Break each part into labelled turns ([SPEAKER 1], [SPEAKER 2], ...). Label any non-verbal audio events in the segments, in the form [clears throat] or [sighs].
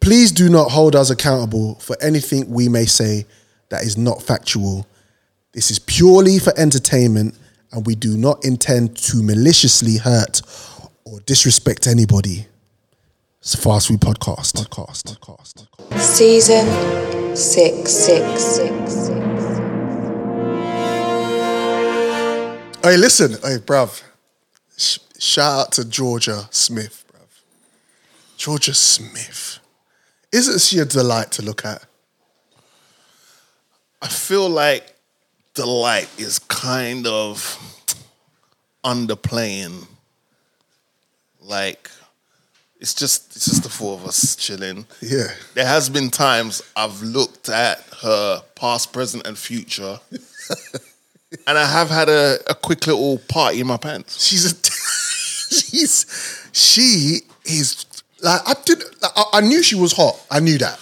[SPEAKER 1] Please do not hold us accountable for anything we may say that is not factual. This is purely for entertainment, and we do not intend to maliciously hurt or disrespect anybody. It's Fast Food Podcast. Podcast. Podcast.
[SPEAKER 2] Season six, six, six, six.
[SPEAKER 1] Hey, listen, hey, bruv. Sh- shout out to Georgia Smith, bruv. Georgia Smith. Isn't she a delight to look at?
[SPEAKER 3] I feel like delight is kind of underplaying. Like it's just it's just the four of us chilling.
[SPEAKER 1] Yeah.
[SPEAKER 3] There has been times I've looked at her past, present,
[SPEAKER 1] [laughs]
[SPEAKER 3] and future, and I have had a, a quick little party in my pants.
[SPEAKER 1] She's a. [laughs] she's. She is. Like, I did. Like, I, I knew she was hot. I knew that.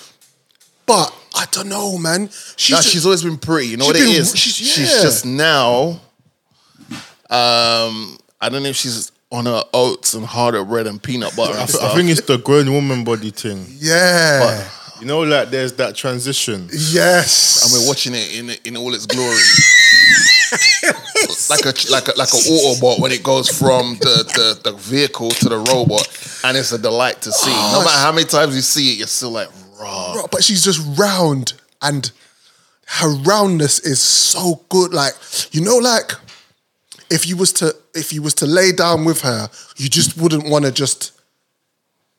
[SPEAKER 1] But I don't know, man. She's.
[SPEAKER 3] Nah,
[SPEAKER 1] just-
[SPEAKER 3] she's always been pretty. You know
[SPEAKER 1] she's
[SPEAKER 3] what it
[SPEAKER 1] been-
[SPEAKER 3] is.
[SPEAKER 1] she's- yeah.
[SPEAKER 3] she's just now. Um, I don't know if she's on her oats and harder bread and peanut butter.
[SPEAKER 4] I,
[SPEAKER 3] and
[SPEAKER 4] th- I
[SPEAKER 3] stuff.
[SPEAKER 4] think it's the grown woman body thing.
[SPEAKER 1] yeah.
[SPEAKER 4] You know, like there's that transition.
[SPEAKER 1] yes.
[SPEAKER 3] and we're watching it in in all its glory. like a like a like an Autobot when it goes from the, the the vehicle to the robot, and it's a delight to see. No matter how many times you see it, you're still like, raw.
[SPEAKER 1] Bro, but she's just round and her roundness is so good. Like, you know, like if you was to if you was to lay down with her, you just wouldn't want to just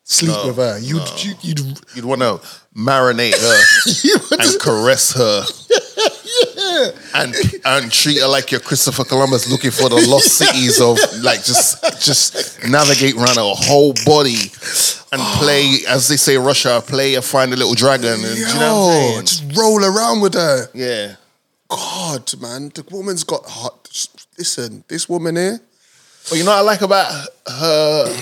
[SPEAKER 1] sleep with her. You'd you, you'd [laughs]
[SPEAKER 3] You'd want to marinate her
[SPEAKER 1] you would
[SPEAKER 3] and caress
[SPEAKER 1] [laughs]
[SPEAKER 3] her. And and treat her like you're Christopher Columbus looking for the lost
[SPEAKER 1] [laughs]
[SPEAKER 3] cities of like just just navigate around her whole body
[SPEAKER 1] [sighs]
[SPEAKER 3] and play as they say in Russia play a find a little dragon and do you know what I'm
[SPEAKER 1] yo,
[SPEAKER 3] saying?
[SPEAKER 1] just roll around with her.
[SPEAKER 3] Yeah.
[SPEAKER 1] God, man, the woman's got heart. Listen, this woman here.
[SPEAKER 3] But you know what I like about her,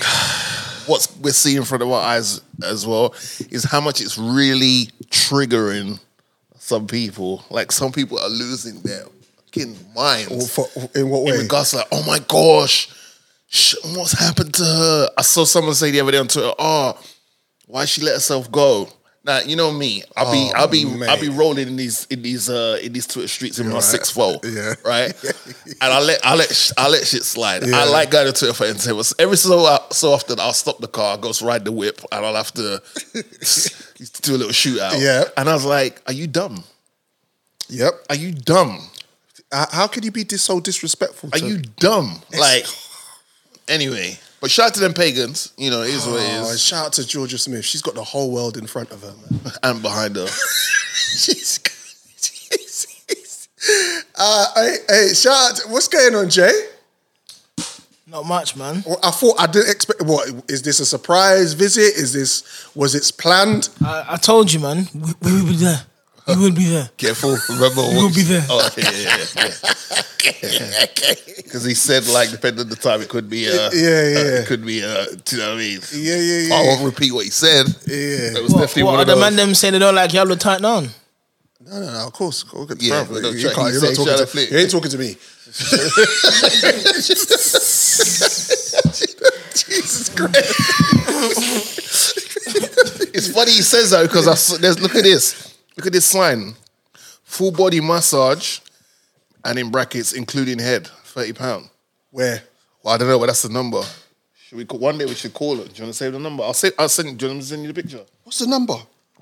[SPEAKER 3] what we're seeing in front of our eyes as well, is how much it's really triggering some people. Like some people are losing their fucking minds.
[SPEAKER 1] For, in what
[SPEAKER 3] in
[SPEAKER 1] way?
[SPEAKER 3] regards to like, oh my gosh, sh- what's happened to her? I saw someone say the other day on Twitter, oh, why she let herself go? Now you know me. I'll be
[SPEAKER 1] Oh,
[SPEAKER 3] I'll be I'll be rolling in these in these uh in these Twitter streets in my six fold.
[SPEAKER 1] Yeah.
[SPEAKER 3] Right? and I let I let sh- I let shit slide. I like going to Twitter for entertainment. Every so uh, so often I'll stop the car, I'll go ride the whip, and I'll
[SPEAKER 1] [laughs]
[SPEAKER 3] have to do a little shootout.
[SPEAKER 1] Yeah.
[SPEAKER 3] And I was like, Are you dumb?
[SPEAKER 1] Yep.
[SPEAKER 3] Are you dumb?
[SPEAKER 1] How- How could you be dis- so disrespectful?
[SPEAKER 3] Are
[SPEAKER 1] to
[SPEAKER 3] you dumb? Like,
[SPEAKER 1] [laughs]
[SPEAKER 3] anyway. But shout out to them pagans. You know, it is what
[SPEAKER 1] Oh,
[SPEAKER 3] it is.
[SPEAKER 1] shout out to Georgia Smith. She's got the whole world in front of her, man. [laughs]
[SPEAKER 3] And behind her.
[SPEAKER 1] she's, she's, uh, hey, hey, shout out. to- What's going on, Jay?
[SPEAKER 5] Not much, man.
[SPEAKER 1] Well, I thought I didn't expect. What is this a surprise visit? Is this was it planned?
[SPEAKER 5] I, I told you, man. We, we will be there. We will be there.
[SPEAKER 3] Careful. Remember what
[SPEAKER 5] will be there.
[SPEAKER 3] Oh, yeah, yeah, yeah. Because he said, like, depending on the time, it could be uh,
[SPEAKER 1] Yeah, yeah,
[SPEAKER 3] uh,
[SPEAKER 1] yeah.
[SPEAKER 3] it could be uh, do you know what I mean?
[SPEAKER 1] Yeah, yeah, yeah.
[SPEAKER 3] I won't repeat what he said.
[SPEAKER 1] Yeah.
[SPEAKER 3] It was
[SPEAKER 5] What,
[SPEAKER 3] definitely
[SPEAKER 5] what
[SPEAKER 3] one
[SPEAKER 5] are
[SPEAKER 3] of
[SPEAKER 5] the
[SPEAKER 3] those.
[SPEAKER 5] man them saying they don't like Diablo tight on?
[SPEAKER 1] No, no, no. Of course. Go get the
[SPEAKER 3] Yeah,
[SPEAKER 1] brother.
[SPEAKER 3] but don't
[SPEAKER 1] you
[SPEAKER 3] try-
[SPEAKER 1] can't,
[SPEAKER 3] you
[SPEAKER 1] you're not
[SPEAKER 3] say
[SPEAKER 1] talking
[SPEAKER 3] try
[SPEAKER 1] to,
[SPEAKER 3] to flip.
[SPEAKER 1] You ain't talking to me. Jesus Christ!
[SPEAKER 3] It's funny he says that because I saw, there's look at this. Look at this sign. Full body massage, and in brackets, including head, thirty pound.
[SPEAKER 1] Where?
[SPEAKER 3] Well, I don't know, but that's the number. Should we call, one day we should call it. Do you want to save the number? I'll send. I'll send. Do you want me to send you the picture?
[SPEAKER 1] What's the number?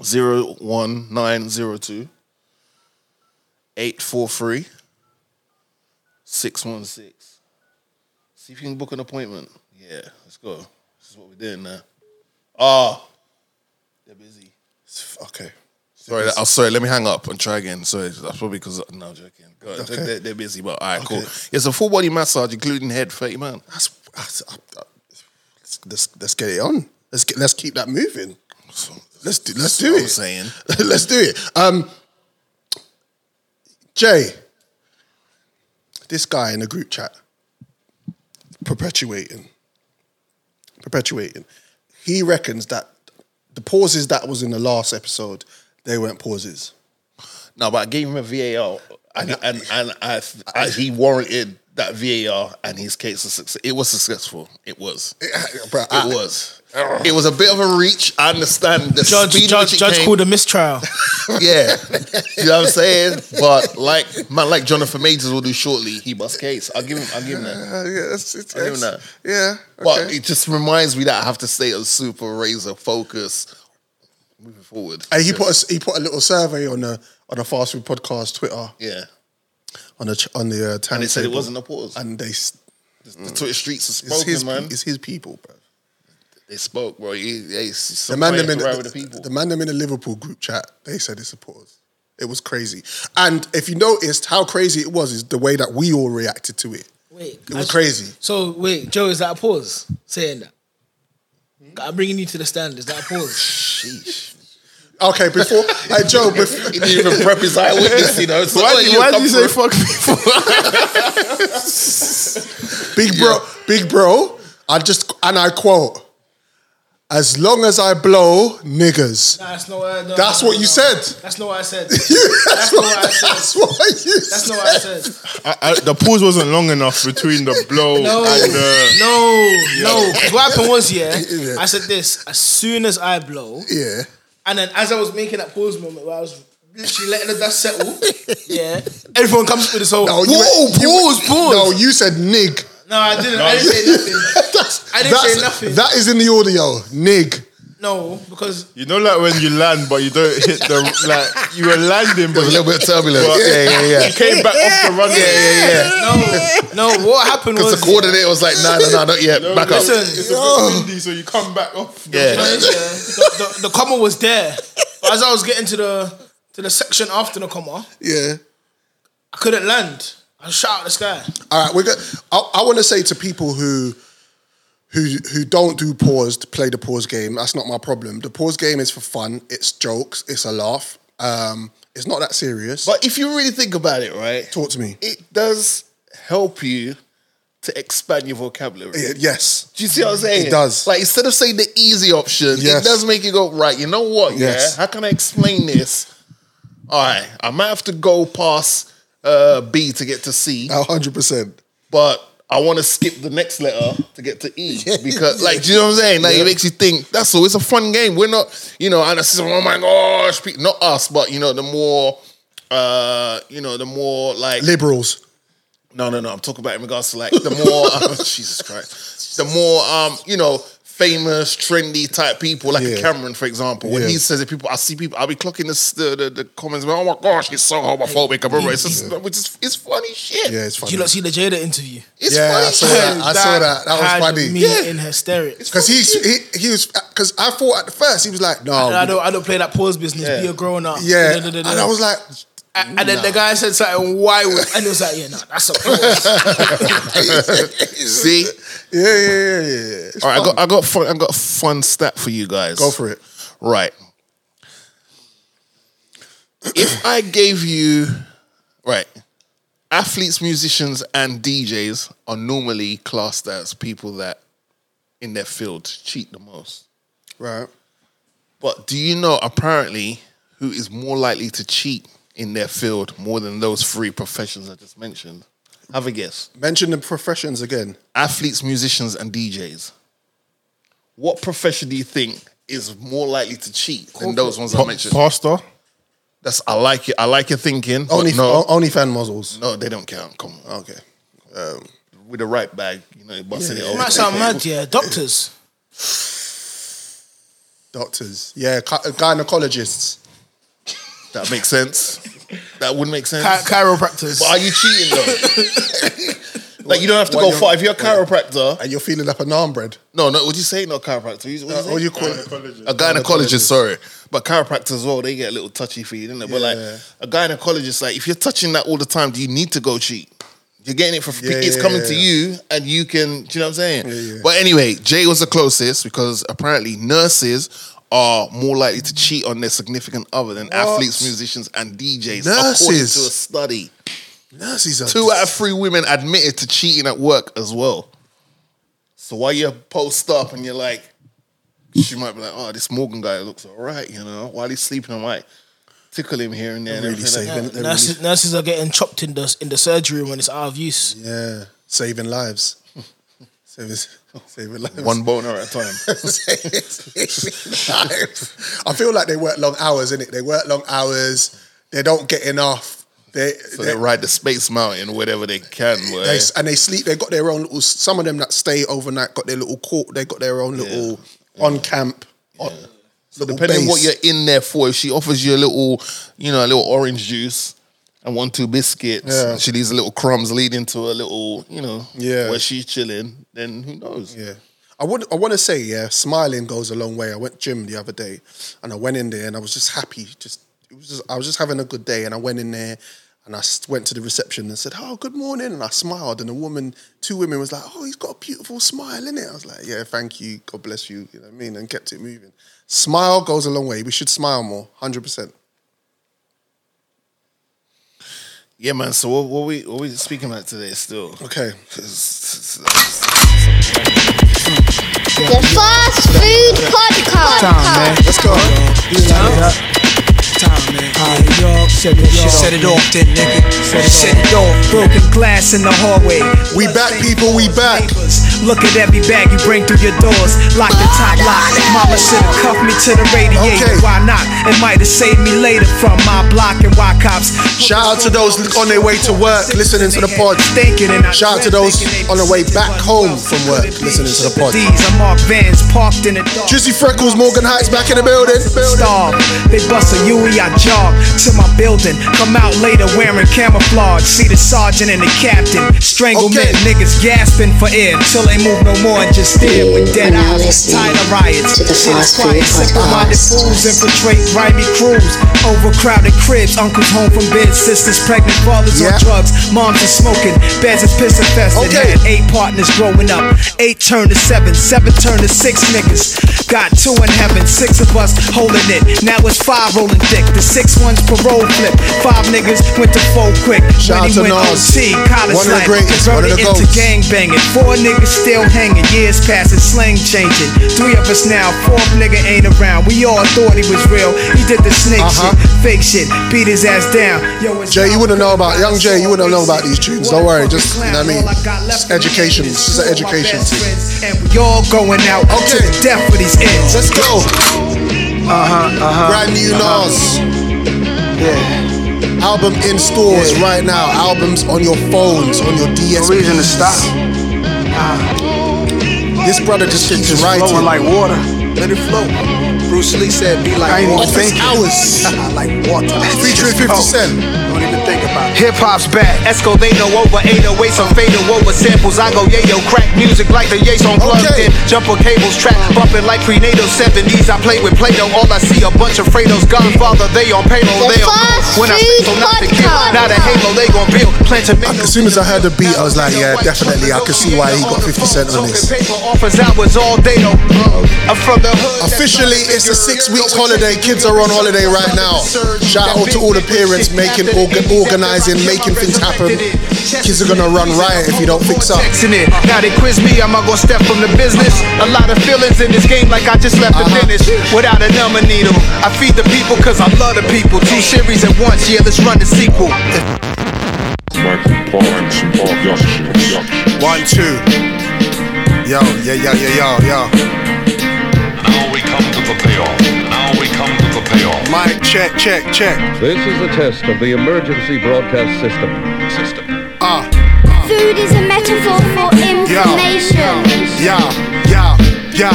[SPEAKER 3] Zero one nine zero two eight four three six one six. See if you can book an appointment. Yeah, let's go. This is what we're doing now. Oh, they're busy.
[SPEAKER 1] Okay.
[SPEAKER 3] Sorry, I'm sorry. Let me hang up and try again. Sorry, that's probably because no, I'm joking. Go,
[SPEAKER 1] Okay.
[SPEAKER 3] they're, they're busy, but all right, cool.
[SPEAKER 1] Okay.
[SPEAKER 3] It's a full body massage, including head, thirty man.
[SPEAKER 1] That's, that's I, I, let's, let's let's get it on. Let's get, let's keep that moving. Let's do let's do
[SPEAKER 3] what
[SPEAKER 1] it.
[SPEAKER 3] I'm saying.
[SPEAKER 1] [laughs] let's do it. Um, Jay, this guy in the group chat, perpetuating, perpetuating. He reckons that the pauses that was in the last episode, they weren't pauses.
[SPEAKER 3] No, but I gave him a VAR, and and, and I, I he warranted that VAR and his case was success. It was successful. It was. It,
[SPEAKER 1] Bro, I-
[SPEAKER 3] was. It was a bit of a reach. I understand the
[SPEAKER 5] Judge,
[SPEAKER 3] speed
[SPEAKER 5] judge,
[SPEAKER 3] which it
[SPEAKER 5] judge
[SPEAKER 3] came.
[SPEAKER 5] called a mistrial.
[SPEAKER 3] [laughs] Yeah, you know what I'm saying. But like man, like Jonathan Majors will do shortly. He bust case. I'll give him. I'll give him that.
[SPEAKER 1] Uh, yeah, that's, it's,
[SPEAKER 3] I don't know.
[SPEAKER 1] yeah.
[SPEAKER 3] But
[SPEAKER 1] okay.
[SPEAKER 3] it just reminds me that I have to stay on super razor focus moving forward.
[SPEAKER 1] and he put a, s- he put a little survey on the on the fast food podcast Twitter
[SPEAKER 3] yeah,
[SPEAKER 1] on the ch- on the uh,
[SPEAKER 3] and
[SPEAKER 1] time
[SPEAKER 3] it said it wasn't a pause.
[SPEAKER 1] and they s-
[SPEAKER 3] the Twitter streets have
[SPEAKER 1] Mm. it's
[SPEAKER 3] spoken,
[SPEAKER 1] his
[SPEAKER 3] man.
[SPEAKER 1] it's his people, bro.
[SPEAKER 3] They spoke, bro. He, they,
[SPEAKER 1] The man them in
[SPEAKER 3] the,
[SPEAKER 1] the,
[SPEAKER 3] people.
[SPEAKER 1] the man them in the Liverpool group chat they said it's a pause. It was crazy, and if you noticed how crazy it was, is the way that we all reacted to it.
[SPEAKER 6] [laughs] Wait,
[SPEAKER 1] It was
[SPEAKER 6] I-
[SPEAKER 1] crazy.
[SPEAKER 6] So wait, Joe, is that a pause saying that? I'm bringing you to the stand. Is that a pause?
[SPEAKER 1] Okay, before
[SPEAKER 3] [laughs]
[SPEAKER 1] hey Joe, before,
[SPEAKER 3] he didn't even prep his eyewitness, you know. [laughs] So
[SPEAKER 4] Why,
[SPEAKER 3] like,
[SPEAKER 4] do- why did
[SPEAKER 3] come
[SPEAKER 4] you say
[SPEAKER 3] through.
[SPEAKER 4] fuck me?
[SPEAKER 1] Big bro, big bro, I just and I quote, as long as I blow niggas.
[SPEAKER 5] That's not what I, no,
[SPEAKER 1] That's
[SPEAKER 5] no,
[SPEAKER 1] what
[SPEAKER 5] no,
[SPEAKER 1] you
[SPEAKER 5] no.
[SPEAKER 1] said.
[SPEAKER 5] That's not what I said.
[SPEAKER 1] [laughs] That's,
[SPEAKER 5] not what I said.
[SPEAKER 1] That's what you
[SPEAKER 5] That's
[SPEAKER 1] said.
[SPEAKER 5] not what I said.
[SPEAKER 4] I, I, the pause wasn't long enough between the blow
[SPEAKER 5] No,
[SPEAKER 4] and the.
[SPEAKER 5] no, no. 'Cause What happened was,
[SPEAKER 1] [laughs]
[SPEAKER 5] yeah, I said this as soon as I blow,
[SPEAKER 1] Yeah.
[SPEAKER 5] and then as I was making that pause moment where I was literally letting the dust settle, yeah, everyone comes with this whole
[SPEAKER 1] No, Oh, you-
[SPEAKER 5] whoa, pause, pause.
[SPEAKER 1] No, you said nig.
[SPEAKER 5] No, I didn't. I didn't say nothing.
[SPEAKER 1] That's,
[SPEAKER 5] I didn't say
[SPEAKER 1] that's-
[SPEAKER 5] nothing.
[SPEAKER 1] That is in the audio. Nig.
[SPEAKER 5] No,
[SPEAKER 1] [laughs]
[SPEAKER 5] because
[SPEAKER 4] You know, like when you land, but you don't hit the. Like, you were landing, but
[SPEAKER 3] There's a little bit of turbulence.
[SPEAKER 4] But-
[SPEAKER 3] yeah, yeah, yeah.
[SPEAKER 4] you
[SPEAKER 3] [laughs]
[SPEAKER 4] came back off the runway.
[SPEAKER 3] Yeah, yeah, yeah.
[SPEAKER 5] no, no. What happened
[SPEAKER 3] Because
[SPEAKER 5] was
[SPEAKER 3] the coordinator was like, nah, nah, nah, not yet. Back up.
[SPEAKER 5] listen,
[SPEAKER 4] It's a bit windy, so you come back off. the-
[SPEAKER 3] Yeah.
[SPEAKER 5] the, the, the comma was there. But as I was getting to the to the section after the comma,
[SPEAKER 1] Yeah.
[SPEAKER 5] I couldn't land. I shot out the sky.
[SPEAKER 1] All right, we're good. I, I want to say to people who who who don't do pause to play the pause game. That's not my problem. The pause game is for fun. It's jokes. It's a laugh. Um, it's not that serious.
[SPEAKER 3] But if you really think about it, right?
[SPEAKER 1] talk to me.
[SPEAKER 3] It does help you to expand your vocabulary.
[SPEAKER 1] Yeah, yes.
[SPEAKER 3] Do you see what I'm saying?
[SPEAKER 1] It does.
[SPEAKER 3] Like instead of saying the easy option,
[SPEAKER 1] Yes.
[SPEAKER 3] it does make you go, right, you know what,
[SPEAKER 1] Yes.
[SPEAKER 3] yeah? How can I explain this? All right, I might have to go past uh, B to get to C,
[SPEAKER 1] A hundred percent.
[SPEAKER 3] but I want to skip the next letter to get to
[SPEAKER 1] [laughs]
[SPEAKER 3] E because, like, do you know what I'm saying? Like, it makes you think. That's all. It's a fun game. We're not, you know, and I see someone, oh my gosh, pe- not us, but you know, the more, uh, you know, the more like
[SPEAKER 1] Liberals.
[SPEAKER 3] no, no, no. I'm talking about in regards to like the
[SPEAKER 1] [laughs]
[SPEAKER 3] more um, Jesus Christ, the more um, you know, famous, trendy type people like
[SPEAKER 1] Yeah.
[SPEAKER 3] a Cameron, for example. When
[SPEAKER 1] Yeah.
[SPEAKER 3] he says that people, I see people, I'll be clocking this, the, the the comments. Oh my gosh, it's so homophobic. and blah, blah. It's just, which is it's funny shit.
[SPEAKER 1] Yeah, it's
[SPEAKER 5] Did
[SPEAKER 1] funny.
[SPEAKER 5] you not see the Jada interview?
[SPEAKER 3] It's
[SPEAKER 1] Yeah,
[SPEAKER 3] funny
[SPEAKER 1] I saw
[SPEAKER 3] shit.
[SPEAKER 1] that. I saw that. That was
[SPEAKER 5] had
[SPEAKER 1] funny.
[SPEAKER 5] Me
[SPEAKER 3] Yeah.
[SPEAKER 5] in hysterics.
[SPEAKER 1] Because he's he, he was because I thought at first he was like no
[SPEAKER 5] And I don't, I don't play that pause business.
[SPEAKER 3] Yeah.
[SPEAKER 5] Be a grown up.
[SPEAKER 1] yeah
[SPEAKER 5] [laughs] Da, da, da,
[SPEAKER 1] and
[SPEAKER 5] da.
[SPEAKER 1] I was like
[SPEAKER 5] And- and then the guy said something why would [laughs] and he was like, yeah, no, that's a pause.
[SPEAKER 3] [laughs] See,
[SPEAKER 1] yeah yeah yeah yeah, yeah.
[SPEAKER 3] all right, I got I got fun, I got a fun stat for you guys.
[SPEAKER 1] go for it
[SPEAKER 3] Right. if I gave you, right, athletes, musicians, and DJs are normally classed as people that in their field cheat the most.
[SPEAKER 1] right
[SPEAKER 3] But do you know apparently who is more likely to cheat in their field more than those three professions I just mentioned? Have a guess.
[SPEAKER 1] mention the professions again
[SPEAKER 3] Athletes, musicians, and DJs. What profession do you think is more likely to cheat than those ones I mentioned?
[SPEAKER 4] Pastor.
[SPEAKER 3] That's I like it. I like your thinking. but
[SPEAKER 1] only oh,
[SPEAKER 3] no,
[SPEAKER 1] o- only fan muzzles
[SPEAKER 3] no, they don't count. Come on,
[SPEAKER 1] okay um,
[SPEAKER 3] with the right bag, you know, busting it
[SPEAKER 5] It
[SPEAKER 3] over.
[SPEAKER 5] might sound mad, yeah. Doctors.
[SPEAKER 1] doctors yeah gy- gynecologists
[SPEAKER 3] That makes sense. That would make sense.
[SPEAKER 5] Chi- chiropractors.
[SPEAKER 3] but are you cheating
[SPEAKER 1] [laughs]
[SPEAKER 3] though? like you don't have to
[SPEAKER 1] Why
[SPEAKER 3] go
[SPEAKER 1] you're-
[SPEAKER 3] far. If you're a chiropractor,
[SPEAKER 1] and you're feeling up an arm bread
[SPEAKER 3] no, no. Would you say not chiropractor? You- What,
[SPEAKER 1] uh, what do
[SPEAKER 3] you
[SPEAKER 1] you
[SPEAKER 3] say?
[SPEAKER 1] call
[SPEAKER 3] a
[SPEAKER 1] it
[SPEAKER 3] gynecologist, sorry, but chiropractors as well. They get a little touchy feely, don't they? But like
[SPEAKER 1] Yeah.
[SPEAKER 3] a gynecologist, like if you're touching that all the time, do you need to go cheat? You're getting it for free.
[SPEAKER 1] Yeah,
[SPEAKER 3] it's
[SPEAKER 1] yeah,
[SPEAKER 3] coming
[SPEAKER 1] yeah,
[SPEAKER 3] to
[SPEAKER 1] yeah.
[SPEAKER 3] you, and you can. Do you know what I'm saying?
[SPEAKER 1] yeah.
[SPEAKER 3] But anyway, Jay was the closest because apparently nurses are more likely to cheat on their significant other than athletes, musicians, and DJs, according to a
[SPEAKER 1] Nurses?
[SPEAKER 3] study.
[SPEAKER 1] nurses are
[SPEAKER 3] Two out of three women admitted to cheating at work as well. So while you're post up and you're like, she might be like, oh, this Morgan guy looks all right, you know, while he's sleeping, I'm like, tickle him here and there. And
[SPEAKER 1] Really
[SPEAKER 3] everything like
[SPEAKER 1] saving,
[SPEAKER 3] that.
[SPEAKER 1] they're really-
[SPEAKER 6] Nurses, nurses are getting chopped in the in the surgery room when it's out of use.
[SPEAKER 1] yeah, saving lives. [laughs] saving, saving lives.
[SPEAKER 3] One boner at a
[SPEAKER 1] [laughs]
[SPEAKER 3] time.
[SPEAKER 1] I feel like they work long hours, innit? They work long hours. They don't get enough. They,
[SPEAKER 3] So
[SPEAKER 1] they-
[SPEAKER 3] they ride the space mountain wherever they can. Boy.
[SPEAKER 1] they- and they sleep. They got their own little. Some of them that stay overnight got their little court. They got their own little on camp. On, so
[SPEAKER 3] Depending on what you're in there for, if she offers you a little, you know, a little orange juice and one two biscuits,
[SPEAKER 1] Yeah.
[SPEAKER 3] and she leaves a little crumbs leading to a little, you know,
[SPEAKER 1] Yeah.
[SPEAKER 3] where she's chilling, then who knows?
[SPEAKER 1] Yeah. I would I want to say, yeah, smiling goes a long way. I went gym the other day and I went in there and I was just happy. Just it was just I was just having a good day and I went in there and I s- went to the reception and said, "Oh, good morning." And I smiled and the woman, two women was like, "Oh, he's got a beautiful smile in it." I was like, "Yeah, thank you. God bless you." You know what I mean? And kept it moving. Smile goes a long way. We should smile more. 100%.
[SPEAKER 3] Yeah, man. So what, what we what we speaking about today still?
[SPEAKER 1] Okay.
[SPEAKER 7] The Fast Food Podcast.
[SPEAKER 1] Let's go.
[SPEAKER 8] time, man. set it off. Set it off then, nigga. Set it, off. Broken glass in the hallway.
[SPEAKER 1] We back, people, we back.
[SPEAKER 8] Look at every bag you bring through your doors. Lock the top lock. Mama should've cuffed me to the radiator.
[SPEAKER 1] Okay.
[SPEAKER 8] Why not? It might have saved me later from my block and why cops.
[SPEAKER 1] Shout out to those on their way to work listening to the pod.
[SPEAKER 8] Thinking and I
[SPEAKER 1] Shout out to
[SPEAKER 8] dread
[SPEAKER 1] those
[SPEAKER 8] thinking they
[SPEAKER 1] on their way back
[SPEAKER 8] was
[SPEAKER 1] home
[SPEAKER 8] wealth.
[SPEAKER 1] from work
[SPEAKER 8] Could it be
[SPEAKER 1] listening to the pod.
[SPEAKER 8] These are Mark Vans parked in the dark.
[SPEAKER 1] Drizzy Freckles, Morgan Heights back in the building.
[SPEAKER 8] Starved. They bust a Yui, I jog to my building. Come out later wearing camouflage. See the sergeant and the captain. Stranglement,
[SPEAKER 1] Okay.
[SPEAKER 8] niggas gasping for air till they move no more and just stare with dead
[SPEAKER 2] You're now
[SPEAKER 8] eyes.
[SPEAKER 2] listening
[SPEAKER 8] Tired of riots.
[SPEAKER 2] to the
[SPEAKER 8] Shit is
[SPEAKER 2] Fast Food
[SPEAKER 8] quiet. Simple-minded
[SPEAKER 2] Podcast.
[SPEAKER 8] fools infiltrate grimy crews. Overcrowded cribs. Uncles home from bed. Sisters pregnant. Fathers
[SPEAKER 1] Yeah.
[SPEAKER 8] on drugs. Moms are smoking. Beds is piss infested.
[SPEAKER 1] Okay.
[SPEAKER 8] Had eight partners growing up. Eight turned to seven, seven turned to six niggas. Got two in heaven, six of us holding it. Now it's five rolling thick. The six ones parole flip. Five niggas went to four quick.
[SPEAKER 1] Shout
[SPEAKER 8] when he
[SPEAKER 1] out to
[SPEAKER 8] went
[SPEAKER 1] Nas.
[SPEAKER 8] OT, college
[SPEAKER 1] One of the
[SPEAKER 8] life,
[SPEAKER 1] greatest, one of the
[SPEAKER 8] converted into
[SPEAKER 1] goats.
[SPEAKER 8] gang banging. Four niggas still hanging. Years passing, slang changing. Three of us now, fourth nigga ain't around. We all thought he was real. He did the snake
[SPEAKER 1] Uh-huh.
[SPEAKER 8] shit, fake shit, beat his ass down. Yo, it's
[SPEAKER 1] Jay, you wouldn't know about young Jay. You wouldn't know about these tunes. Don't worry, just you know what I mean. Just education. It's just an education thing.
[SPEAKER 8] And we all going out to
[SPEAKER 1] Okay.
[SPEAKER 8] the death for these ends.
[SPEAKER 1] Let's go. Uh huh. Uh huh. Brand new Nas. Yeah. Album in stores right now. Albums on your phones, on your DSPs. No reason to stop. Uh-huh. This brother just keeps writing.
[SPEAKER 9] flowing like water. Let it flow. Bruce Lee said, "Be like
[SPEAKER 1] I ain't
[SPEAKER 9] water."
[SPEAKER 1] even thinking. [laughs] Hours.
[SPEAKER 9] I like water.
[SPEAKER 1] Featuring 50 Cent.
[SPEAKER 9] Don't even think about it.
[SPEAKER 10] Hip hop's back. Esco, they know over 808s. I'm faded over samples. I go yayo crack music like the Yates on plugged in.
[SPEAKER 1] Okay.
[SPEAKER 10] Jump on cables, track bumping like prenatal 70s. I play with Play Doh. All I see a bunch of Fredos. Godfather, they on payroll.
[SPEAKER 7] The
[SPEAKER 10] They on
[SPEAKER 7] fast
[SPEAKER 10] When I say
[SPEAKER 7] food
[SPEAKER 10] so, not the kid.
[SPEAKER 7] podcast.
[SPEAKER 10] Not a halo, they gon' build. Plant tomatoes.
[SPEAKER 1] As soon as I heard the beat, I was like, yeah, definitely, I can see why he got 50 Cent on this.
[SPEAKER 10] Paper offers hours all day, though. I'm from the hood.
[SPEAKER 1] Officially, it's a six weeks holiday. Kids are on holiday right now. Shout out to all the parents making, orga- organizing, making things happen. Kids are gonna run riot if you don't fix up.
[SPEAKER 10] Texting it. Now they quiz me, am I gonna step from the business? A lot of feelings in this game, like I just left the
[SPEAKER 1] Uh-huh.
[SPEAKER 10] dentist without a number needle. I feed the people cause I love the people. Two series at once, yeah, let's run the sequel.
[SPEAKER 9] One, two. Yo, yo, yo, yo, yo, yo.
[SPEAKER 11] Now we come to the payoff. Now we come to the payoff.
[SPEAKER 9] Mic check, check, check.
[SPEAKER 11] This is a test of the emergency broadcast system. System.
[SPEAKER 9] Uh,
[SPEAKER 7] Food is a metaphor for information.
[SPEAKER 9] yo, yo, yo,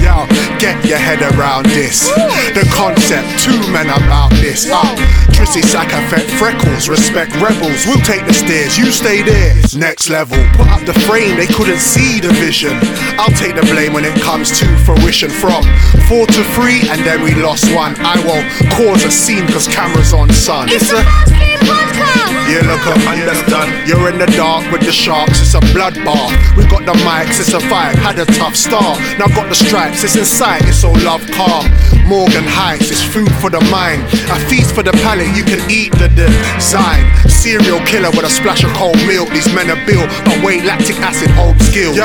[SPEAKER 9] yo. Get your head around this. The concept, two men about this. Uh, Trissy Sack effect, freckles, respect rebels. We'll take the stairs, you stay there. Next level, put up the frame, they couldn't see the vision. I'll take the blame when it comes to fruition from four to three, and then we lost one. I will cause a scene cause cameras on sun.
[SPEAKER 7] It's the Fast Food Podcast.
[SPEAKER 9] You look up, understand. You're in the dark with the sharks, it's a bloodbath. We got the mics, it's a vibe, had a tough start. Now got the stripes, it's in sight, it's all love calm. Morgan Heights, it's food for the mind. A feast for the palate, you can eat the design. Serial killer with a splash of cold milk, these men are built, but weight, lactic acid, old skills. Yo,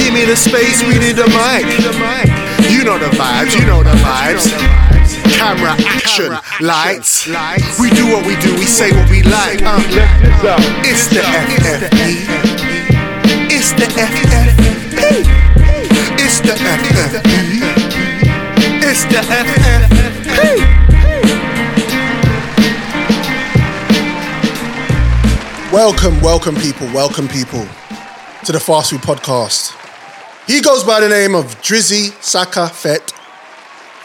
[SPEAKER 9] give me the space, we need the mic. You know the vibes, you know the vibes. Camera action. action. Lights. We do what we do, we say what we like. Uh, It's the FFE. It's the FFE. It's the FFE. It's the E. FFE.
[SPEAKER 1] Welcome, welcome, people, welcome, people, to the Fast Food Podcast. He goes by the name of Drizzy Saka Fett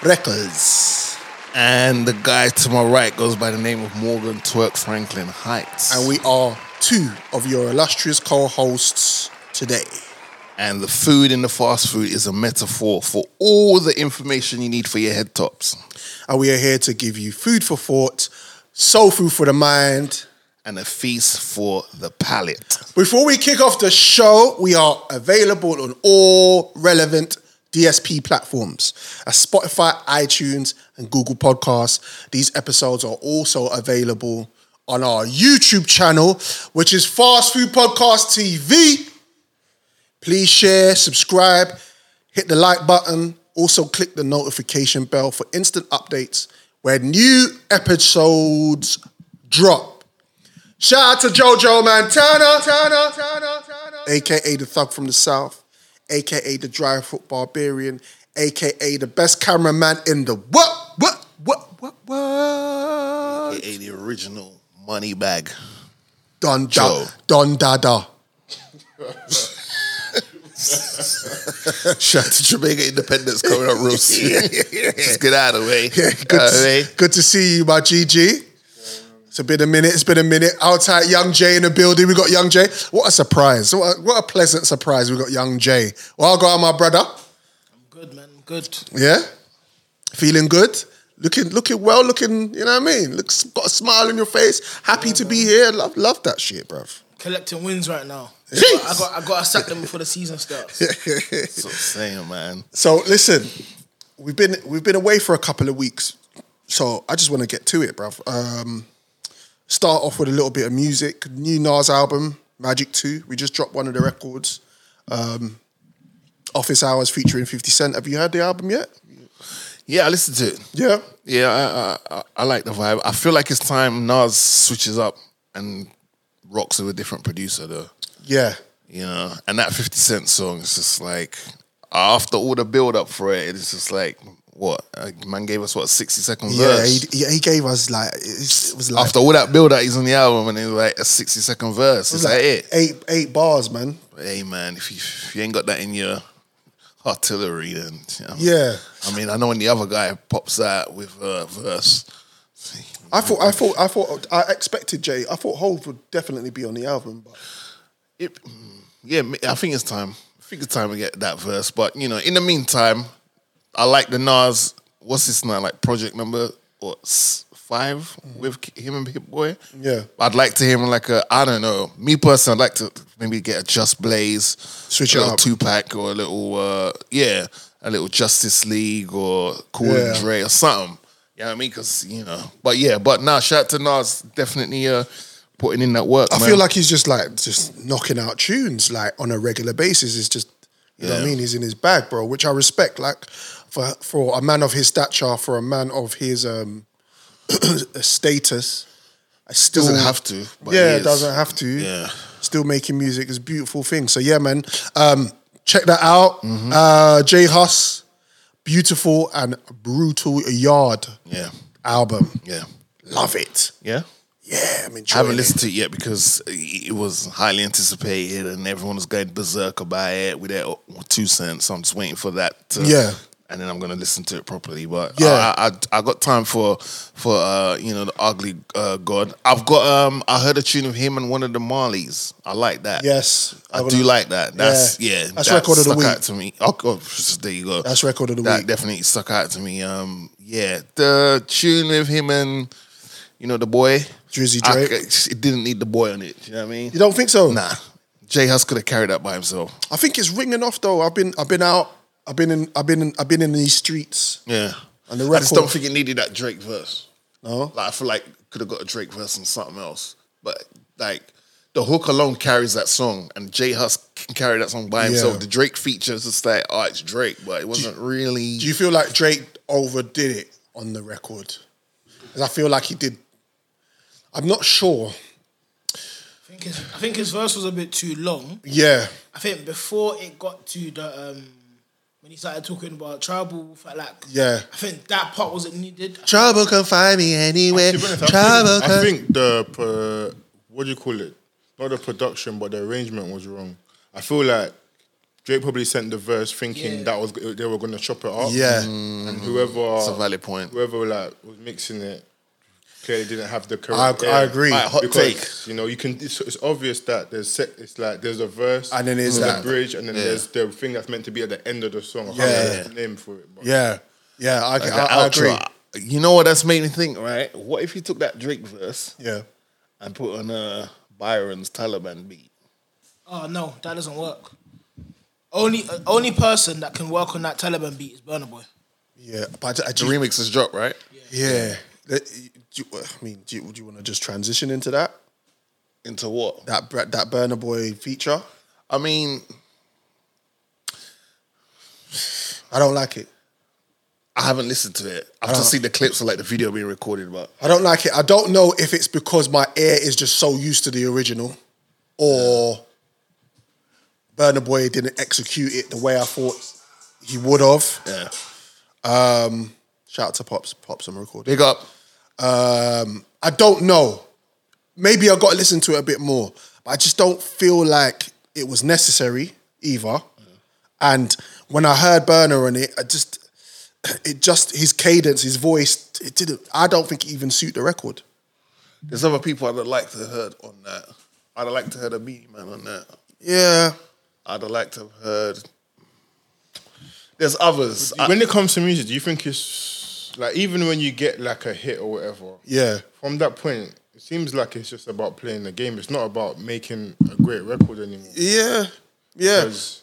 [SPEAKER 1] Records.
[SPEAKER 3] And the guy to my right goes by the name of Morgan Twerk Franklin Heights.
[SPEAKER 1] And we are two of your illustrious co hosts today.
[SPEAKER 3] And the food in the fast food is a metaphor for all the information you need for your head tops.
[SPEAKER 1] And we are here to give you food for thought, soul food for the mind,
[SPEAKER 3] and a feast for the palate.
[SPEAKER 1] Before we kick off the show, we are available on all relevant DSP platforms, as Spotify, iTunes, and Google Podcasts. These episodes are also available on our YouTube channel, which is Fast Food Podcast TV. Please share, subscribe, hit the like button. Also, click the notification bell for instant updates where new episodes drop. Shout out to Jojo Montana, Tana, Tana, Tana, aka the thug from the south, aka the dry foot barbarian, aka the best cameraman in the what, what, what, what, what?
[SPEAKER 3] AKA the original money bag.
[SPEAKER 1] Don da,
[SPEAKER 3] Joe.
[SPEAKER 1] Don Dada.
[SPEAKER 3] Shout out to Jamaica Independence coming up
[SPEAKER 1] [laughs]
[SPEAKER 3] real soon. Just get out of the way. Uh,
[SPEAKER 1] Yeah, good,
[SPEAKER 3] Out
[SPEAKER 1] to,
[SPEAKER 3] of the way.
[SPEAKER 1] s- good to see you, my GG. It's been a minute. It's been a minute. Outside, Young Jay in the building. We got Young Jay. What a surprise! What a, what a pleasant surprise. We got Young Jay. Well, go on, my brother.
[SPEAKER 6] Good man, good.
[SPEAKER 1] Yeah, feeling good, looking looking well, looking. You know what I mean? Looks got a smile on your face. Happy to be here. Love love that shit, bruv.
[SPEAKER 6] Collecting wins right now.
[SPEAKER 1] Jeez.
[SPEAKER 6] I got I got to sack them before the season starts.
[SPEAKER 3] That's what I'm saying, man.
[SPEAKER 1] so Oh, listen, we've been we've been away for a couple of weeks, so I just want to get to it, bruv. Um, start off with a little bit of music. New Nas album, Magic Two. We just dropped one of the records. Um, Office Hours featuring Fifty Cent. Have you heard the album yet?
[SPEAKER 3] Yeah, I listened to it.
[SPEAKER 1] Yeah.
[SPEAKER 3] Yeah, I, I, I, I like the vibe. I feel like it's time Nas switches up and rocks with a different producer, though.
[SPEAKER 1] Yeah.
[SPEAKER 3] You know, and that 50 Cent song is just like, after all the build up for it, it's just like, what? Uh, Man gave us, what, 60 seconds
[SPEAKER 1] Yeah,
[SPEAKER 3] verse?
[SPEAKER 1] he, yeah, he gave us like it was like
[SPEAKER 3] after all that build up, he's on the album and it's like a 60 second verse. Is
[SPEAKER 1] It was
[SPEAKER 3] that
[SPEAKER 1] like
[SPEAKER 3] it?
[SPEAKER 1] Eight eight bars, man.
[SPEAKER 3] Hey, man, if you, if you ain't got that in your artillery, then. you know.
[SPEAKER 1] Yeah.
[SPEAKER 3] I mean, I know when the other guy pops out with a verse.
[SPEAKER 1] I thought I thought I thought I expected Jay. I thought Hove would definitely be on the album, but
[SPEAKER 3] It, yeah, me- I think it's time. I think it's time we get that verse. But you know, in the meantime, I like the Nas. What's this now? Like project number what s- five with K- him and Hit Boy.
[SPEAKER 1] Yeah.
[SPEAKER 3] I'd like to hear him like a I don't know. Me personally, I'd like to maybe get a Just Blaze,
[SPEAKER 1] Switch it
[SPEAKER 3] a little
[SPEAKER 1] up.
[SPEAKER 3] two pack or a little uh yeah, a little Justice League or Cool and
[SPEAKER 1] Yeah.
[SPEAKER 3] Dre or something. You know what I mean? Because you know, but yeah, but now nah, shout out to Nas, definitely uh putting in that work.
[SPEAKER 1] I
[SPEAKER 3] man.
[SPEAKER 1] feel like he's just like just knocking out tunes like on a regular basis. It's just you know what I
[SPEAKER 3] Yeah.
[SPEAKER 1] mean. He's in his bag, bro, which I respect. Like for for a man of his stature, for a man of his um [clears throat] status, I still
[SPEAKER 3] Doesn't have to, but
[SPEAKER 1] yeah,
[SPEAKER 3] he is.
[SPEAKER 1] doesn't have to.
[SPEAKER 3] Yeah.
[SPEAKER 1] still making music is a beautiful thing. So yeah, man, um, check that out. Uh, Jay Huss, beautiful and brutal yard
[SPEAKER 3] Yeah.
[SPEAKER 1] album.
[SPEAKER 3] Yeah.
[SPEAKER 1] Love it.
[SPEAKER 3] Yeah.
[SPEAKER 1] Yeah, I'm enjoying
[SPEAKER 3] I haven't
[SPEAKER 1] it.
[SPEAKER 3] listened to it yet because it was highly anticipated and everyone was going berserk about it with their two cents. So I'm just waiting for that. To,
[SPEAKER 1] Yeah.
[SPEAKER 3] And then I'm gonna listen to it properly. But
[SPEAKER 1] Yeah.
[SPEAKER 3] yeah, I, I, I got time for for uh, you know the ugly uh, god. I've got um I heard a tune of him and one of the Marleys. I like that.
[SPEAKER 1] Yes,
[SPEAKER 3] I
[SPEAKER 1] I'm
[SPEAKER 3] do
[SPEAKER 1] gonna-
[SPEAKER 3] like that. That's
[SPEAKER 1] Yeah.
[SPEAKER 3] yeah.
[SPEAKER 1] That's
[SPEAKER 3] that
[SPEAKER 1] record of the
[SPEAKER 3] stuck
[SPEAKER 1] week.
[SPEAKER 3] out to me. Oh, God, there you go.
[SPEAKER 1] That's record of the
[SPEAKER 3] that
[SPEAKER 1] week.
[SPEAKER 3] definitely stuck out to me. Um, yeah, the tune with him and you know the boy
[SPEAKER 1] Drizzy
[SPEAKER 3] I
[SPEAKER 1] Drake.
[SPEAKER 3] c- it didn't need the boy on it. You know what I mean?
[SPEAKER 1] You don't think so?
[SPEAKER 3] Nah, Jay Huss could have carried that by himself.
[SPEAKER 1] I think it's ringing off though. I've been I've been out. I've been in I've been in, I've been in these streets.
[SPEAKER 3] Yeah,
[SPEAKER 1] And the
[SPEAKER 3] I just
[SPEAKER 1] record-
[SPEAKER 3] don't think it needed that Drake verse.
[SPEAKER 1] No.
[SPEAKER 3] Like I feel like could have got a Drake verse on something else, but like the hook alone carries that song, and Jay Huss can carry that song by himself.
[SPEAKER 1] Yeah.
[SPEAKER 3] The Drake feature is just like, oh, it's Drake, but it wasn't really.
[SPEAKER 1] Do you feel like Drake overdid it on the record? 'Cause I feel like he did. I'm not sure.
[SPEAKER 5] I think his, I think his verse was a bit too long.
[SPEAKER 1] Yeah.
[SPEAKER 5] I think before it got to the um, when he started talking about tribal, fa- like
[SPEAKER 1] Yeah.
[SPEAKER 5] I think that part wasn't needed.
[SPEAKER 1] Trouble can find me anywhere.
[SPEAKER 4] To be honest, I
[SPEAKER 1] Trouble
[SPEAKER 4] think- I
[SPEAKER 1] can.
[SPEAKER 4] think the pro- what do you call it? Not the production, but the arrangement was wrong. I feel like Drake probably sent the verse thinking
[SPEAKER 3] Yeah.
[SPEAKER 4] that was they were going to chop it up.
[SPEAKER 3] Yeah.
[SPEAKER 4] and whoever
[SPEAKER 3] It's a valid point.
[SPEAKER 4] Whoever like was mixing it clearly didn't have the
[SPEAKER 1] I-
[SPEAKER 4] correct.
[SPEAKER 1] I agree.
[SPEAKER 4] Like,
[SPEAKER 1] Hot
[SPEAKER 4] because,
[SPEAKER 1] take.
[SPEAKER 4] You know, you can. It's, it's obvious that there's sec, it's like there's a verse
[SPEAKER 1] And then there's
[SPEAKER 4] the
[SPEAKER 1] that-
[SPEAKER 4] bridge, and then
[SPEAKER 1] Yeah.
[SPEAKER 4] there's the thing that's meant to be at the end of the song. I can't
[SPEAKER 3] Yeah.
[SPEAKER 4] remember the name for it. But
[SPEAKER 1] Yeah. Yeah, I,
[SPEAKER 3] Like
[SPEAKER 1] I,
[SPEAKER 3] the
[SPEAKER 1] I agree.
[SPEAKER 3] outro. You know what that's made me think, right? What if you took that Drake verse
[SPEAKER 1] yeah.
[SPEAKER 3] and put on uh, Byron's Taliban beat?
[SPEAKER 5] Oh no, that doesn't work. Only uh, only person that can work on that Taliban beat is Burner Boy.
[SPEAKER 1] Yeah, but I, I
[SPEAKER 3] The remix has dropped, right?
[SPEAKER 1] Yeah. Let- Do you, I mean, do you, would you want to just transition into that?
[SPEAKER 3] Into what?
[SPEAKER 1] That Bre- that Burner Boy feature?
[SPEAKER 3] I mean,
[SPEAKER 1] I don't like it.
[SPEAKER 3] I haven't listened to it. I've
[SPEAKER 1] I
[SPEAKER 3] just
[SPEAKER 1] don't-
[SPEAKER 3] seen the clips of like the video being recorded, but
[SPEAKER 1] I don't like it. I don't know if it's because my ear is just so used to the original, or Burner Boy didn't execute it the way I thought he would have.
[SPEAKER 3] yeah.
[SPEAKER 1] Um, shout out to Pops. Pops, I'm recording.
[SPEAKER 3] Big up.
[SPEAKER 1] Um, I don't know. Maybe I got to listen to it a bit more. But I just don't feel like it was necessary either. And when I heard Burner on it, I just, it just his cadence, his voice, it didn't. I don't think it even suit the record.
[SPEAKER 3] There's other people I'd have liked to have heard on that. I'd have liked to heard a beat man on that.
[SPEAKER 1] Yeah.
[SPEAKER 3] I'd have liked to have heard. There's others.
[SPEAKER 1] Uh,
[SPEAKER 3] I-
[SPEAKER 4] when it comes to music, do you think it's like even when you get like a hit or whatever?
[SPEAKER 1] Yeah.
[SPEAKER 4] From that point, it seems like it's just about playing the game. It's not about making a great record anymore.
[SPEAKER 1] Yeah. Yeah.
[SPEAKER 4] Cause,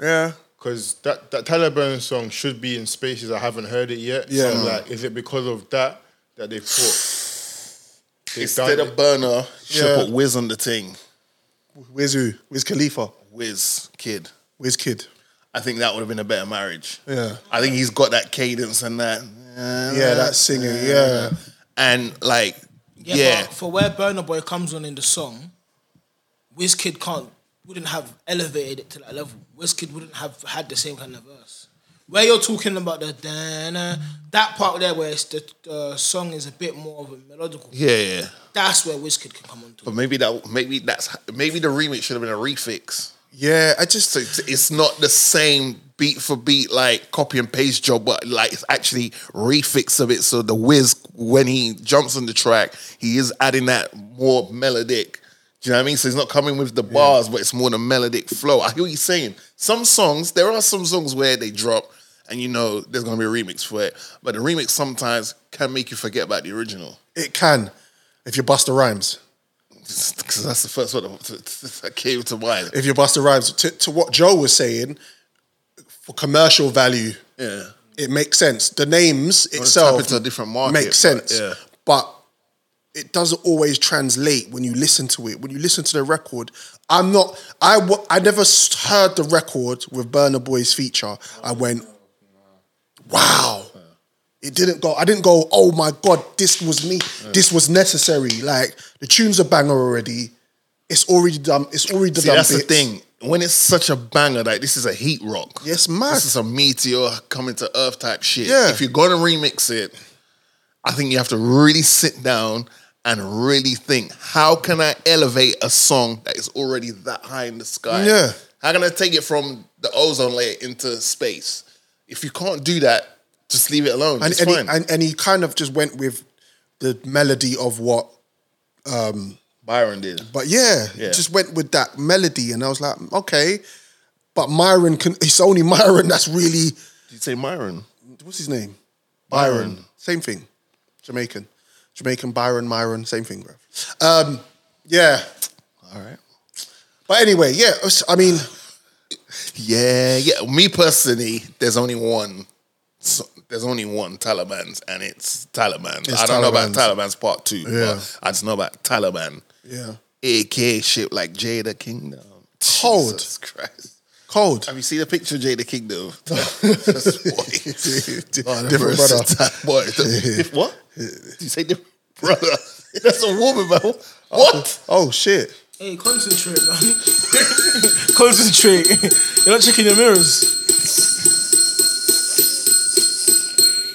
[SPEAKER 1] yeah.
[SPEAKER 4] Because that, that Taliban song should be in spaces I haven't heard it yet. So
[SPEAKER 1] Yeah.
[SPEAKER 4] I'm like, is it because of that that they put? they
[SPEAKER 3] instead
[SPEAKER 4] done
[SPEAKER 3] of burner, should
[SPEAKER 1] Yeah.
[SPEAKER 3] put Wiz on the thing.
[SPEAKER 1] Where's who? Where's Khalifa?
[SPEAKER 3] Wiz kid.
[SPEAKER 1] Where's Kid?
[SPEAKER 3] I think that would have been a better marriage.
[SPEAKER 1] Yeah.
[SPEAKER 3] I think he's got that cadence and that.
[SPEAKER 1] Yeah, that singing. Yeah.
[SPEAKER 3] And like, yeah,
[SPEAKER 5] But for where Burner Boy comes on in the song, Wizkid can't wouldn't have elevated it to that level. Wizkid wouldn't have had the same kind of verse. Where you're talking about the da-na, that part there where it's the the song is a bit more of a melodical.
[SPEAKER 3] yeah, yeah.
[SPEAKER 5] That's where Wizkid can come on.
[SPEAKER 3] But maybe that, maybe that's, maybe the remix should have been a refix.
[SPEAKER 1] Yeah, I just
[SPEAKER 3] so it's, it's not the same beat for beat like copy and paste job, but like it's actually refix of it. So the whiz when he jumps on the track, he is adding that more melodic. Do you know what I mean? So he's not coming with the bars, but it's more the melodic flow. I hear what you're saying. Some songs, there are some songs where they drop and you know there's gonna be a remix for it. But the remix sometimes can make you forget about the original.
[SPEAKER 1] It can, if you bust the rhymes.
[SPEAKER 3] Because that's the first one that that came to mind.
[SPEAKER 1] If you bust the rhymes, to, to what Joe was saying, for commercial value,
[SPEAKER 3] Yeah.
[SPEAKER 1] it makes sense. The names
[SPEAKER 3] tap
[SPEAKER 1] itself
[SPEAKER 3] into a different market,
[SPEAKER 1] makes sense,
[SPEAKER 3] but, yeah.
[SPEAKER 1] but it doesn't always translate when you listen to it. When you listen to the record, I'm not. I wa- I never s- heard the record with Burner Boy's feature. I went, wow. It didn't go. I didn't go. Oh my god, this was me. This was necessary. Like the tunes are banger already. It's already done. It's already the
[SPEAKER 3] See,
[SPEAKER 1] done.
[SPEAKER 3] that's
[SPEAKER 1] bits.
[SPEAKER 3] the thing. When it's such a banger, like this is a heat rock.
[SPEAKER 1] Yes, man.
[SPEAKER 3] This is a meteor coming to earth type shit.
[SPEAKER 1] Yeah.
[SPEAKER 3] If you're gonna remix it, I think you have to really sit down and really think, how can I elevate a song that is already that high in the sky?
[SPEAKER 1] Yeah.
[SPEAKER 3] How can I take it from the ozone layer into space? If you can't do that, just leave it alone.
[SPEAKER 1] and
[SPEAKER 3] it's
[SPEAKER 1] and
[SPEAKER 3] fine.
[SPEAKER 1] he, and, and he kind of just went with the melody of what um
[SPEAKER 3] Byron did.
[SPEAKER 1] but yeah, he
[SPEAKER 3] Yeah.
[SPEAKER 1] just went with that melody and I was like okay but Myron can it's only Myron that's really
[SPEAKER 3] Did you say Myron?
[SPEAKER 1] what's his name
[SPEAKER 3] Byron.
[SPEAKER 1] same thing Jamaican Jamaican Byron Myron same thing bro um yeah
[SPEAKER 3] All right.
[SPEAKER 1] but anyway yeah I mean
[SPEAKER 3] Yeah, yeah. Me personally, there's only one. So, there's only one Taliban's, and it's Taliban.
[SPEAKER 1] It's
[SPEAKER 3] I don't know about
[SPEAKER 1] Taliban's.
[SPEAKER 3] Taliban's part two.
[SPEAKER 1] Yeah.
[SPEAKER 3] But I just know about Taliban.
[SPEAKER 1] yeah
[SPEAKER 3] AK shit like Jada Kingdom.
[SPEAKER 1] Cold.
[SPEAKER 3] Jesus Christ.
[SPEAKER 1] Cold.
[SPEAKER 3] Have you seen the picture of Jay the
[SPEAKER 1] [laughs]
[SPEAKER 3] King though?
[SPEAKER 1] Oh, different brother.
[SPEAKER 3] Boy,
[SPEAKER 1] [laughs]
[SPEAKER 3] the- what? Did you say different brother? That's a woman, man. What?
[SPEAKER 1] Oh shit.
[SPEAKER 5] Hey, concentrate, man. [laughs] concentrate. You're not checking your mirrors.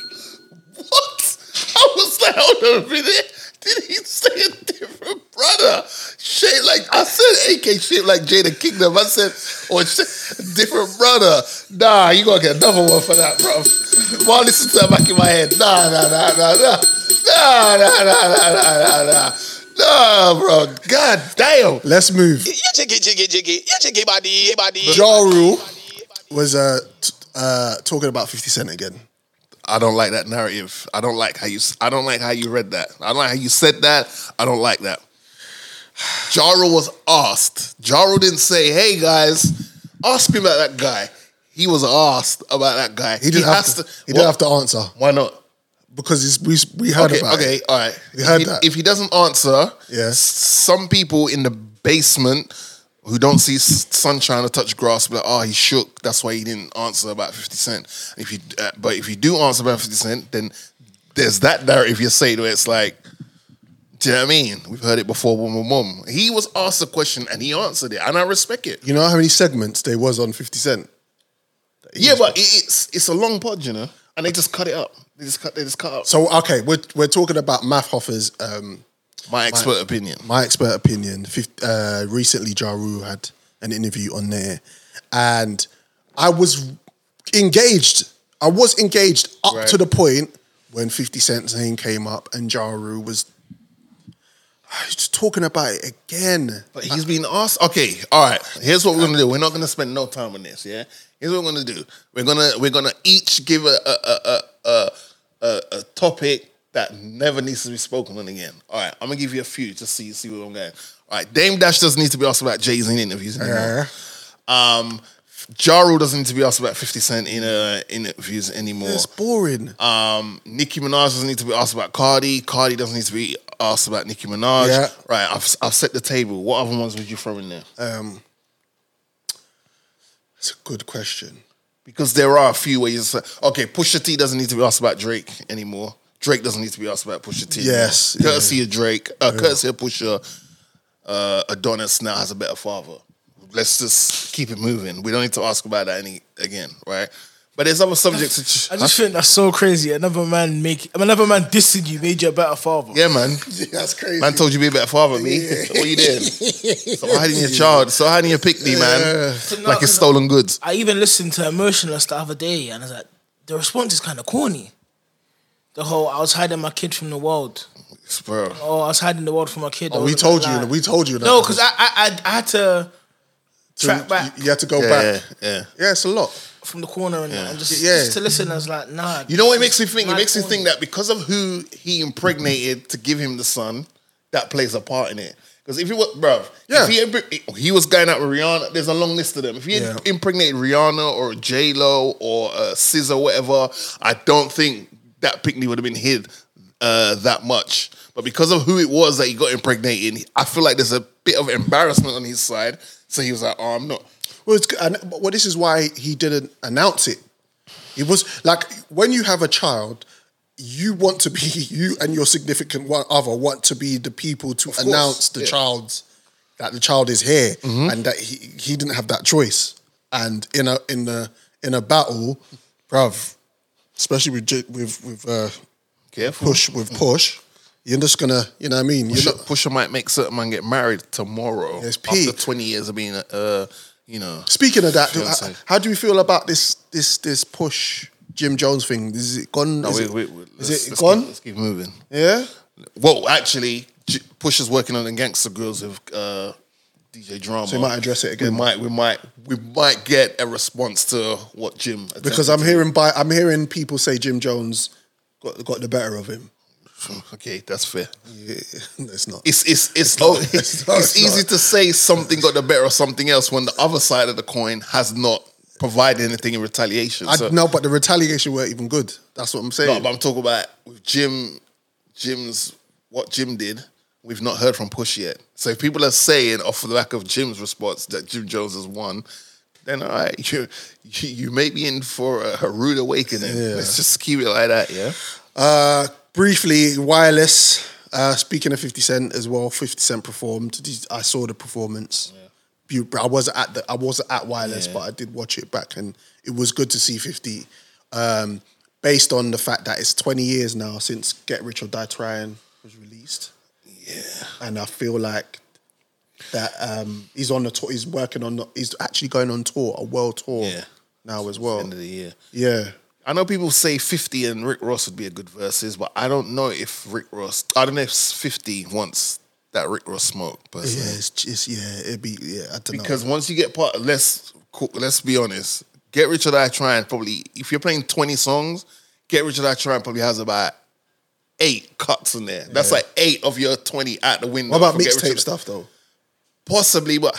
[SPEAKER 3] What? I was like, hold on a minute. Did he say a different brother? Shit, like I said, AK shit like Jada Kingdom. I said, or shit, different brother. Nah, you gonna get another one for that, bro. While this is the back in my head, nah, nah, nah, nah, nah, nah, nah, nah, nah, nah, nah, nah. Nah, bro. God damn.
[SPEAKER 1] Let's move.
[SPEAKER 12] Yeah, jiggy, jiggy, jiggy. Yeah, jiggy, body, body.
[SPEAKER 1] Ja Rule was uh, t- uh, talking about 50 Cent again.
[SPEAKER 3] I don't like that narrative. I don't like how you. I don't like how you read that. I don't like how you said that. I don't like that. [sighs] Jaro was asked. Jaro didn't say, "Hey guys, ask me about that guy." He was asked about that guy.
[SPEAKER 1] He didn't, have, to, he didn't
[SPEAKER 3] Wha-
[SPEAKER 1] have to answer
[SPEAKER 3] Why not?
[SPEAKER 1] because it's, we, we heard
[SPEAKER 3] okay,
[SPEAKER 1] about
[SPEAKER 3] okay,
[SPEAKER 1] it.
[SPEAKER 3] all right.
[SPEAKER 1] We heard
[SPEAKER 3] if,
[SPEAKER 1] that.
[SPEAKER 3] If he doesn't answer,
[SPEAKER 1] Yeah.
[SPEAKER 3] s- some people in the basement who don't see s- sunshine or touch grass, be like, oh, he shook. That's why he didn't answer about Fifty Cent. If you, uh, but if you do answer about Fifty Cent, then there's that narrative you say where it's like, do you know what I mean? We've heard it before. Boom, boom, boom. He was asked a question and he answered it, and I respect it.
[SPEAKER 1] You know how many segments there was on 50 Cent?
[SPEAKER 3] Yeah, but it, it's it's a long pod, you know, and they just cut it up. They just cut. They just cut up.
[SPEAKER 1] So, Oh, okay, we're, we're talking about Math Hoffer's, um,
[SPEAKER 3] My expert opinion.
[SPEAKER 1] my expert opinion. 50, uh, recently, Ja Rule had an interview on there, and I was engaged. I was engaged up
[SPEAKER 3] Right.
[SPEAKER 1] to the point when 50 Cent's name came up and Ja Rule was. [sighs] I was just talking about it again.
[SPEAKER 3] But he's been asked. Okay, all right. Here's what we're gonna do. We're not gonna spend no time on this. Yeah. Here's what we're gonna do. We're gonna we're gonna each give a a a a a, a, a topic that never needs to be spoken on again. All right. I'm gonna give you a few just so you see where I'm going. All right. Dame Dash doesn't need to be asked about Jay Z in interviews anymore. Um, Ja Rule doesn't need to be asked about Fifty Cent in uh, interviews anymore.
[SPEAKER 1] It's boring.
[SPEAKER 3] Um, Nicki Minaj doesn't need to be asked about Cardi. Cardi doesn't need to be asked about Nicki Minaj.
[SPEAKER 1] Yeah.
[SPEAKER 3] Right, I've, I've set the table. What other ones would you throw in there?
[SPEAKER 1] Um, it's a good question.
[SPEAKER 3] Because there are a few where you just say, okay, Pusha T doesn't need to be asked about Drake anymore. Drake doesn't need to be asked about Pusha T. anymore.
[SPEAKER 1] Yes, yeah.
[SPEAKER 3] Courtesy of Drake, uh, courtesy of Pusha, uh, Adonis now has a better father. Let's just keep it moving. We don't need to ask about that any again, right? But there's other subjects. Which,
[SPEAKER 5] I just think that's so crazy. Another man make another man dissing you made you a better father.
[SPEAKER 3] yeah, man.
[SPEAKER 1] [laughs] That's crazy.
[SPEAKER 3] Man told you be a better father, me. [laughs] What
[SPEAKER 1] [laughs]
[SPEAKER 3] you did? so hiding your child. So hiding your pick me, man. Like it's stolen goods.
[SPEAKER 5] I even listened to Emotionless the other day, and I was like, the response is kind of corny. The whole I was hiding my kid from the world.
[SPEAKER 3] Bro.
[SPEAKER 5] Oh, I was hiding the world from my kid. I
[SPEAKER 1] Oh, we
[SPEAKER 5] wasn't
[SPEAKER 1] told
[SPEAKER 5] gonna
[SPEAKER 1] you.
[SPEAKER 5] lie.
[SPEAKER 1] We told you.
[SPEAKER 5] no,
[SPEAKER 1] that.
[SPEAKER 5] because I, I I I had to
[SPEAKER 1] So
[SPEAKER 5] track
[SPEAKER 1] you-
[SPEAKER 5] back.
[SPEAKER 1] You, had to go
[SPEAKER 3] Yeah,
[SPEAKER 1] back.
[SPEAKER 3] yeah, yeah.
[SPEAKER 1] yeah, it's a lot.
[SPEAKER 5] from the corner and, and just,
[SPEAKER 1] Yeah.
[SPEAKER 5] just to listen. I was like, nah.
[SPEAKER 3] You know what it makes me think? It
[SPEAKER 5] Mad
[SPEAKER 3] makes me
[SPEAKER 5] corny.
[SPEAKER 3] think that because of who he impregnated to give him the son, that plays a part in it. Because if he was, bro,
[SPEAKER 1] Yeah.
[SPEAKER 3] if he, impre- he was going out with Rihanna, there's a long list of them. If he had
[SPEAKER 1] Yeah.
[SPEAKER 3] impregnated Rihanna or J Lo or uh, SZA, whatever, I don't think that Pickney would have been hid uh, that much. But because of who it was that he got impregnated, I feel like there's a bit of embarrassment on his side. So he was like, "Oh, I'm not."
[SPEAKER 1] Well, it's, and, but- well, this is why he didn't announce it. It was like when you have a child, you want to be [laughs] you and your significant one, other want to be the people to announce the
[SPEAKER 3] yeah.
[SPEAKER 1] child's that the child is here and that he, he didn't have that choice. And in a in the in a battle, bruv, especially with J- with with uh,
[SPEAKER 3] Careful.
[SPEAKER 1] push with push, you're just gonna you know what I mean. You're
[SPEAKER 3] Pusher,
[SPEAKER 1] not,
[SPEAKER 3] Pusher might make certain man get married tomorrow
[SPEAKER 1] Yes,
[SPEAKER 3] after
[SPEAKER 1] peak.
[SPEAKER 3] twenty years of being a, uh, you know.
[SPEAKER 1] Speaking of that, do-
[SPEAKER 3] Fiance.
[SPEAKER 1] h- how do you feel about this this this push Jim Jones thing? Is it gone?
[SPEAKER 3] No,
[SPEAKER 1] is
[SPEAKER 3] wait,
[SPEAKER 1] it,
[SPEAKER 3] wait, wait.
[SPEAKER 1] is
[SPEAKER 3] Let's-
[SPEAKER 1] it
[SPEAKER 3] let's
[SPEAKER 1] gone?
[SPEAKER 3] Keep, let's keep moving.
[SPEAKER 1] yeah.
[SPEAKER 3] Well, actually, J- Pusher's working on the Gangster Girls with uh, DJ Drama.
[SPEAKER 1] So we might address it again.
[SPEAKER 3] We might, we might, we might get a response to what Jim. attempted
[SPEAKER 1] Because I'm
[SPEAKER 3] to
[SPEAKER 1] hearing by I'm hearing people say Jim Jones got got the better of him.
[SPEAKER 3] do. Okay, that's fair.
[SPEAKER 1] No, [laughs] it's not.
[SPEAKER 3] It's it's it's oh, it's,
[SPEAKER 1] it's not,
[SPEAKER 3] it's
[SPEAKER 1] it's
[SPEAKER 3] easy
[SPEAKER 1] not.
[SPEAKER 3] to say something got the better of something else when the other side of the coin has not provided anything in retaliation.
[SPEAKER 1] I,
[SPEAKER 3] So-
[SPEAKER 1] no, but the retaliation weren't even good. That's what I'm
[SPEAKER 3] No,
[SPEAKER 1] saying.
[SPEAKER 3] but I'm talking about with Jim, Jim's what Jim did. We've not heard from Push yet. So if people are saying off the back of Jim's response that Jim Jones has won, then all right, [laughs] you you, you may be in for a, a rude awakening. Let's just keep it like that, yeah.
[SPEAKER 1] Uh, briefly, wireless. Uh, speaking of Fifty Cent as well, Fifty Cent performed. These- I saw the performance. Beau- I wasn't at the I wasn't at wireless,
[SPEAKER 3] Yeah.
[SPEAKER 1] but I did watch it back, and it was good to see Fifty. Um, based on the fact that it's twenty years now since Get Rich or Die Trying was released. Yeah, and I feel like that um, he's on the tour. He's working on. The, he's actually going on tour, a world tour now as well.
[SPEAKER 3] End of the year.
[SPEAKER 1] Yeah.
[SPEAKER 3] I know people say 50 and Rick Ross would be a good versus, but I don't know if Rick Ross, I don't know if 50 wants that Rick Ross smoke. But
[SPEAKER 1] Yeah, it's just yeah, it'd be yeah, I don't know.
[SPEAKER 3] because once you get part, let's co- let's be honest, Get Rich or Die Trying probably, if you're playing 20 songs, Get Rich or Die Trying probably has about eight cuts in there. That's
[SPEAKER 1] Yeah.
[SPEAKER 3] like eight of your 20 out the window.
[SPEAKER 1] what about
[SPEAKER 3] for Get Rich or
[SPEAKER 1] mixtape
[SPEAKER 3] Die-
[SPEAKER 1] stuff though?
[SPEAKER 3] Possibly, but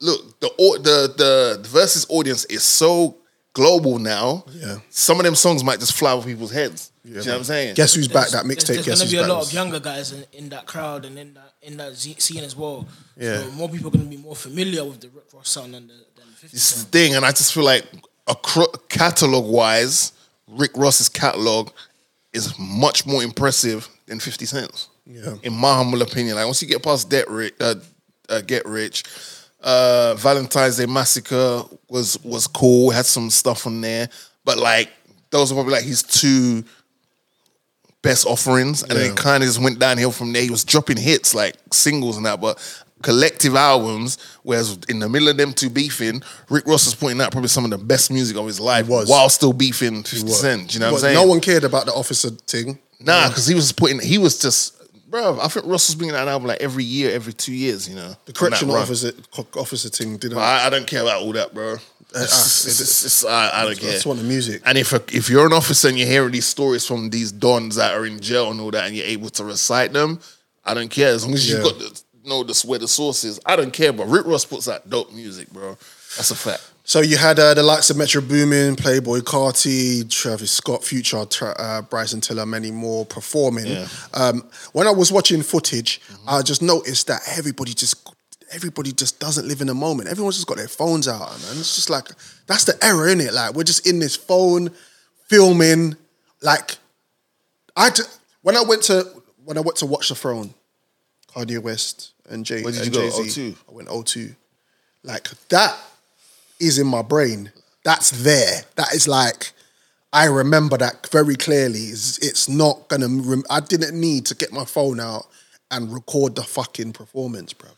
[SPEAKER 3] look, the au- the the the versus audience is so global now.
[SPEAKER 1] Yeah.
[SPEAKER 3] Some of them songs might just fly over people's heads. Do you know what I'm saying?
[SPEAKER 1] Guess who's back? That
[SPEAKER 5] There's-
[SPEAKER 1] mixtape.
[SPEAKER 5] There's
[SPEAKER 1] Guess
[SPEAKER 5] gonna
[SPEAKER 1] who's
[SPEAKER 5] be a
[SPEAKER 1] back?
[SPEAKER 5] lot
[SPEAKER 1] was-
[SPEAKER 5] of younger guys in, in that crowd and in that in that z- scene as well.
[SPEAKER 3] Yeah.
[SPEAKER 5] So more people are gonna be more familiar with the Rick Ross sound than the than Fifty.
[SPEAKER 3] This is the thing, and I just feel like acro- catalog wise, Rick Ross's catalog is much more impressive than Fifty Cent's.
[SPEAKER 1] Yeah.
[SPEAKER 3] In my humble opinion, like once you get past Debt Rich, uh, uh, Get Rich, uh, Valentine's Day Massacre was was cool, had some stuff on there, but like those are probably like his two best offerings, and then
[SPEAKER 1] Yeah.
[SPEAKER 3] it kind of just went downhill from there. He was dropping hits like singles and that, but collective albums. Whereas in the middle of them two beefing, Rick Ross was putting out probably some of the best music of his life
[SPEAKER 1] was.
[SPEAKER 3] while still beefing Fifty Cent. You know what
[SPEAKER 1] But
[SPEAKER 3] I'm saying?
[SPEAKER 1] No one cared about the officer thing.
[SPEAKER 3] nah, because he was putting. He was just. Bro, I think Ross was bringing out an album like every year, every two years, you know.
[SPEAKER 1] The correctional
[SPEAKER 3] officer.
[SPEAKER 1] officer co- officer thing didn't.
[SPEAKER 3] But I, I don't care about all that, bro.
[SPEAKER 1] Uh,
[SPEAKER 3] It's
[SPEAKER 1] uh,
[SPEAKER 3] just-
[SPEAKER 1] it's-
[SPEAKER 3] it's just- I, I don't care.
[SPEAKER 1] just want the music.
[SPEAKER 3] And if if you're an officer and you're hearing these stories from these dons that are in jail and all that, and you're able to recite them, I don't care. As long as
[SPEAKER 1] Yeah.
[SPEAKER 3] you've got the, know the where the source is, I don't care. But Rick Ross puts out dope music, bro. That's a fact.
[SPEAKER 1] So you had uh, the likes of Metro Boomin, Playboy Carti, Travis Scott, Future, Tra- uh, Bryson Tiller, many more performing.
[SPEAKER 3] Yeah.
[SPEAKER 1] Um, when I was watching footage, I just noticed that everybody just everybody just doesn't live in the moment. Everyone's just got their phones out, and it's just like that's the error in it. Like we're just in this phone filming. Like I d- when I went to when I went to watch the throne, Kanye West and Jay.
[SPEAKER 3] Where did you
[SPEAKER 1] and
[SPEAKER 3] go?
[SPEAKER 1] Jay-Z,
[SPEAKER 3] O2?
[SPEAKER 1] I went O2. Like that is in my brain. That's there. That is like I remember that very clearly. It's, it's not gonna. Rem- I didn't need to get my phone out and record the fucking performance, bruv.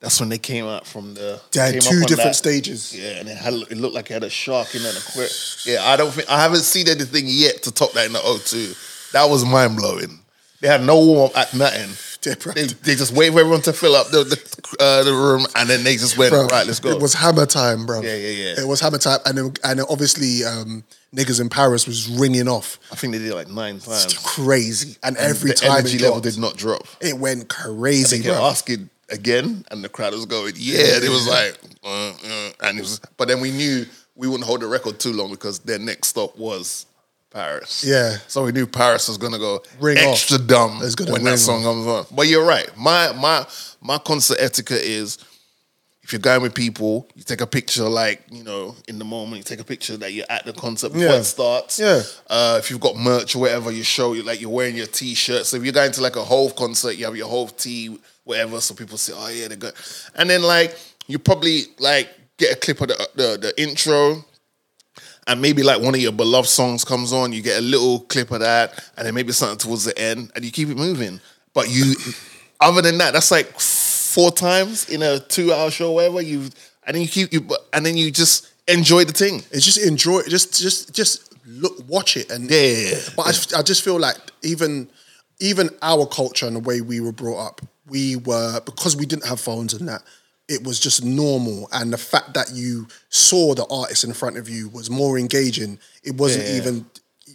[SPEAKER 3] That's when they came out from the.
[SPEAKER 1] They had
[SPEAKER 3] came
[SPEAKER 1] two
[SPEAKER 3] up on
[SPEAKER 1] different
[SPEAKER 3] that-
[SPEAKER 1] stages.
[SPEAKER 3] Yeah, and it, had, it looked like it had a shark in an aquarium. Yeah, I don't think I haven't seen anything yet to top that in the O2. That was mind blowing. They had no warm up, nothing.
[SPEAKER 1] Yeah, bruv.
[SPEAKER 3] They, they just wait for everyone to fill up the the, uh, the room, and then they just went
[SPEAKER 1] Bruv,
[SPEAKER 3] right. Let's go.
[SPEAKER 1] It was hammer time, bro.
[SPEAKER 3] Yeah, yeah, yeah.
[SPEAKER 1] It was hammer time, and then, and then obviously um, niggas in Paris was ringing off.
[SPEAKER 3] I think they did it like nine times.
[SPEAKER 1] Crazy, and, every
[SPEAKER 3] Um, the
[SPEAKER 1] time
[SPEAKER 3] energy
[SPEAKER 1] it
[SPEAKER 3] level
[SPEAKER 1] dropped,
[SPEAKER 3] did not drop.
[SPEAKER 1] it went
[SPEAKER 3] And
[SPEAKER 1] crazy,
[SPEAKER 3] they kept
[SPEAKER 1] bro.
[SPEAKER 3] asking again, and the crowd was going, "Yeah." And it was like, uh, uh, and it was. But then we knew we wouldn't hold the record too long because their next stop was Paris.
[SPEAKER 1] Yeah.
[SPEAKER 3] so we knew Paris was gonna go
[SPEAKER 1] Ring off.
[SPEAKER 3] extra dumb
[SPEAKER 1] It's gonna
[SPEAKER 3] when that
[SPEAKER 1] ring
[SPEAKER 3] song comes on. But you're right. My my my concert etiquette is. If you're going with people, you take a picture like, you know, in the moment, you take a picture that you're at the concert before
[SPEAKER 1] Yeah.
[SPEAKER 3] it starts.
[SPEAKER 1] Yeah.
[SPEAKER 3] Uh, if you've got merch or whatever, you show you like you're wearing your t-shirt. So if you're going to like a Hove concert, you have your Hove tee, whatever. So people say, "Oh yeah, they're good." And then like you probably like get a clip of the uh, the, the intro, and maybe like one of your beloved songs comes on. You get a little clip of that, and then maybe something towards the end, and you keep it moving. But you, other than that, that's like four times in a two-hour show, or whatever. You and then you keep you, and then you just enjoy the thing.
[SPEAKER 1] It's just enjoy it. Just just just look, watch it, and
[SPEAKER 3] Yeah, yeah, yeah.
[SPEAKER 1] But I just- I, just feel like even even our culture and the way we were brought up, we were because we didn't have phones and that. It was just normal, and the fact that you saw the artist in front of you was more engaging. It wasn't
[SPEAKER 3] Yeah, yeah.
[SPEAKER 1] even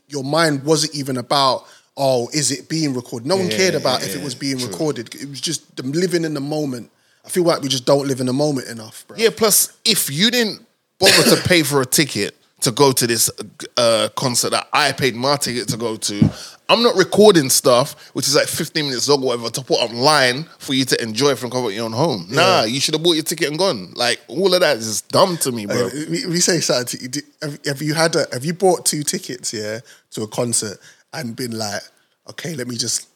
[SPEAKER 1] your mind wasn't even about oh, is it being recorded? No one cared about if it was being recorded. It was just the living in the moment. I feel like we just don't live in the moment enough, bro.
[SPEAKER 3] Yeah, plus if you didn't bother to pay for a ticket to go to this uh, concert that I paid my ticket to go to, I'm not recording stuff, which is like 15 minutes long or whatever, to put online for you to enjoy from comfort your own home. Nah, you should have bought your ticket and gone. Like all of that is just dumb to me, bro.
[SPEAKER 1] Uh, we, we say something. to you, do- Have, have you had a, have you bought two tickets yeah to a concert and been like, okay, let me just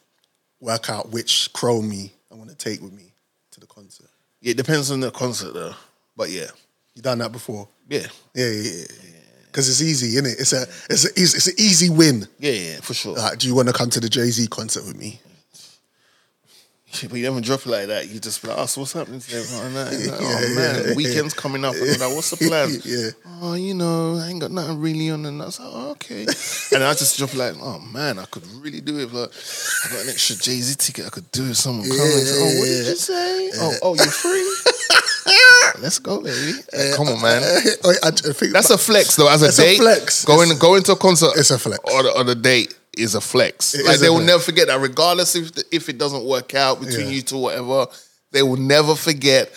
[SPEAKER 1] work out which Chromie I'm gonna take with me to the concert.
[SPEAKER 3] Yeah, it depends on the concert though. But yeah,
[SPEAKER 1] you done that before.
[SPEAKER 3] Yeah,
[SPEAKER 1] yeah, yeah. Because it's easy, innit? It's a it's a easy, it's an easy win.
[SPEAKER 3] Yeah, yeah, for sure.
[SPEAKER 1] Like, do you want to come to the Jay Z concert with me? [laughs]
[SPEAKER 3] But you never drop it like that. You just be like, oh, so what's happening today? Oh,
[SPEAKER 1] [laughs]
[SPEAKER 3] nah. It's like,
[SPEAKER 1] Yeah,
[SPEAKER 3] oh man,
[SPEAKER 1] yeah,
[SPEAKER 3] weekend's
[SPEAKER 1] yeah.
[SPEAKER 3] coming up. And you're like,
[SPEAKER 1] [laughs]
[SPEAKER 3] what's the plan?
[SPEAKER 1] yeah.
[SPEAKER 3] Oh, you know, I ain't got nothing really on. And I was like, oh, okay.
[SPEAKER 1] [laughs]
[SPEAKER 3] and I just drop it like, oh man, I could really do it. But I got an extra Jay Z ticket. I could do it. Someone coming. oh, what did you say? Oh, oh, you're free.
[SPEAKER 1] [laughs]
[SPEAKER 3] Let's go, baby. Like, come on, man.
[SPEAKER 1] [laughs]
[SPEAKER 3] That's a flex, though. As a
[SPEAKER 1] It's a
[SPEAKER 3] date,
[SPEAKER 1] flex.
[SPEAKER 3] Going going to a concert,
[SPEAKER 1] it's a flex.
[SPEAKER 3] Or the, or the date is a flex.
[SPEAKER 1] It
[SPEAKER 3] like
[SPEAKER 1] is
[SPEAKER 3] they
[SPEAKER 1] a
[SPEAKER 3] will
[SPEAKER 1] flex.
[SPEAKER 3] never forget that, regardless if the, if it doesn't work out between
[SPEAKER 1] Yeah.
[SPEAKER 3] you two, whatever. They will never forget,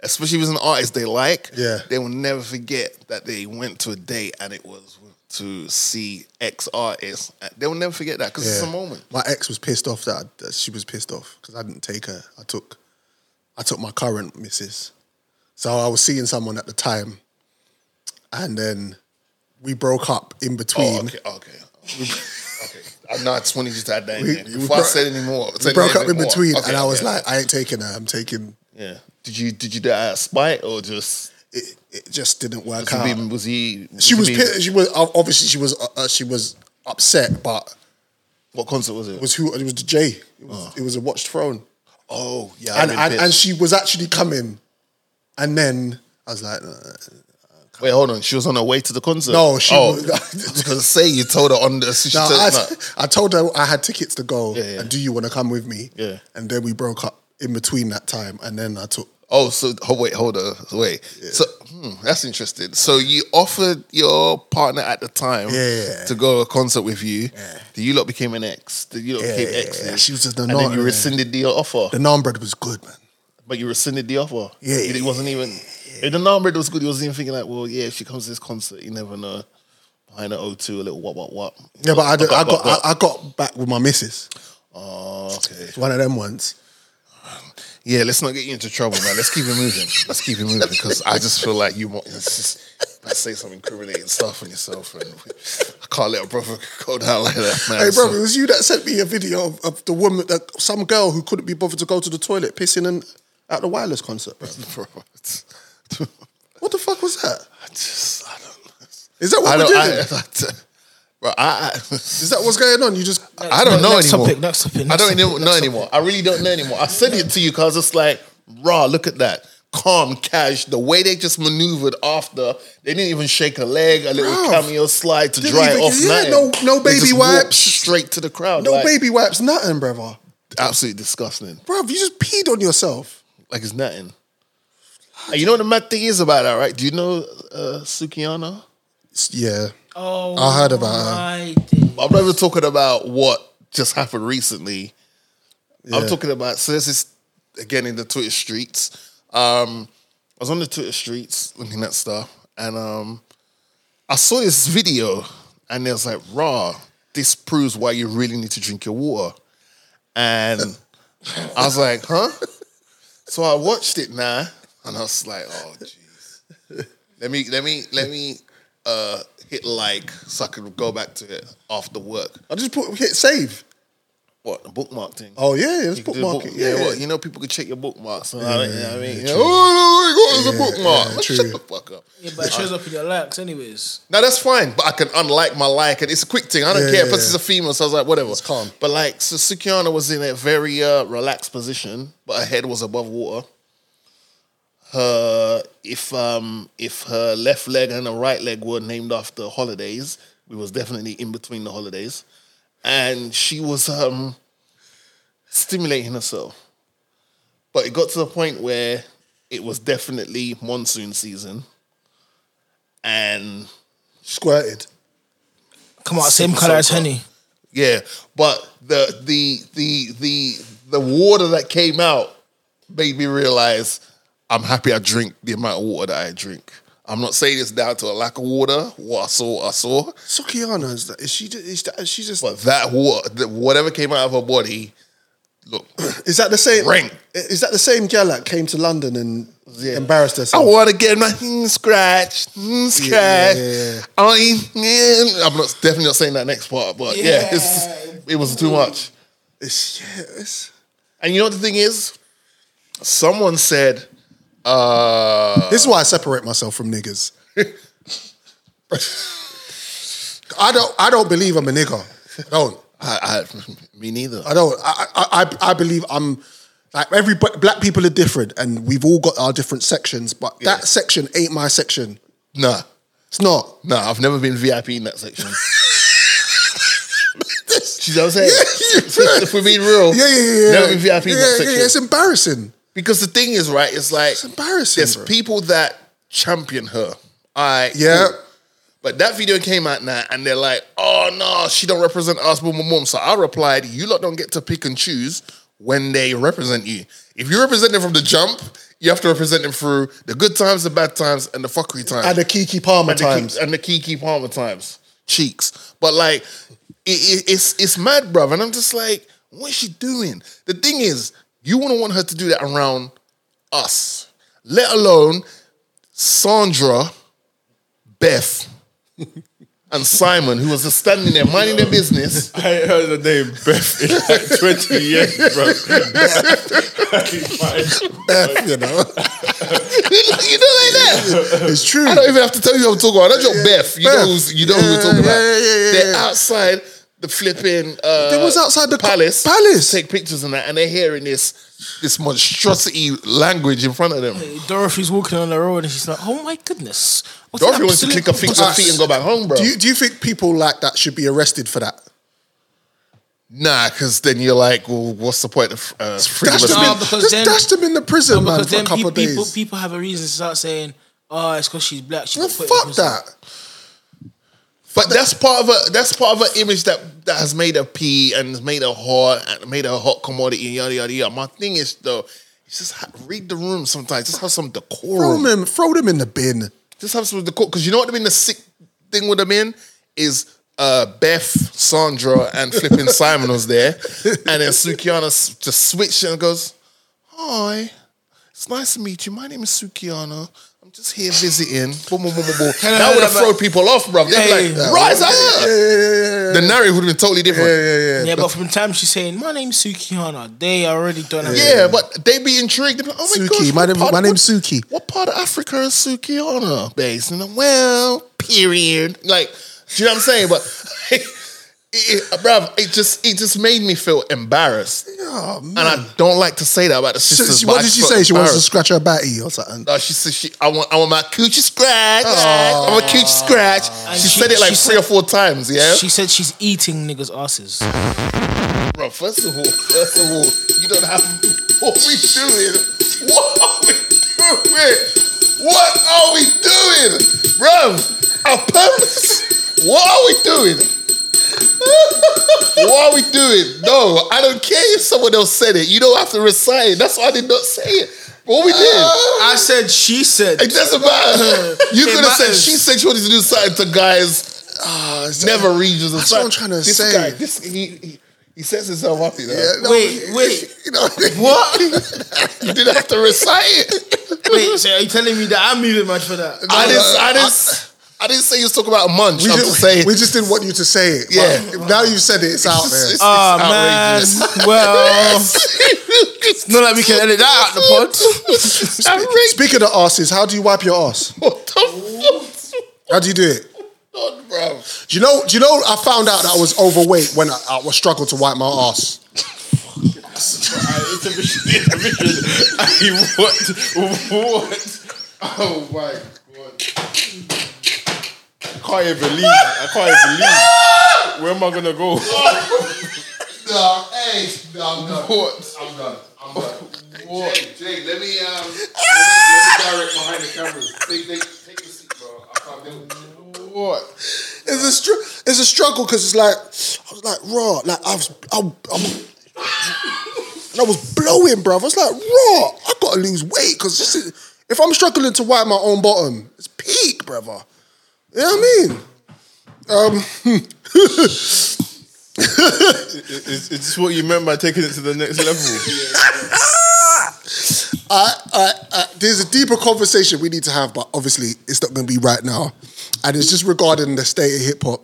[SPEAKER 3] especially if it's an artist they like.
[SPEAKER 1] Yeah.
[SPEAKER 3] they will never forget that they went to a date and it was to see X artist. They will never forget that because it's a
[SPEAKER 1] Yeah.
[SPEAKER 3] moment.
[SPEAKER 1] My ex was pissed off that, I, that she was pissed off because I didn't take her. I took, I took my current missus. So I was seeing someone at the time, and then we broke up in between.
[SPEAKER 3] Oh, okay, okay. [laughs] okay. I know I just wanted you to add that in
[SPEAKER 1] We-
[SPEAKER 3] there.
[SPEAKER 1] we
[SPEAKER 3] Before I
[SPEAKER 1] bro-
[SPEAKER 3] said any more.
[SPEAKER 1] We broke up in between, and I was like, I ain't taking her. I'm taking.
[SPEAKER 3] Yeah. Did you did you do that out of spite or just
[SPEAKER 1] it, it just didn't work
[SPEAKER 3] was he
[SPEAKER 1] out?
[SPEAKER 3] being- was he
[SPEAKER 1] she
[SPEAKER 3] he
[SPEAKER 1] was
[SPEAKER 3] being-
[SPEAKER 1] pissed, she was ob- obviously she was uh, uh, she was upset, but
[SPEAKER 3] what concert was it?
[SPEAKER 1] was who it was the J. It was, it was a watched throne,
[SPEAKER 3] Oh yeah, I've
[SPEAKER 1] and
[SPEAKER 3] been
[SPEAKER 1] and,
[SPEAKER 3] pissed.
[SPEAKER 1] and she was actually coming, and then I was like, uh,
[SPEAKER 3] Wait, hold on. She was on her way to the concert.
[SPEAKER 1] No, she
[SPEAKER 3] Oh,
[SPEAKER 1] was-
[SPEAKER 3] [laughs] I was gonna say you told her on the. She
[SPEAKER 1] no,
[SPEAKER 3] told-
[SPEAKER 1] I,
[SPEAKER 3] no.
[SPEAKER 1] [laughs] I told her I had tickets to go,
[SPEAKER 3] yeah.
[SPEAKER 1] and do you want to come with me?
[SPEAKER 3] Yeah.
[SPEAKER 1] and then we broke up in between that time, and then I took
[SPEAKER 3] Oh, so oh, wait, hold on, wait. So hmm, that's interesting. So you offered your partner at the time
[SPEAKER 1] Yeah.
[SPEAKER 3] to go to a concert with you. The you lot became an ex. The you lot
[SPEAKER 1] Yeah,
[SPEAKER 3] became
[SPEAKER 1] yeah,
[SPEAKER 3] ex.
[SPEAKER 1] yeah. She was just the
[SPEAKER 3] and then
[SPEAKER 1] naughty
[SPEAKER 3] you
[SPEAKER 1] man.
[SPEAKER 3] rescinded the offer.
[SPEAKER 1] the naan bread was good, man.
[SPEAKER 3] But you rescinded the offer.
[SPEAKER 1] Yeah,
[SPEAKER 3] it, it wasn't even. If the number was good, you wasn't even thinking like, well, yeah, if she comes to this concert, you never know. Behind the O2, a little what, what, what.
[SPEAKER 1] Yeah, but I, did- I got
[SPEAKER 3] but-
[SPEAKER 1] I, I got back with my missus. Ah,
[SPEAKER 3] Oh, okay.
[SPEAKER 1] It's one of them ones.
[SPEAKER 3] Yeah, let's not get you into trouble, man. Let's keep it moving. Let's keep it moving because I just feel like you might it's just might say some incriminating stuff on yourself, and I can't let a brother go down like that, man.
[SPEAKER 1] Hey, bro, it
[SPEAKER 3] So-
[SPEAKER 1] was you that sent me a video of, of the woman, that some girl who couldn't be bothered to go to the toilet pissing in, at the Wireless concert, bro.
[SPEAKER 3] bro, it's-
[SPEAKER 1] What the fuck was that?
[SPEAKER 3] I just, I don't. know.
[SPEAKER 1] Is that what
[SPEAKER 3] I
[SPEAKER 1] we're
[SPEAKER 3] don't,
[SPEAKER 1] doing?
[SPEAKER 3] I, I, bro, I, I,
[SPEAKER 1] Is that what's going on? You just
[SPEAKER 3] I don't know
[SPEAKER 5] Next
[SPEAKER 3] anymore.
[SPEAKER 5] topic, next topic,
[SPEAKER 3] I
[SPEAKER 5] next
[SPEAKER 3] don't
[SPEAKER 5] topic,
[SPEAKER 3] know- know anymore. I really don't know anymore. I said it to you because it's like, raw, look at that. Calm, cash. The way they just maneuvered after, they didn't even shake a leg, a little
[SPEAKER 1] Bruv.
[SPEAKER 3] cameo slide to
[SPEAKER 1] Didn't
[SPEAKER 3] dry it
[SPEAKER 1] even-
[SPEAKER 3] off.
[SPEAKER 1] yeah,
[SPEAKER 3] nothing.
[SPEAKER 1] no- no
[SPEAKER 3] They
[SPEAKER 1] baby
[SPEAKER 3] just walked
[SPEAKER 1] wipes.
[SPEAKER 3] Straight to the crowd.
[SPEAKER 1] no
[SPEAKER 3] like,
[SPEAKER 1] baby wipes, nothing, brother.
[SPEAKER 3] Absolutely disgusting.
[SPEAKER 1] Bro, you just peed on yourself.
[SPEAKER 3] Like it's nothing. And you know what the mad thing is about that, right? Do you know uh, Sukiana?
[SPEAKER 1] S- Yeah,
[SPEAKER 5] Oh,
[SPEAKER 1] I heard about her.
[SPEAKER 5] my days.
[SPEAKER 3] I'm not even talking about what just happened recently. I'm
[SPEAKER 1] Yeah.
[SPEAKER 3] talking about so this is again in the Twitter streets. Um, I was on the Twitter streets looking at stuff, and um, I saw this video, and it was like, "Raw, this proves why you really need to drink your water." And I was like, "Huh?" So I watched it now, and I was like, "Oh, jeez." Let me, let me, let me uh, hit like so I can go back to it after work.
[SPEAKER 1] I just put hit save.
[SPEAKER 3] What the bookmark thing?
[SPEAKER 1] Oh yeah, it was
[SPEAKER 3] You could do book-
[SPEAKER 1] bookmarking. yeah, yeah.
[SPEAKER 3] what, you know, people could check your bookmarks. and all that, you know what I mean? You know, oh, no, it was a bookmark.
[SPEAKER 1] yeah,
[SPEAKER 3] Like,
[SPEAKER 1] true.
[SPEAKER 3] Shut the fuck up.
[SPEAKER 5] Yeah, but it shows up in your likes, anyways.
[SPEAKER 3] Now that's fine, but I can unlike my like, and it's a quick thing. I don't
[SPEAKER 1] Yeah,
[SPEAKER 3] care.
[SPEAKER 1] yeah,
[SPEAKER 3] Plus,
[SPEAKER 1] yeah.
[SPEAKER 3] it's a female, so I was like, whatever.
[SPEAKER 1] It's calm.
[SPEAKER 3] But like, so Sukiana was in a very uh, relaxed position, but her head was above water. Her, if um, if her left leg and her right leg were named after holidays, we was definitely in between the holidays, and she was um, stimulating herself. But it got to the point where it was definitely monsoon season, and
[SPEAKER 1] squirted.
[SPEAKER 5] Come out, same color as Henny.
[SPEAKER 3] Yeah, but the the the the the water that came out made me realize I'm happy I drink the amount of water that I drink. I'm not saying it's down to a lack of water. What I saw, I saw.
[SPEAKER 1] Sukiana is that? Is she? Is that? She's just.
[SPEAKER 3] But that water, the- whatever came out of her body, look.
[SPEAKER 1] [clears throat] Is that the same?
[SPEAKER 3] Ring.
[SPEAKER 1] Is that the same gal that came to London and embarrassed
[SPEAKER 3] I
[SPEAKER 1] herself?
[SPEAKER 3] want to get my mm, scratch, mm, scratch.
[SPEAKER 1] Yeah.
[SPEAKER 3] I, mm. I'm not definitely not saying that next part, but yeah, it's, it was too much.
[SPEAKER 1] It's, yeah, it's,
[SPEAKER 3] And you know what the thing is? Someone said, uh,
[SPEAKER 1] this is why I separate myself from niggas. [laughs] I don't. I don't believe I'm a nigga. I don't.
[SPEAKER 3] I, [laughs] I, me neither.
[SPEAKER 1] I don't. I, I, I- I believe I'm. Like every bu- black people are different, and we've all got our different sections. But that section ain't my section.
[SPEAKER 3] Nah,
[SPEAKER 1] It's not.
[SPEAKER 3] nah, I've never been VIP in
[SPEAKER 1] [laughs]
[SPEAKER 3] that section. you know what I'm saying? [laughs] if we're being real,
[SPEAKER 1] Yeah, yeah, yeah.
[SPEAKER 3] never been VIP in that
[SPEAKER 1] Yeah, yeah,
[SPEAKER 3] section.
[SPEAKER 1] yeah, it's embarrassing.
[SPEAKER 3] Because the thing is, right? It's like
[SPEAKER 1] embarrassing,
[SPEAKER 3] There's
[SPEAKER 1] bro.
[SPEAKER 3] people that champion her. All right.
[SPEAKER 1] Yeah.
[SPEAKER 3] cool. But that video came out now, and they're like, "Oh no, she don't represent us." Boom, boom, boom. So I replied, "You lot don't get to pick and choose when they represent you. If you represent them from the jump, you have to represent them through the good times, the bad times, and the fuckery times,
[SPEAKER 1] At the Kiki Palmer
[SPEAKER 3] and the Ki- [laughs]
[SPEAKER 1] times.
[SPEAKER 3] and the Kiki Palmer times, cheeks. But like, it, it, it's it's mad, bruv. And I'm just like, what is she doing? The thing is, you wouldn't want her to do that around us, let alone Sandra, Beth, and Simon, who was just standing there minding their business.
[SPEAKER 4] I ain't heard the name Beth in like 20 years, bro.
[SPEAKER 1] you know,
[SPEAKER 3] [laughs] you know like that.
[SPEAKER 1] it's true.
[SPEAKER 3] I don't even have to tell you who I'm talking about. That's your Beth. You know
[SPEAKER 1] Beth.
[SPEAKER 3] who's, you know who we're talking about.
[SPEAKER 1] Yeah, yeah, yeah, yeah,
[SPEAKER 3] They're
[SPEAKER 1] yeah.
[SPEAKER 3] outside the flipping. Uh,
[SPEAKER 1] They was outside the co-
[SPEAKER 3] palace.
[SPEAKER 1] palace.
[SPEAKER 3] Take pictures and that, and they're hearing this this monstrosity language in front of them.
[SPEAKER 5] Dorothy's walking on the road and she's like, "Oh my goodness!" What an
[SPEAKER 3] Dorothy wants to
[SPEAKER 5] absolute
[SPEAKER 3] click her fix her feet and go back home, bro.
[SPEAKER 1] Do you do you think people like that should be arrested for that?
[SPEAKER 3] nah, because then you're like, well, what's the point of uh, freedom
[SPEAKER 1] Dash
[SPEAKER 3] of
[SPEAKER 1] them,
[SPEAKER 5] No,
[SPEAKER 1] in,
[SPEAKER 5] because
[SPEAKER 1] just
[SPEAKER 5] then-
[SPEAKER 1] dash them in the prison, man,
[SPEAKER 5] because
[SPEAKER 1] for a
[SPEAKER 5] then
[SPEAKER 1] couple
[SPEAKER 5] pe-
[SPEAKER 1] of days.
[SPEAKER 5] people people have a reason to start saying, "Oh, it's because she's black." She
[SPEAKER 1] Well,
[SPEAKER 5] got put in
[SPEAKER 1] fuck
[SPEAKER 5] prison."
[SPEAKER 1] that.
[SPEAKER 3] But that's part of a that's part of an image that that has made her pee and has made her hot and made her a hot commodity and yada yada yada. My thing is though, it's just ha- read the room sometimes. Just have some
[SPEAKER 1] Throw
[SPEAKER 3] decorum.
[SPEAKER 1] them, throw them in the bin.
[SPEAKER 3] Just have some decorum because you know what I mean. The sick thing would have been is uh, Beth, Sandra, and flipping Simon was there, and then Sukiana s- just switched and goes, "Hi, it's nice to meet you. My name is Sukiana." I'm just here visiting. Boom, boom, boom, boom, boom. That would have
[SPEAKER 5] but-
[SPEAKER 3] thrown people off, bro. They'd
[SPEAKER 5] Yeah,
[SPEAKER 3] be
[SPEAKER 5] yeah,
[SPEAKER 3] like, rise up. The narrative would have been totally different. Yeah,
[SPEAKER 5] Yeah, but from the time she's saying, "My name's Sukihana," they already done. it.
[SPEAKER 3] but they'd be intrigued. They'd be like, oh my
[SPEAKER 1] Suki, my
[SPEAKER 3] gosh, what
[SPEAKER 1] name-
[SPEAKER 3] part-
[SPEAKER 1] my name's
[SPEAKER 3] what-
[SPEAKER 1] Suki.
[SPEAKER 3] What part of Africa is Suki on her based? And I'm, well, period. Like, do you know what I'm saying? But, [laughs] it, it, bruv, it just it just made me feel embarrassed,
[SPEAKER 1] Oh, man.
[SPEAKER 3] and I don't like to say that about the
[SPEAKER 1] She-
[SPEAKER 3] sisters.
[SPEAKER 1] she-
[SPEAKER 3] but
[SPEAKER 1] what
[SPEAKER 3] I
[SPEAKER 1] did
[SPEAKER 3] just
[SPEAKER 1] she
[SPEAKER 3] felt
[SPEAKER 1] say? She wants to
[SPEAKER 3] embarrassed.
[SPEAKER 1] scratch her batty or something.
[SPEAKER 3] No, she said she. I want. I want my coochie scratch. I want my coochie scratch. She,
[SPEAKER 5] she-
[SPEAKER 3] said it like
[SPEAKER 5] she
[SPEAKER 3] three
[SPEAKER 5] said-
[SPEAKER 3] or four times. Yeah.
[SPEAKER 5] She said she's eating niggas' asses.
[SPEAKER 3] Bro, first of all, first of all, you don't have what we doing. What are we doing? What are we doing, bro? Our purpose. What are we doing? what are we doing? No, I don't care if someone else said it. You don't have to recite it. That's why I did not say it. What we did.
[SPEAKER 6] I said, she said.
[SPEAKER 3] It
[SPEAKER 1] [laughs]
[SPEAKER 3] doesn't matter. You
[SPEAKER 6] It
[SPEAKER 3] could have said
[SPEAKER 6] matters.
[SPEAKER 3] she said she wanted to do something to guys.
[SPEAKER 1] Ah, it's-
[SPEAKER 3] Never regions.
[SPEAKER 1] That's what I'm trying to
[SPEAKER 3] this
[SPEAKER 1] say.
[SPEAKER 3] Guy, this, he, he, he sets himself up, you know.
[SPEAKER 1] Yeah, no,
[SPEAKER 6] Wait, wait,
[SPEAKER 1] [laughs] you know,
[SPEAKER 6] what?
[SPEAKER 3] You didn't have to recite
[SPEAKER 1] [laughs]
[SPEAKER 3] it.
[SPEAKER 6] wait, so are you telling me that I'm even much for that?
[SPEAKER 3] I didn't. I didn't. I didn't say you was talking about a munch.
[SPEAKER 1] we,
[SPEAKER 3] I'm
[SPEAKER 1] just,
[SPEAKER 3] just saying.
[SPEAKER 1] we just didn't want you to say it.
[SPEAKER 3] Yeah.
[SPEAKER 1] but now you said it. It's out there.
[SPEAKER 3] It's-
[SPEAKER 6] Oh,
[SPEAKER 5] Ah,
[SPEAKER 3] it's
[SPEAKER 6] man.
[SPEAKER 3] outrageous.
[SPEAKER 6] Well,
[SPEAKER 3] [laughs] it's
[SPEAKER 6] not like we can edit that out the
[SPEAKER 3] [laughs]
[SPEAKER 6] pod.
[SPEAKER 3] It's outrageous.
[SPEAKER 1] Speaking of asses, how do you wipe your [laughs] ass?
[SPEAKER 3] What the
[SPEAKER 1] How do you do it?
[SPEAKER 3] fuck, bro?
[SPEAKER 1] Do you know? Do you know? I found out that I was overweight when I, I was struggled to wipe my ass.
[SPEAKER 4] it's a vision. It's a vision. I, what? What? Oh my god! I can't even believe. I can't even believe. Where am I gonna go?
[SPEAKER 3] No, hey, no, no.
[SPEAKER 4] What?
[SPEAKER 3] I'm done. I'm done.
[SPEAKER 1] Oh,
[SPEAKER 4] What?
[SPEAKER 3] Jay, Jay, let me um, let me, let me direct behind the cameras. Take, take, take your seat, bro. I can't deal with it.
[SPEAKER 4] What?
[SPEAKER 1] It's a str- it's a struggle because it's like I was like raw, like I was I, I'm, and I was blowing, bro. I was like raw. I gotta lose weight because this is If I'm struggling to wipe my own bottom, it's peak, brother. You know what I mean? Um,
[SPEAKER 4] It's, it's what you meant by taking it to the next level.
[SPEAKER 1] I, I, I, uh, there's a deeper conversation we need to have, but obviously it's not going to be right now. And it's just regarding the state of hip hop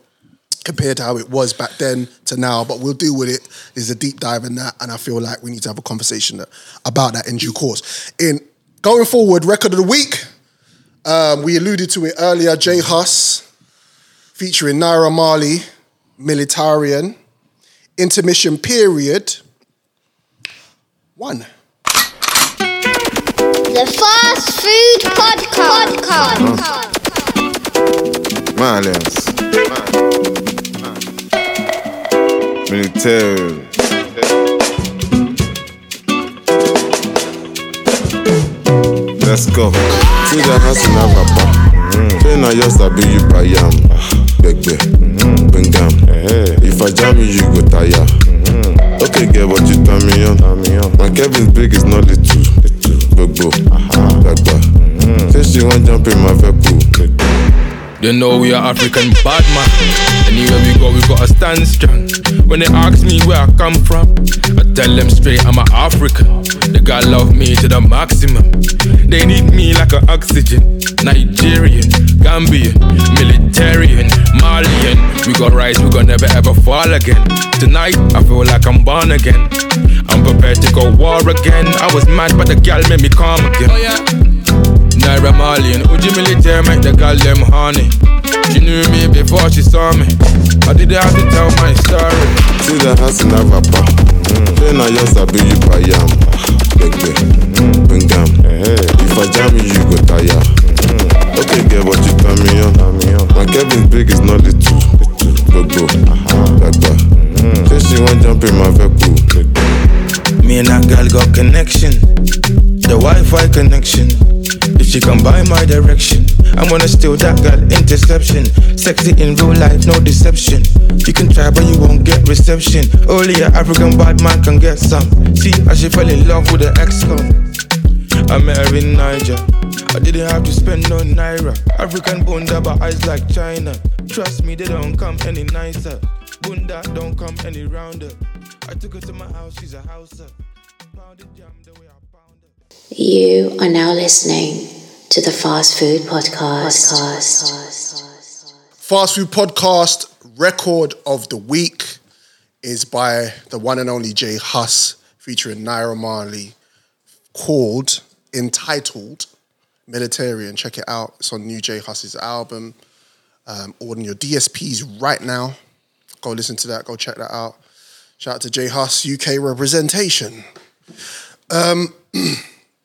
[SPEAKER 1] compared to how it was back then to now, but we'll deal with it. There's a deep dive in that, and I feel like we need to have a conversation that- about that in due course. In going forward, record of the week, um, we alluded to it earlier. Jay Huss featuring Naira Marley, Militarian, intermission period one.
[SPEAKER 7] The Fast Food Podcast.
[SPEAKER 13] Malians. Military. Let's go. See the house in Avapa. Then I just a big you by yam. Begbe. Bengam. If I jam you, you go tire. Okay, get what you turn me on. And Kevin's big is not little. Gbogbo. Gbagba. Say she want jump in my vehicle.
[SPEAKER 14] You know we are African bad man. Anywhere we go, we gotta stand strong. When they ask me where I come from, I tell them straight I'm a African. They gotta love me to the maximum. They need me like an oxygen. Nigerian, Gambian, Militarian, Malian. We gon' rise, we gon' never ever fall again. Tonight I feel like I'm born again. I'm prepared to go war again. I was mad, but the gal made me calm again. Oh yeah. Naira Marley and Uji Military make the girl them honey. She knew me before she saw me. I didn't have to tell my story.
[SPEAKER 13] See the house in Avapa. Then I just a big you by yam. Begbe. Bengam. If I jam you, you go tire. Okay, get what you turn me on. My Kevin's big is not little. Gbogbo. Gbagba. Say she want jump in my vehicle.
[SPEAKER 14] Me and that girl got connection, the Wi-Fi connection. If she come by my direction, I'm gonna steal that girl interception. Sexy in real life, no deception. You can try, but you won't get reception. Only an African bad man can get some. See, I she fell in love with an ex con. I met her in Niger. I didn't have to spend no naira. African bunda, but eyes like China. Trust me, they don't come any nicer. Bunda don't come any rounder. I took her to my house, she's a houser.
[SPEAKER 2] You are now listening to the Fast Food Podcast.
[SPEAKER 1] Fast Food Podcast record of the week is by the one and only Jay Huss featuring Naira Marley called entitled Militarian. Check it out. It's on New Jay Huss's album. Um, ordering your DSPs right now. Go listen to that. Go check that out. Shout out to Jay Huss, UK representation. Um,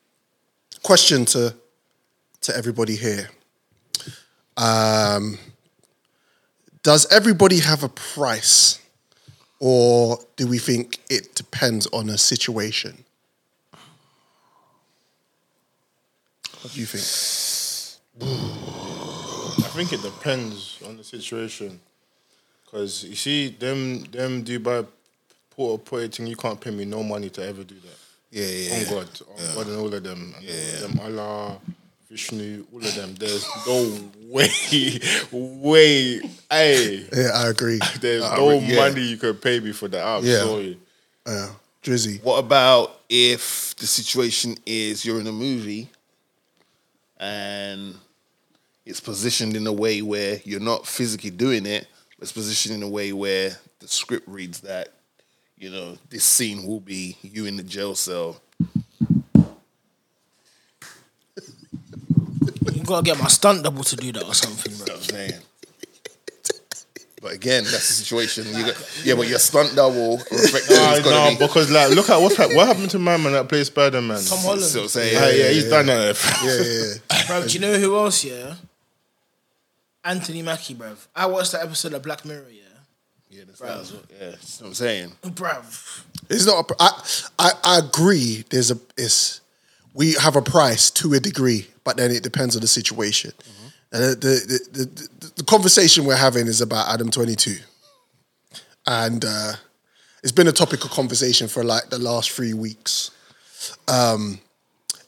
[SPEAKER 1] [clears throat] question to to everybody here. Um, does everybody have a price, or do we think it depends on a situation? What do you think?
[SPEAKER 4] I think it depends on the situation. Because you see, them them Dubai porter potty thing, you can't pay me no money to ever do that.
[SPEAKER 1] Yeah, yeah,
[SPEAKER 4] On
[SPEAKER 1] yeah.
[SPEAKER 4] God, on God, and all of them, and them Allah, Vishnu, all of them. There's no way, [laughs] way, hey.
[SPEAKER 1] Yeah, I agree.
[SPEAKER 4] There's
[SPEAKER 1] I
[SPEAKER 4] no
[SPEAKER 1] agree, yeah.
[SPEAKER 4] money you could pay me for that. I'm
[SPEAKER 1] Yeah.
[SPEAKER 4] sorry.
[SPEAKER 1] Yeah, Uh, Drizzy.
[SPEAKER 3] What about if the situation is you're in a movie and it's positioned in a way where you're not physically doing it, but it's positioned in a way where the script reads that, you know, this scene will be you in the jail cell.
[SPEAKER 5] You gotta get my stunt double to do that or something, bro.
[SPEAKER 3] Man. But again, that's the situation. You got, yeah, but your stunt double reflected
[SPEAKER 4] Nah,
[SPEAKER 3] is gonna
[SPEAKER 4] nah,
[SPEAKER 3] be.
[SPEAKER 4] because like, look at what's hap- what happened to my man that plays Spider Man.
[SPEAKER 5] Tom Holland.
[SPEAKER 3] So I'm
[SPEAKER 4] yeah,
[SPEAKER 3] saying,
[SPEAKER 4] yeah, he's
[SPEAKER 3] yeah.
[SPEAKER 4] done that. [laughs]
[SPEAKER 5] Bro, do you know who else, yeah? Anthony Mackie, bruv. I watched that episode of Black Mirror, yeah.
[SPEAKER 3] Yeah, that's, that was, yeah, that's what I'm saying.
[SPEAKER 5] Bruv.
[SPEAKER 1] It's not. A, I, I I agree. There's a. It's we have a price to a degree, but then it depends on the situation. And the, the, the, the the conversation we're having is about Adam Twenty Two, and uh, it's been a topic of conversation for like the last three weeks. Um,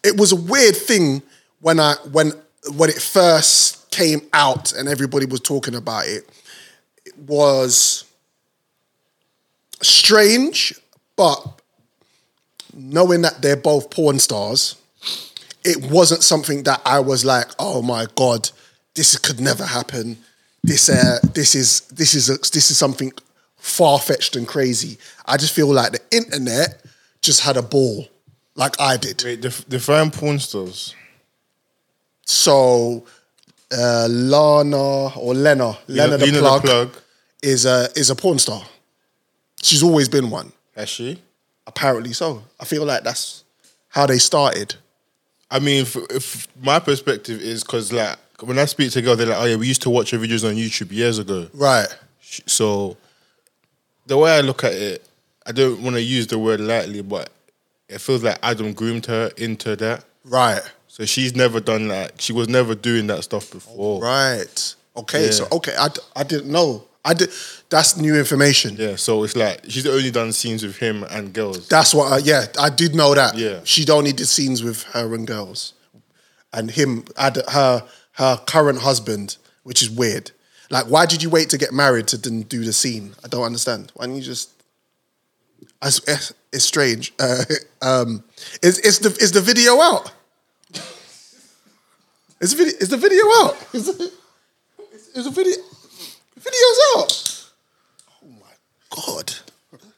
[SPEAKER 1] it was a weird thing when I when when it first came out and everybody was talking about it, it was strange, but knowing that they're both porn stars, it wasn't something that I was like, oh my god, this could never happen. This uh, this is this is a, this is something far fetched and crazy. I just feel like the internet just had a ball, like I did.
[SPEAKER 4] Wait, def- define porn stars.
[SPEAKER 1] So, uh, Lana or Lena, Lena the,
[SPEAKER 4] Lena the
[SPEAKER 1] plug,
[SPEAKER 4] Plug.
[SPEAKER 1] is a is a porn star. She's always been one.
[SPEAKER 4] Has she?
[SPEAKER 1] Apparently so. I feel like that's how they started.
[SPEAKER 4] I mean, if, if my perspective is because like when I speak to girls, they're like, "Oh yeah, we used to watch your videos on YouTube years ago."
[SPEAKER 1] Right.
[SPEAKER 4] So the way I look at it, I don't want to use the word lightly, but it feels like Adam groomed her into that.
[SPEAKER 1] Right.
[SPEAKER 4] So she's never done that. She was never doing that stuff before.
[SPEAKER 1] Right. Okay.
[SPEAKER 4] Yeah.
[SPEAKER 1] So okay, I, d- I didn't know. I did. That's new information.
[SPEAKER 4] Yeah. So it's like she's only done scenes with him and girls.
[SPEAKER 1] That's what. I, yeah, I did know that.
[SPEAKER 4] Yeah.
[SPEAKER 1] She'd only did scenes with her and girls, and him. Ad, her her current husband, which is weird. Like, why did you wait to get married to then do the scene? I don't understand. Why didn't you just? It's, it's- it's strange. [laughs] Uh, um, is is the is the video out? Is the video, is the video out? [laughs] Is it? Is the video? the Video's out. Oh my god!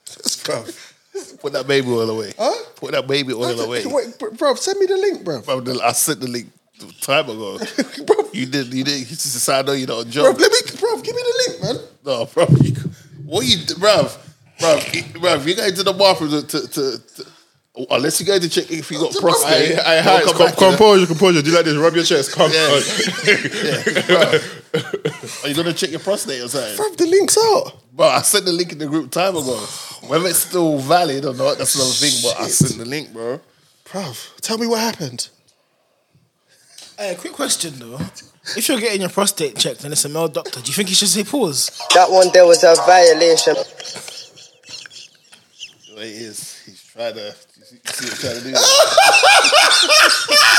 [SPEAKER 1] This bruv.
[SPEAKER 3] Put that baby oil away.
[SPEAKER 1] Huh?
[SPEAKER 3] Put that baby oil away.
[SPEAKER 1] Wait, br- bro, send me the link, bro.
[SPEAKER 3] Bro, the- I sent the link
[SPEAKER 1] [laughs]
[SPEAKER 3] time ago. you did. You did. You just decided no, you don't
[SPEAKER 1] Bro,
[SPEAKER 3] joke.
[SPEAKER 1] let me, bro, give me the link, man.
[SPEAKER 4] [laughs] Oh,
[SPEAKER 3] No, bro. You, what you, d- bruv, bruv, bruv? You going to the bathroom to, to, to, to oh, unless you go to check if you got prostate.
[SPEAKER 4] I,
[SPEAKER 3] don't come back to that.
[SPEAKER 4] composure, composure. Do you like this? Rub your chest. Come.
[SPEAKER 1] [laughs]
[SPEAKER 3] [laughs] Are you gonna check your prostate or something?
[SPEAKER 1] Bro, the link's out.
[SPEAKER 3] Bro, I sent the link in the group
[SPEAKER 1] [sighs]
[SPEAKER 3] time ago.
[SPEAKER 1] Oh,
[SPEAKER 3] Whether it's still valid or not, that's another thing. But I sent the link, bro.
[SPEAKER 1] Bro, tell me what happened.
[SPEAKER 5] Hey, quick question though. If you're getting your prostate checked and it's a male doctor, do you think you should say pause?
[SPEAKER 15] That one there was a violation.
[SPEAKER 3] It is. He's trying to. You see, you see what he's trying to do?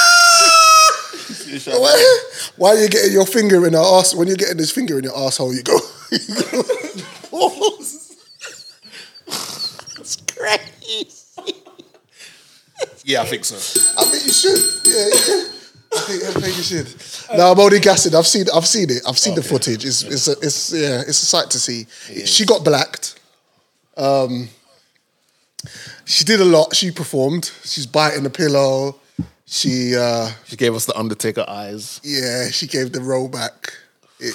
[SPEAKER 3] You see what he's trying to do?
[SPEAKER 1] Why, why are you getting your finger in her ass? When you're getting this finger in your asshole, you go. [laughs]
[SPEAKER 3] It's crazy. Yeah, I think so.
[SPEAKER 1] I think you should. Yeah, you should. I think, I think you should. No, I'm only gassing. I've seen. I've seen it. I've seen the footage. It's it's a, it's yeah. It's a sight to see. She got blacked. Um, she did a lot. She performed. She's biting the pillow. She uh,
[SPEAKER 3] She gave us the Undertaker eyes.
[SPEAKER 1] yeah. She gave the roll back. It,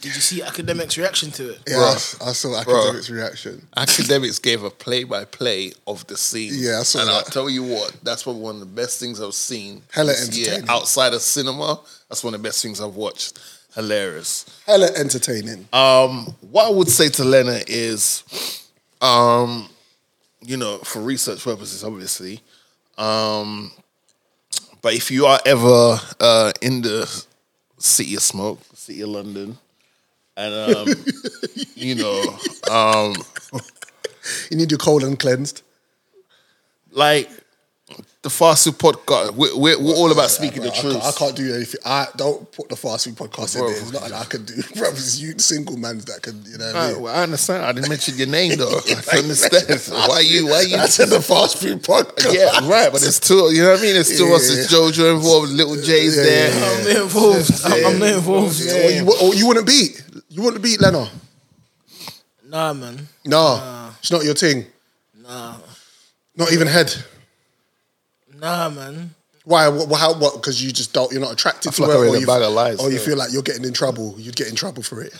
[SPEAKER 5] Did you see academics' reaction to it?
[SPEAKER 1] yeah, I, s- I saw
[SPEAKER 3] Bruh.
[SPEAKER 1] academics' reaction.
[SPEAKER 3] Academics gave a play-by-play of the scene.
[SPEAKER 1] Yeah, I saw
[SPEAKER 3] and
[SPEAKER 1] that.
[SPEAKER 3] I'll tell you what, that's probably one of the best things I've seen.
[SPEAKER 1] Hella
[SPEAKER 3] this year.
[SPEAKER 1] entertaining.
[SPEAKER 3] outside of cinema, that's one of the best things I've watched. Hilarious.
[SPEAKER 1] Hella entertaining.
[SPEAKER 3] Um, what I would say to Lena is, um, you know, for research purposes, obviously. Um, but if you are ever uh, in the city of smoke, city of London, and
[SPEAKER 1] [laughs]
[SPEAKER 3] um, you know, um,
[SPEAKER 1] You need your colon cleansed.
[SPEAKER 3] like the fast food podcast, we're, we're, we're all about speaking
[SPEAKER 1] Bro,
[SPEAKER 3] the
[SPEAKER 1] I
[SPEAKER 3] truth.
[SPEAKER 1] Can't, I can't do anything. I don't put the fast food podcast
[SPEAKER 3] Bro.
[SPEAKER 1] in there. It's nothing I can do. [laughs] Bro, it's you single mans that can, you know. What I
[SPEAKER 3] Alright,
[SPEAKER 1] mean?
[SPEAKER 3] Uh, well, I understand. I didn't mention your
[SPEAKER 1] [laughs]
[SPEAKER 3] name though. I understand. Why you? Why you?
[SPEAKER 1] I said the fast food podcast.
[SPEAKER 3] Yeah,
[SPEAKER 1] [laughs]
[SPEAKER 3] right. But it's two. You know what I mean? It's two us. It's JoJo involved. Little J's there.
[SPEAKER 5] I'm not involved. I'm, I'm not involved.
[SPEAKER 1] Or you, or you wouldn't beat. You wouldn't beat Leno.
[SPEAKER 5] Nah, man.
[SPEAKER 1] No, it's not your thing.
[SPEAKER 5] Nah.
[SPEAKER 1] Not even head.
[SPEAKER 5] Nah, man.
[SPEAKER 1] Why? What? How? What? Because you just don't. You're not attracted to
[SPEAKER 3] feel like
[SPEAKER 1] her,
[SPEAKER 3] I'm in
[SPEAKER 1] or,
[SPEAKER 3] a
[SPEAKER 1] you,
[SPEAKER 3] bag of lies,
[SPEAKER 1] or you
[SPEAKER 3] yeah.
[SPEAKER 1] feel like you're getting in trouble. You'd get in trouble for it.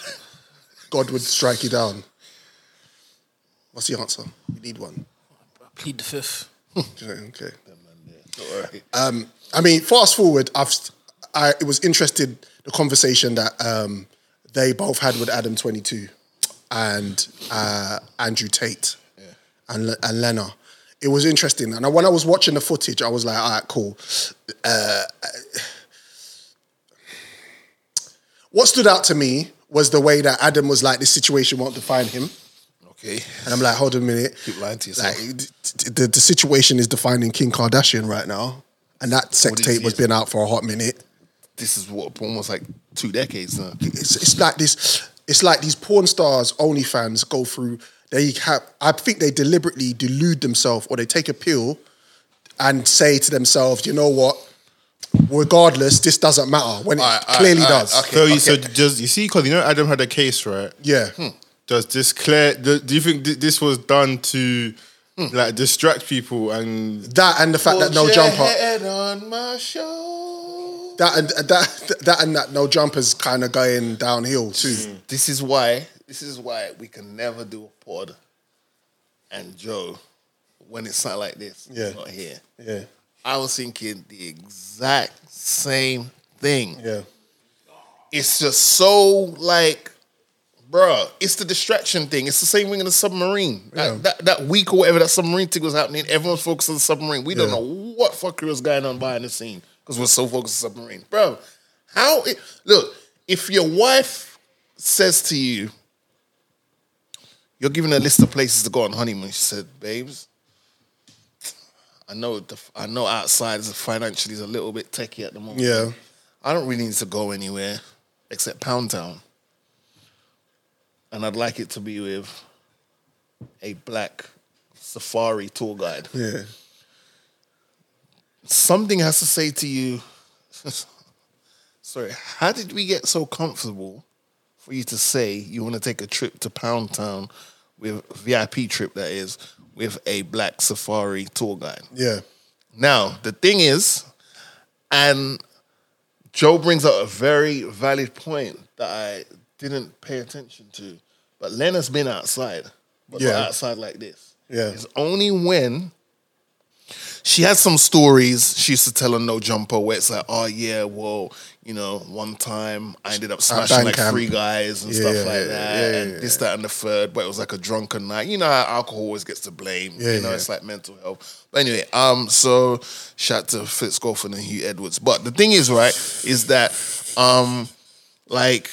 [SPEAKER 1] [laughs] God would strike you down. What's the answer? We need one.
[SPEAKER 5] I plead the fifth.
[SPEAKER 1] Okay. Um, I mean, fast forward. I've I it was interested the conversation that um, they both had with Adam Twenty Two and uh, Andrew Tate and Le- and Lena. It was interesting, and I- when I was watching the footage, I was like, "All right, cool." Uh, what stood out to me was the way that Adam was like, "This situation won't define him."
[SPEAKER 3] Okay.
[SPEAKER 1] And I'm like, hold a minute.
[SPEAKER 3] Keep lying to yourself.
[SPEAKER 1] Like, d- d- the, the situation is defining Kim Kardashian right now. and that sex tape was been out for a hot minute.
[SPEAKER 3] This is what almost like two decades now.
[SPEAKER 1] It's, it's like this. It's like these porn stars, OnlyFans go through. They have. I think they deliberately delude themselves, or they take a pill, and say to themselves, "You know what? Regardless, this doesn't matter." When it clearly does.
[SPEAKER 4] so, you, so just you see, because you know Adam had a case, right?
[SPEAKER 1] Yeah.
[SPEAKER 3] Hmm.
[SPEAKER 4] Does this clear? Do, do you think th- this was done to like distract people and
[SPEAKER 1] that and the fact that no
[SPEAKER 4] Put your
[SPEAKER 1] jumper-
[SPEAKER 4] head on my shoulder.
[SPEAKER 1] that and that that and that no jumpers kind of going downhill too.
[SPEAKER 3] This is why. This is why we can never do a pod and Joe when it's not like this.
[SPEAKER 1] Yeah.
[SPEAKER 3] It's not here.
[SPEAKER 1] Yeah.
[SPEAKER 3] I was thinking the exact same thing.
[SPEAKER 1] Yeah.
[SPEAKER 3] It's just so like, bruh, it's the distraction thing. It's the same thing in the submarine. That,
[SPEAKER 4] Yeah.
[SPEAKER 3] that, that week or whatever that submarine thing was happening, everyone's focused on the submarine. We don't
[SPEAKER 4] Yeah.
[SPEAKER 3] know what fuckery was going on behind the scene because we're so focused on the submarine. Bro, how, it, look, if your wife says to you, you're giving her a list of places to go on honeymoon, she said, babes, I know the, I know outside is financially is a little bit techie at the moment.
[SPEAKER 1] Yeah.
[SPEAKER 3] I don't really need to go anywhere except Pound Town. And I'd like it to be with a black safari tour guide.
[SPEAKER 1] Yeah.
[SPEAKER 3] Something has to say to you, [laughs] sorry, how did we get so comfortable for you to say you want to take a trip to Pound Town with VIP trip that is with a black safari tour guide?
[SPEAKER 1] Yeah.
[SPEAKER 3] Now, the thing is, and Joe brings up a very valid point that I didn't pay attention to. But Leonard's been outside, but
[SPEAKER 4] Yeah.
[SPEAKER 3] not outside like this.
[SPEAKER 1] Yeah.
[SPEAKER 3] It's only when she had some stories she used to tell her no jumper where it's like, oh yeah, well, you know, one time I ended up smashing
[SPEAKER 4] band
[SPEAKER 3] like
[SPEAKER 4] camp.
[SPEAKER 3] three guys and
[SPEAKER 4] Yeah,
[SPEAKER 3] stuff
[SPEAKER 4] yeah,
[SPEAKER 3] like
[SPEAKER 4] yeah,
[SPEAKER 3] that,
[SPEAKER 4] yeah, yeah,
[SPEAKER 3] and
[SPEAKER 4] yeah.
[SPEAKER 3] this, that, and the third. But it was like a drunken night. You know, how alcohol always gets to blame.
[SPEAKER 4] Yeah,
[SPEAKER 3] you know,
[SPEAKER 4] yeah.
[SPEAKER 3] it's like mental health. But anyway, um, so shout out to Fitz Golfin and Hugh Edwards. But the thing is, right, is that um, like,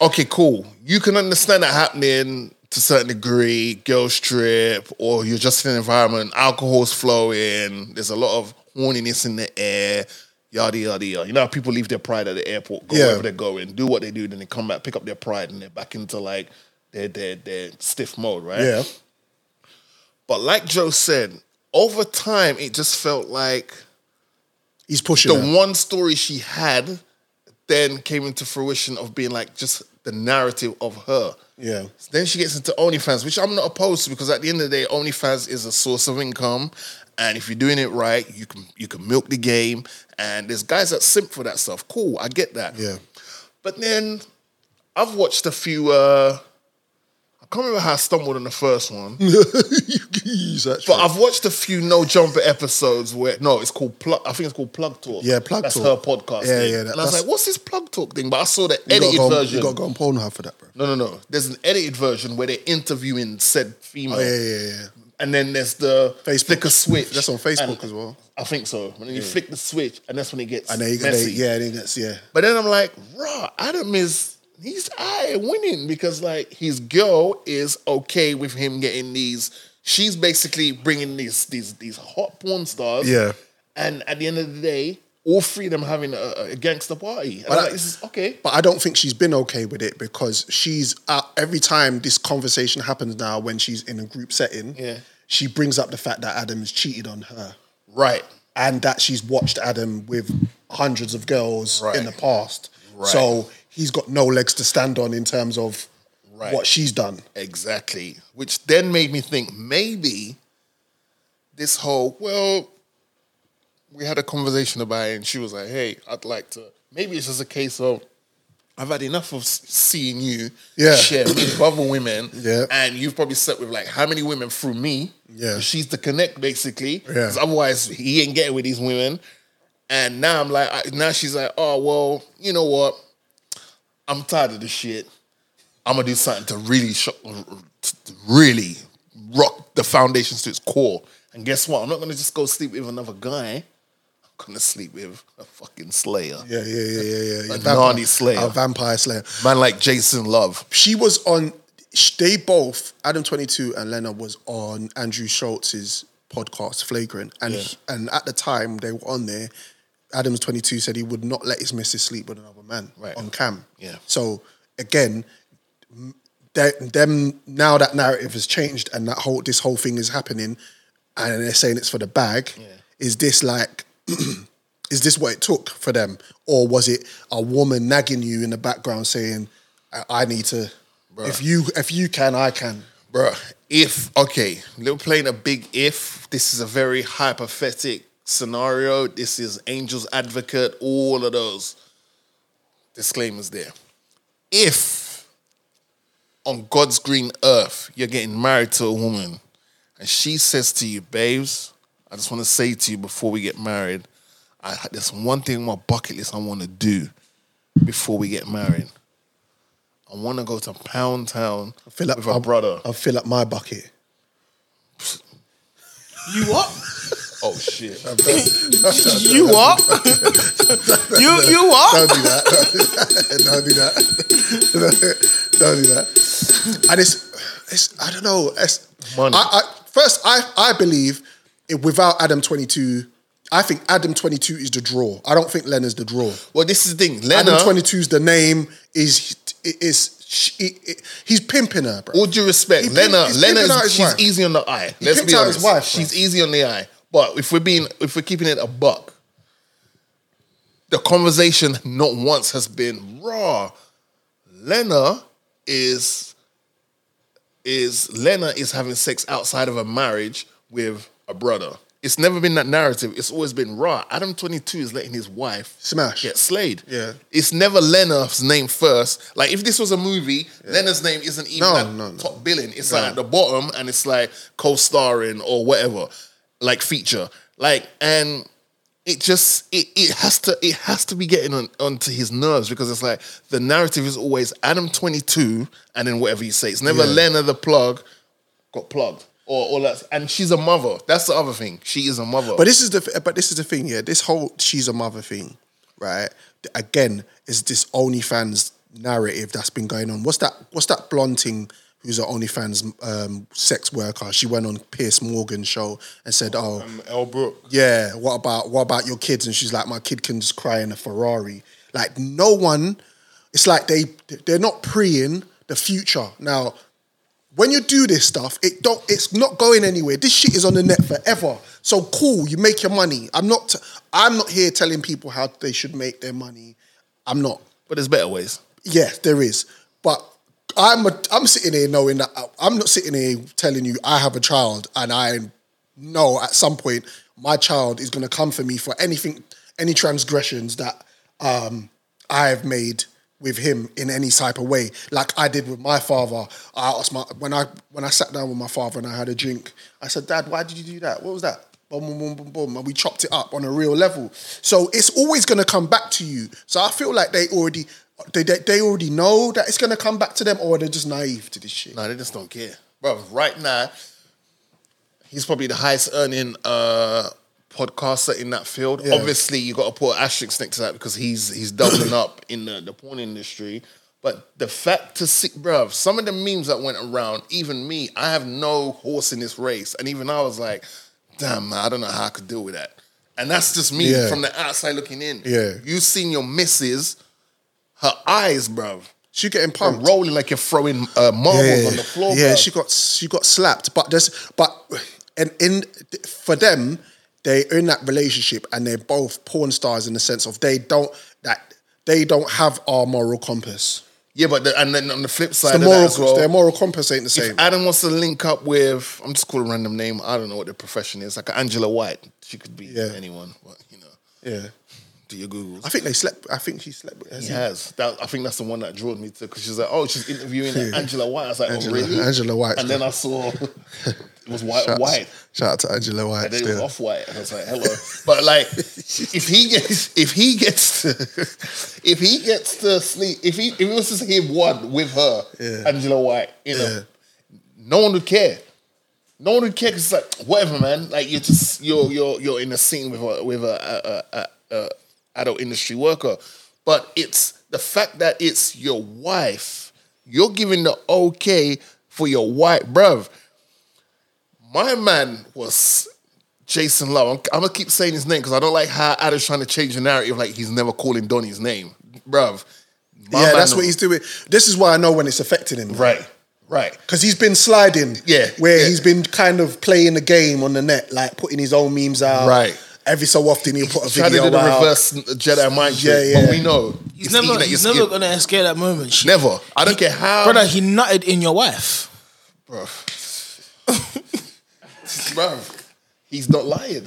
[SPEAKER 3] okay, cool. You can understand that happening to a certain degree, girls trip, or you're just in an environment, alcohol's flowing, there's a lot of horniness in the air, yada yada yada. You know how people leave their pride at the airport, go
[SPEAKER 4] Yeah.
[SPEAKER 3] wherever they're going, do what they do, then they come back, pick up their pride, and they're back into like their their their stiff mode, right?
[SPEAKER 1] Yeah.
[SPEAKER 3] But like Joe said, over time it just felt like
[SPEAKER 1] he's pushing
[SPEAKER 3] the
[SPEAKER 1] her.
[SPEAKER 3] one story she had then came into fruition of being like just the narrative of her.
[SPEAKER 1] Yeah.
[SPEAKER 3] Then she gets into OnlyFans, which I'm not opposed to because at the end of the day, OnlyFans is a source of income, and if you're doing it right, you can you can milk the game. And there's guys that simp for that stuff. Cool, I get that.
[SPEAKER 1] Yeah.
[SPEAKER 3] But then I've watched a few. uh I can't remember how I stumbled on the first one.
[SPEAKER 1] [laughs]
[SPEAKER 3] but I've watched a few No Jumper episodes where no, it's called plug. I think it's called Plug Talk.
[SPEAKER 1] Yeah, Plug
[SPEAKER 3] that's
[SPEAKER 1] Talk.
[SPEAKER 3] her podcast.
[SPEAKER 1] Yeah,
[SPEAKER 3] thing.
[SPEAKER 1] yeah, that-
[SPEAKER 3] and I was
[SPEAKER 1] that's-
[SPEAKER 3] like, what's this Plug Talk thing? But I saw the
[SPEAKER 1] You gotta
[SPEAKER 3] edited
[SPEAKER 1] go on-
[SPEAKER 3] version.
[SPEAKER 1] You got to go on Pornhub for that, bro.
[SPEAKER 3] No, no, no. There's an edited version where they're interviewing said female.
[SPEAKER 1] Oh, yeah, yeah, yeah, yeah.
[SPEAKER 3] And then there's the Facebook. flick a switch.
[SPEAKER 1] That's on Facebook
[SPEAKER 3] And
[SPEAKER 1] as well.
[SPEAKER 3] I think so. And then you
[SPEAKER 1] Yeah.
[SPEAKER 3] flick the switch, and that's when it gets
[SPEAKER 1] And they, they
[SPEAKER 3] messy.
[SPEAKER 1] yeah, they gets yeah.
[SPEAKER 3] But then I'm like, raw, Adam is he's I winning because like his girl is okay with him getting these. She's basically bringing these these these hot porn stars.
[SPEAKER 1] Yeah.
[SPEAKER 3] And at the end of the day, all three of them having a, a gangster party. And
[SPEAKER 1] But
[SPEAKER 3] I'm
[SPEAKER 1] I-
[SPEAKER 3] like, this is okay.
[SPEAKER 1] But I don't think she's been okay with it because she's uh, every time this conversation happens now when she's in a group setting,
[SPEAKER 3] Yeah.
[SPEAKER 1] she brings up the fact that Adam has cheated on her.
[SPEAKER 3] Right.
[SPEAKER 1] And that she's watched Adam with hundreds of girls in the past.
[SPEAKER 3] Right.
[SPEAKER 1] So he's got no legs to stand on in terms of
[SPEAKER 3] Right.
[SPEAKER 1] what she's done.
[SPEAKER 3] Exactly. Which then made me think maybe this whole, well, we had a conversation about it and she was like, hey, I'd like to. Maybe it's just a case of I've had enough of s- seeing you
[SPEAKER 1] Yeah.
[SPEAKER 3] share
[SPEAKER 1] [coughs]
[SPEAKER 3] with other women.
[SPEAKER 1] Yeah.
[SPEAKER 3] And you've probably slept with like how many women through me?
[SPEAKER 1] Yeah.
[SPEAKER 3] She's the connect basically.
[SPEAKER 1] Yeah.
[SPEAKER 3] 'Cause Otherwise, he ain't getting with these women. And now I'm like, I- now she's like, oh, well, you know what? I'm tired of this shit. I'm gonna do something to really, shock, to really rock the foundations to its core. And guess what? I'm not gonna just go sleep with another guy. I'm gonna sleep with a fucking Slayer.
[SPEAKER 1] Yeah, yeah, yeah, yeah, yeah. yeah.
[SPEAKER 3] A
[SPEAKER 1] Vamp-
[SPEAKER 3] Narni Slayer.
[SPEAKER 1] A vampire slayer.
[SPEAKER 3] Man like Jason Love.
[SPEAKER 1] She was on. sh- They both, Adam Twenty Two and Lena, was on Andrew Schultz's podcast, Flagrant, and and at the time they were on there. Adams twenty two said he would not let his missus sleep with another man on cam.
[SPEAKER 3] Yeah.
[SPEAKER 1] So again, m- they- them now that narrative has changed and that whole this whole thing is happening, and they're saying it's for the bag. Is this like? is this what it took for them, or was it a woman nagging you in the background saying, "I, I need to"?
[SPEAKER 3] Bruh.
[SPEAKER 1] If you if you can, I can.
[SPEAKER 3] Bruh, if okay, we're playing a big if. This is a very hypothetic scenario. This is Angel's Advocate. All of those disclaimers there. If on God's green earth you're getting married to a woman, and she says to you, "Babes, I just want to say to you before we get married, I there's one thing on my bucket list I want to do before we get married." I want to go to Pound Town
[SPEAKER 1] fill up
[SPEAKER 3] with
[SPEAKER 1] my
[SPEAKER 3] a brother.
[SPEAKER 1] I'll fill up my bucket.
[SPEAKER 5] You what?
[SPEAKER 3] Oh shit!
[SPEAKER 5] you
[SPEAKER 1] [laughs]
[SPEAKER 5] what? you you what?
[SPEAKER 1] Don't do that. [laughs] Don't do that. [laughs] Don't do that. I just, it's, I don't know. It's,
[SPEAKER 3] Money.
[SPEAKER 1] I, I, first, I, I believe it, without Adam 22, I think Adam 22 is the draw. I don't think Leonard's the draw.
[SPEAKER 3] Well, this is the thing.
[SPEAKER 1] Adam
[SPEAKER 3] Leonard-
[SPEAKER 1] 22 is the name, is, is, she, he's pimping her, bro.
[SPEAKER 3] All due respect,
[SPEAKER 1] He pimp-
[SPEAKER 3] Leonard.
[SPEAKER 1] he's pimping
[SPEAKER 3] Leonard,
[SPEAKER 1] out
[SPEAKER 3] is-
[SPEAKER 1] his
[SPEAKER 3] she's
[SPEAKER 1] wife.
[SPEAKER 3] easy on the eye.
[SPEAKER 1] He
[SPEAKER 3] Let's
[SPEAKER 1] pimped
[SPEAKER 3] be
[SPEAKER 1] out
[SPEAKER 3] honest.
[SPEAKER 1] his wife,
[SPEAKER 3] she's easy on the eye. But if we're being, if we're keeping it a buck, the conversation not once has been raw. Leonard is is Leonard is having sex outside of a marriage with a brother. It's never been that narrative. It's always been raw. Adam 22 is letting his wife
[SPEAKER 1] Smash.
[SPEAKER 3] get slayed.
[SPEAKER 1] Yeah.
[SPEAKER 3] It's never Leonard's name first. Like if this was a movie, Leonard's name isn't even
[SPEAKER 1] No,
[SPEAKER 3] at
[SPEAKER 1] Oh, no, no.
[SPEAKER 3] top billing. It's
[SPEAKER 1] No.
[SPEAKER 3] like at the bottom and it's like co-starring or whatever, like feature. Like and it just it, it has to it has to be getting on, onto his nerves because it's like the narrative is always Adam 22 and then whatever you say. It's never
[SPEAKER 1] Yeah.
[SPEAKER 3] Leonard the plug got plugged. Or all that and she's a mother. That's the other thing. She is a mother.
[SPEAKER 1] But this is the th- but this is the thing, yeah. This whole she's a mother thing, right? Th- Again, is this OnlyFans narrative that's been going on? What's that? What's that blonde thing? Who's an OnlyFans um, sex worker? She went on Pierce Morgan's show and said, "Oh,
[SPEAKER 4] El Brook.
[SPEAKER 1] yeah, what about what about your kids?" And she's like, "My kid can just cry in a Ferrari." Like no one, it's like they they're not preying the future. Now when you do this stuff, it don't. It's not going anywhere. This shit is on the net forever. So cool, you make your money. I'm not. T- I'm not here telling people how they should make their money. I'm not.
[SPEAKER 3] But there's better ways.
[SPEAKER 1] Yeah, there is. But I'm a, I'm sitting here knowing that I- I'm not sitting here telling you I have a child and I know at some point my child is going to come for me for anything, any transgressions that um, I have made with him in any type of way, like I did with my father. I asked my when I when I sat down with my father and I had a drink. I said, "Dad, why did you do that? What was that?" Boom, boom, boom, boom, boom, and we chopped it up on a real level. So it's always going to come back to you. So I feel like they already they they, they already know that it's going to come back to them, or they're just naive to this shit.
[SPEAKER 3] No, they just don't care. Bro, right now, he's probably the highest earning uh, podcaster in that field.
[SPEAKER 1] Yeah.
[SPEAKER 3] Obviously, you got to put asterisks next to that because he's
[SPEAKER 1] [coughs]
[SPEAKER 3] he's doubling up in the, the porn industry. But the fact to see, bro, some of the memes that went around, even me, I have no horse in this race. And even I was like, damn, man, I don't know how I could deal with that. And that's just me
[SPEAKER 1] Yeah.
[SPEAKER 3] from the outside looking in.
[SPEAKER 1] Yeah.
[SPEAKER 3] You seen your missus, her eyes, bro.
[SPEAKER 1] She getting
[SPEAKER 3] are
[SPEAKER 1] pumped.
[SPEAKER 3] rolling like you're throwing uh, marbles
[SPEAKER 1] yeah.
[SPEAKER 3] on the floor.
[SPEAKER 1] Yeah,
[SPEAKER 3] bruv.
[SPEAKER 1] she got she got slapped, but there's but and in for them, they're in that relationship and they're both porn stars in the sense of they don't that they don't have our moral compass.
[SPEAKER 3] Yeah, but the, and then on the flip
[SPEAKER 1] It's
[SPEAKER 3] side,
[SPEAKER 1] the
[SPEAKER 3] of that
[SPEAKER 1] moral,
[SPEAKER 3] as well,
[SPEAKER 1] their moral compass ain't the
[SPEAKER 3] if
[SPEAKER 1] same.
[SPEAKER 3] Adam wants to link up with, I'm just calling a random name. I don't know what their profession is. Like Angela White, she could be
[SPEAKER 1] Yeah.
[SPEAKER 3] anyone. But you know,
[SPEAKER 1] yeah,
[SPEAKER 3] do your Googles.
[SPEAKER 1] I think they slept. I think she slept. with
[SPEAKER 3] he has. That, I think that's the one that drew me to because she's like, oh, she's interviewing
[SPEAKER 1] [laughs] Yeah.
[SPEAKER 3] Angela White. I was like,
[SPEAKER 1] Angela-
[SPEAKER 3] oh, really?
[SPEAKER 1] Angela White.
[SPEAKER 3] And then I saw [laughs] it was White
[SPEAKER 1] Shout-
[SPEAKER 3] White.
[SPEAKER 1] Shout out to Angela White.
[SPEAKER 3] And then it was
[SPEAKER 1] still.
[SPEAKER 3] off white, and I was like, "Hello."
[SPEAKER 1] [laughs]
[SPEAKER 3] But like, if he gets, if he gets, to, if he gets to sleep, if he if it was to him one with her,
[SPEAKER 1] Yeah.
[SPEAKER 3] Angela White, you know, no one would care. No one would care because it's like whatever, man. Like you're just you're you're you're in a scene with a with a, a, a, a, a adult industry worker, but it's the fact that it's your wife. You're giving the okay for your wife, bruv. My man was Jason Love. I'm, I'm gonna keep saying his name because I don't like how Adam's trying to change the narrative. Like he's never calling Donny's name, bruv. my
[SPEAKER 1] yeah,
[SPEAKER 3] man
[SPEAKER 1] that's
[SPEAKER 3] knows.
[SPEAKER 1] what he's doing. This is why I know when it's affecting him.
[SPEAKER 3] Right, right.
[SPEAKER 1] Because he's been sliding.
[SPEAKER 3] Yeah,
[SPEAKER 1] Where
[SPEAKER 3] yeah.
[SPEAKER 1] he's been kind of playing the game on the net, like putting his own memes out.
[SPEAKER 3] Right.
[SPEAKER 1] Every so often he'll put a
[SPEAKER 3] Trying to
[SPEAKER 1] video
[SPEAKER 3] do the
[SPEAKER 1] out.
[SPEAKER 3] reverse Jedi mind
[SPEAKER 1] Yeah,
[SPEAKER 3] trick,
[SPEAKER 1] yeah.
[SPEAKER 3] but we know
[SPEAKER 5] He's
[SPEAKER 3] it's
[SPEAKER 5] never,
[SPEAKER 3] eating at
[SPEAKER 5] he's
[SPEAKER 3] your
[SPEAKER 5] never
[SPEAKER 3] skin.
[SPEAKER 5] gonna escape that moment. Shit.
[SPEAKER 3] Never. I don't care how.
[SPEAKER 5] Brother, he nutted in your wife.
[SPEAKER 3] bruv. [laughs] bruv, he's not lying.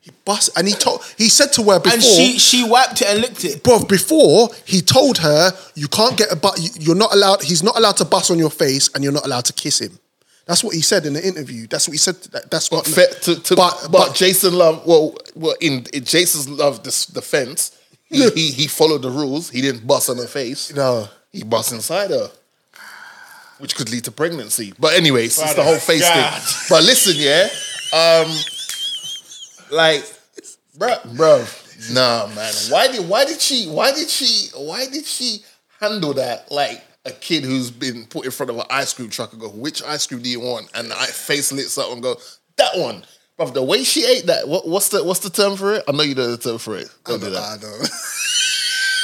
[SPEAKER 1] He bust and he told he said to her before
[SPEAKER 5] And she she wiped it and licked it.
[SPEAKER 1] Bruv, before he told her you can't get a but you're not allowed he's not allowed to bust on your face and you're not allowed to kiss him. That's what he said in the interview. That's what he said. That, that's what.
[SPEAKER 3] Fe- to, to, but,
[SPEAKER 1] but,
[SPEAKER 3] but Jason Love, well, well in, in Jason's Love this defense, he, he he followed the rules. He didn't bust on her face.
[SPEAKER 1] No.
[SPEAKER 3] he bust inside her, which could lead to pregnancy. But anyways, it's the whole face
[SPEAKER 4] God.
[SPEAKER 3] thing. But listen, yeah, um, like, bruh, bro, nah, man. Why did why did she why did she why did she handle that like? A kid who's been put in front of an ice cream truck and go, which ice cream do you want? And the i- face lits up and go, that one. Bruv, the way she ate that, what, what's the what's the term for it? I know you know the term for it. Don't do that.
[SPEAKER 1] I know.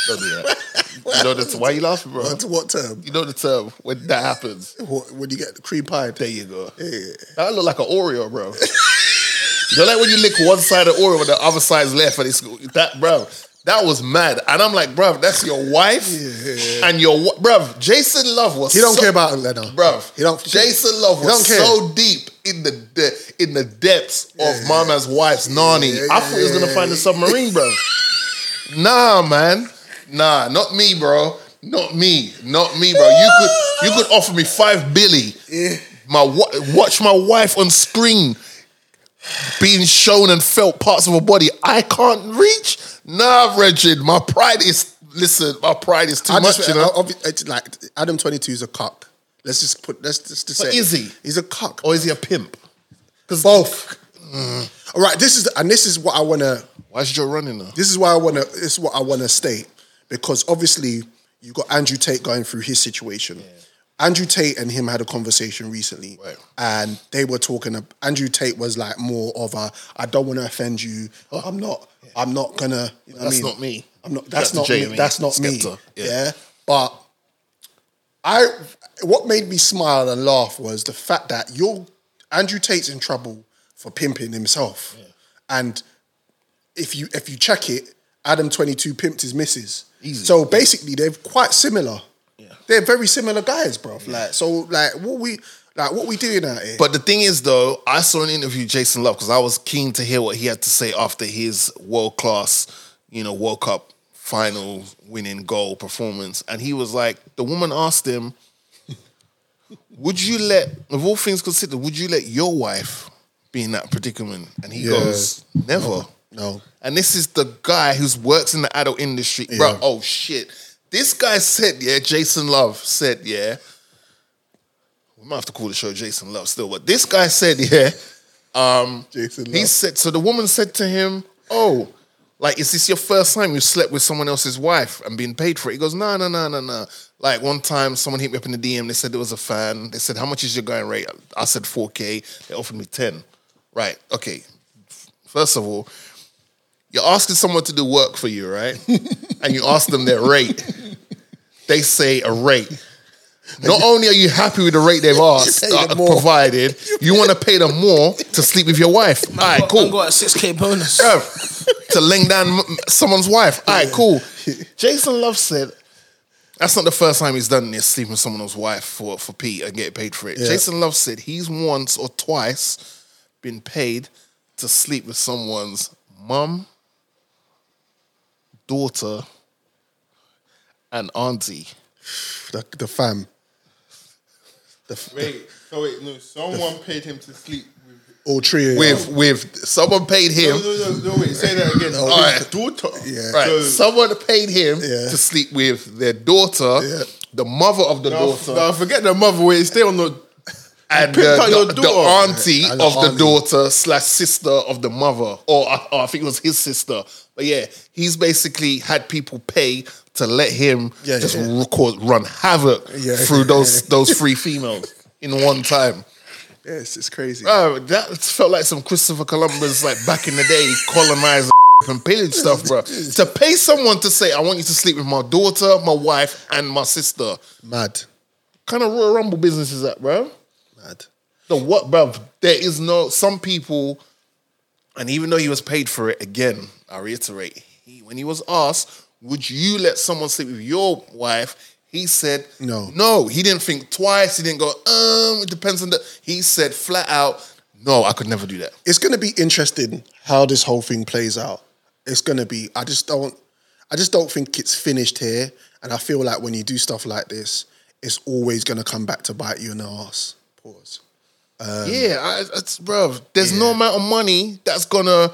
[SPEAKER 3] Don't do
[SPEAKER 1] [laughs]
[SPEAKER 3] that. you know the, why you laughing, bro?
[SPEAKER 1] What, what term?
[SPEAKER 3] You know the term when that happens.
[SPEAKER 1] What, when you get the cream pie?
[SPEAKER 3] There you go.
[SPEAKER 1] Yeah.
[SPEAKER 3] That look like an Oreo, bro. [laughs] you know, like when you lick one side of Oreo and the other side's left, and it's that, bro. That was mad, and I'm like, bro, that's your wife and your wa- bro. Jason Love was
[SPEAKER 1] He don't
[SPEAKER 3] so-
[SPEAKER 1] care about Leno.
[SPEAKER 3] bro.
[SPEAKER 1] He don't-
[SPEAKER 3] Jason Love
[SPEAKER 1] he
[SPEAKER 3] was
[SPEAKER 1] don't care.
[SPEAKER 3] so deep in the de- in the depths of Mama's wife's Nani. I thought he was gonna find a submarine, bro. nah, man. Nah, not me, bro. Not me. Not me, bro. You could you could offer me five billy. My wa- watch my wife on screen being shown and felt parts of her body I can't reach. Nah, Regid, my pride is listen. My pride is too
[SPEAKER 1] I
[SPEAKER 3] much.
[SPEAKER 1] just,
[SPEAKER 3] you know,
[SPEAKER 1] I- obvi- it's like Adam Twenty Two is a cock. Let's just put. Let's just, just
[SPEAKER 3] But
[SPEAKER 1] say.
[SPEAKER 3] is he? Oh,
[SPEAKER 1] He's oh, a cock.
[SPEAKER 3] or is he a pimp?
[SPEAKER 1] Both. All right. This is the- and this is what I want to.
[SPEAKER 3] Why's Joe running now?
[SPEAKER 1] This is why I want to. This is what I want to state because obviously you got Andrew Tate going through his situation. Andrew Tate and him had a conversation recently,
[SPEAKER 3] Right.
[SPEAKER 1] and they were talking. ab- Andrew Tate was like more of a, "I don't want to offend you. Oh, I'm not. I'm not gonna. you know what I
[SPEAKER 3] That's
[SPEAKER 1] mean?
[SPEAKER 3] not me.
[SPEAKER 1] I'm not. That's
[SPEAKER 3] That's the
[SPEAKER 1] not
[SPEAKER 3] J, I
[SPEAKER 1] me.
[SPEAKER 3] mean,
[SPEAKER 1] That's not
[SPEAKER 3] Skepta,
[SPEAKER 1] me.
[SPEAKER 3] yeah.
[SPEAKER 1] Yeah. But I, what made me smile and laugh was the fact that you're Andrew Tate's in trouble for pimping himself, and if you if you check it, Adam twenty two pimped his missus. So basically, they're quite similar. They're very similar guys, bro. Like so, like what we like what we doing out here?
[SPEAKER 3] But the thing is, though, I saw an interview with Jason Love because I was keen to hear what he had to say after his world class, you know, World Cup final winning goal performance, and he was like, the woman asked him, [laughs] "Would you let, of all things considered, would you let your wife be in that predicament?" And he goes, "Never."
[SPEAKER 1] no,
[SPEAKER 3] And this is the guy who's works in the adult industry. Bro, oh shit. This guy said, yeah, Jason Love said, yeah. We might have to call the show Jason Love still, but this guy said, yeah. Um
[SPEAKER 1] Jason Love.
[SPEAKER 3] he said so the woman said to him, Oh, like is this your first time you slept with someone else's wife and being paid for it? He goes, No, no, no, no, no. Like one time someone hit me up in the DM, they said there was a fan. They said, How much is your going rate? I said 4K. They offered me 10. Right, okay. First of all, you're asking someone to do work for you, right? [laughs] and you ask them their rate. They say a rate. Not only are [laughs] you happy with the rate they've asked,
[SPEAKER 1] pay them
[SPEAKER 3] uh,
[SPEAKER 1] more.
[SPEAKER 3] provided, you want to pay them more to sleep with your [laughs] wife. All right,
[SPEAKER 5] Got-
[SPEAKER 3] cool.
[SPEAKER 5] Got a six k bonus.
[SPEAKER 3] Bruv, to laying down m- m- someone's wife. All right, cool. [laughs] Jason Love said, that's not the first time he's done this, sleeping with someone else's wife for, for Pete and get paid for it. Jason Love said he's once or twice been paid to sleep with someone's mum, daughter, and auntie.
[SPEAKER 1] the, the fam. The, f-
[SPEAKER 4] Wait, so wait, no, someone paid him to sleep with.
[SPEAKER 1] all three of
[SPEAKER 3] With with someone paid
[SPEAKER 4] No, no,
[SPEAKER 3] him.
[SPEAKER 4] no, no, wait, say that [laughs] again.
[SPEAKER 3] All
[SPEAKER 4] His
[SPEAKER 3] right.
[SPEAKER 4] daughter.
[SPEAKER 1] Yeah.
[SPEAKER 3] Right.
[SPEAKER 4] Oh, So-
[SPEAKER 3] Someone paid him
[SPEAKER 1] Yeah.
[SPEAKER 3] to sleep with their daughter,
[SPEAKER 1] Yeah.
[SPEAKER 3] the mother of the
[SPEAKER 4] No,
[SPEAKER 3] daughter,
[SPEAKER 4] f- no, forget the mother. Wait, stay on the.
[SPEAKER 3] and the,
[SPEAKER 4] pimped out your
[SPEAKER 3] the, the
[SPEAKER 4] daughter.
[SPEAKER 3] auntie
[SPEAKER 1] Yeah, and
[SPEAKER 3] of the
[SPEAKER 1] auntie.
[SPEAKER 3] daughter slash sister of the mother, or I, or I think it was his sister. But yeah, he's basically had people pay to let him
[SPEAKER 1] Yeah,
[SPEAKER 3] just
[SPEAKER 1] yeah.
[SPEAKER 3] record, run havoc
[SPEAKER 1] Yeah.
[SPEAKER 4] [laughs]
[SPEAKER 3] through those those three females in one time.
[SPEAKER 1] Yes, it's crazy.
[SPEAKER 3] Bro, Oh, that felt like some Christopher Columbus, like back in the day, colonizer [laughs] and pillage stuff, bro. to pay someone to say, I want you to sleep with my daughter, my wife, and my sister.
[SPEAKER 1] Mad.
[SPEAKER 3] Kind of Royal Rumble business is that, bro?
[SPEAKER 1] Mad.
[SPEAKER 3] The what, bro? There is no, some people, and even though he was paid for it, again, I reiterate, he, when he was asked, would you let someone sleep with your wife? He said,
[SPEAKER 1] No.
[SPEAKER 3] No, he didn't think twice. He didn't go, um, it depends on the. He said flat out, no, I could never do that.
[SPEAKER 1] It's gonna be interesting how this whole thing plays out. It's gonna be. I just don't. I just don't think it's finished here. And I feel like when you do stuff like this, it's always gonna come back to bite you in the ass. Pause. Um,
[SPEAKER 3] yeah, I, it's, bruv, there's no amount of money that's gonna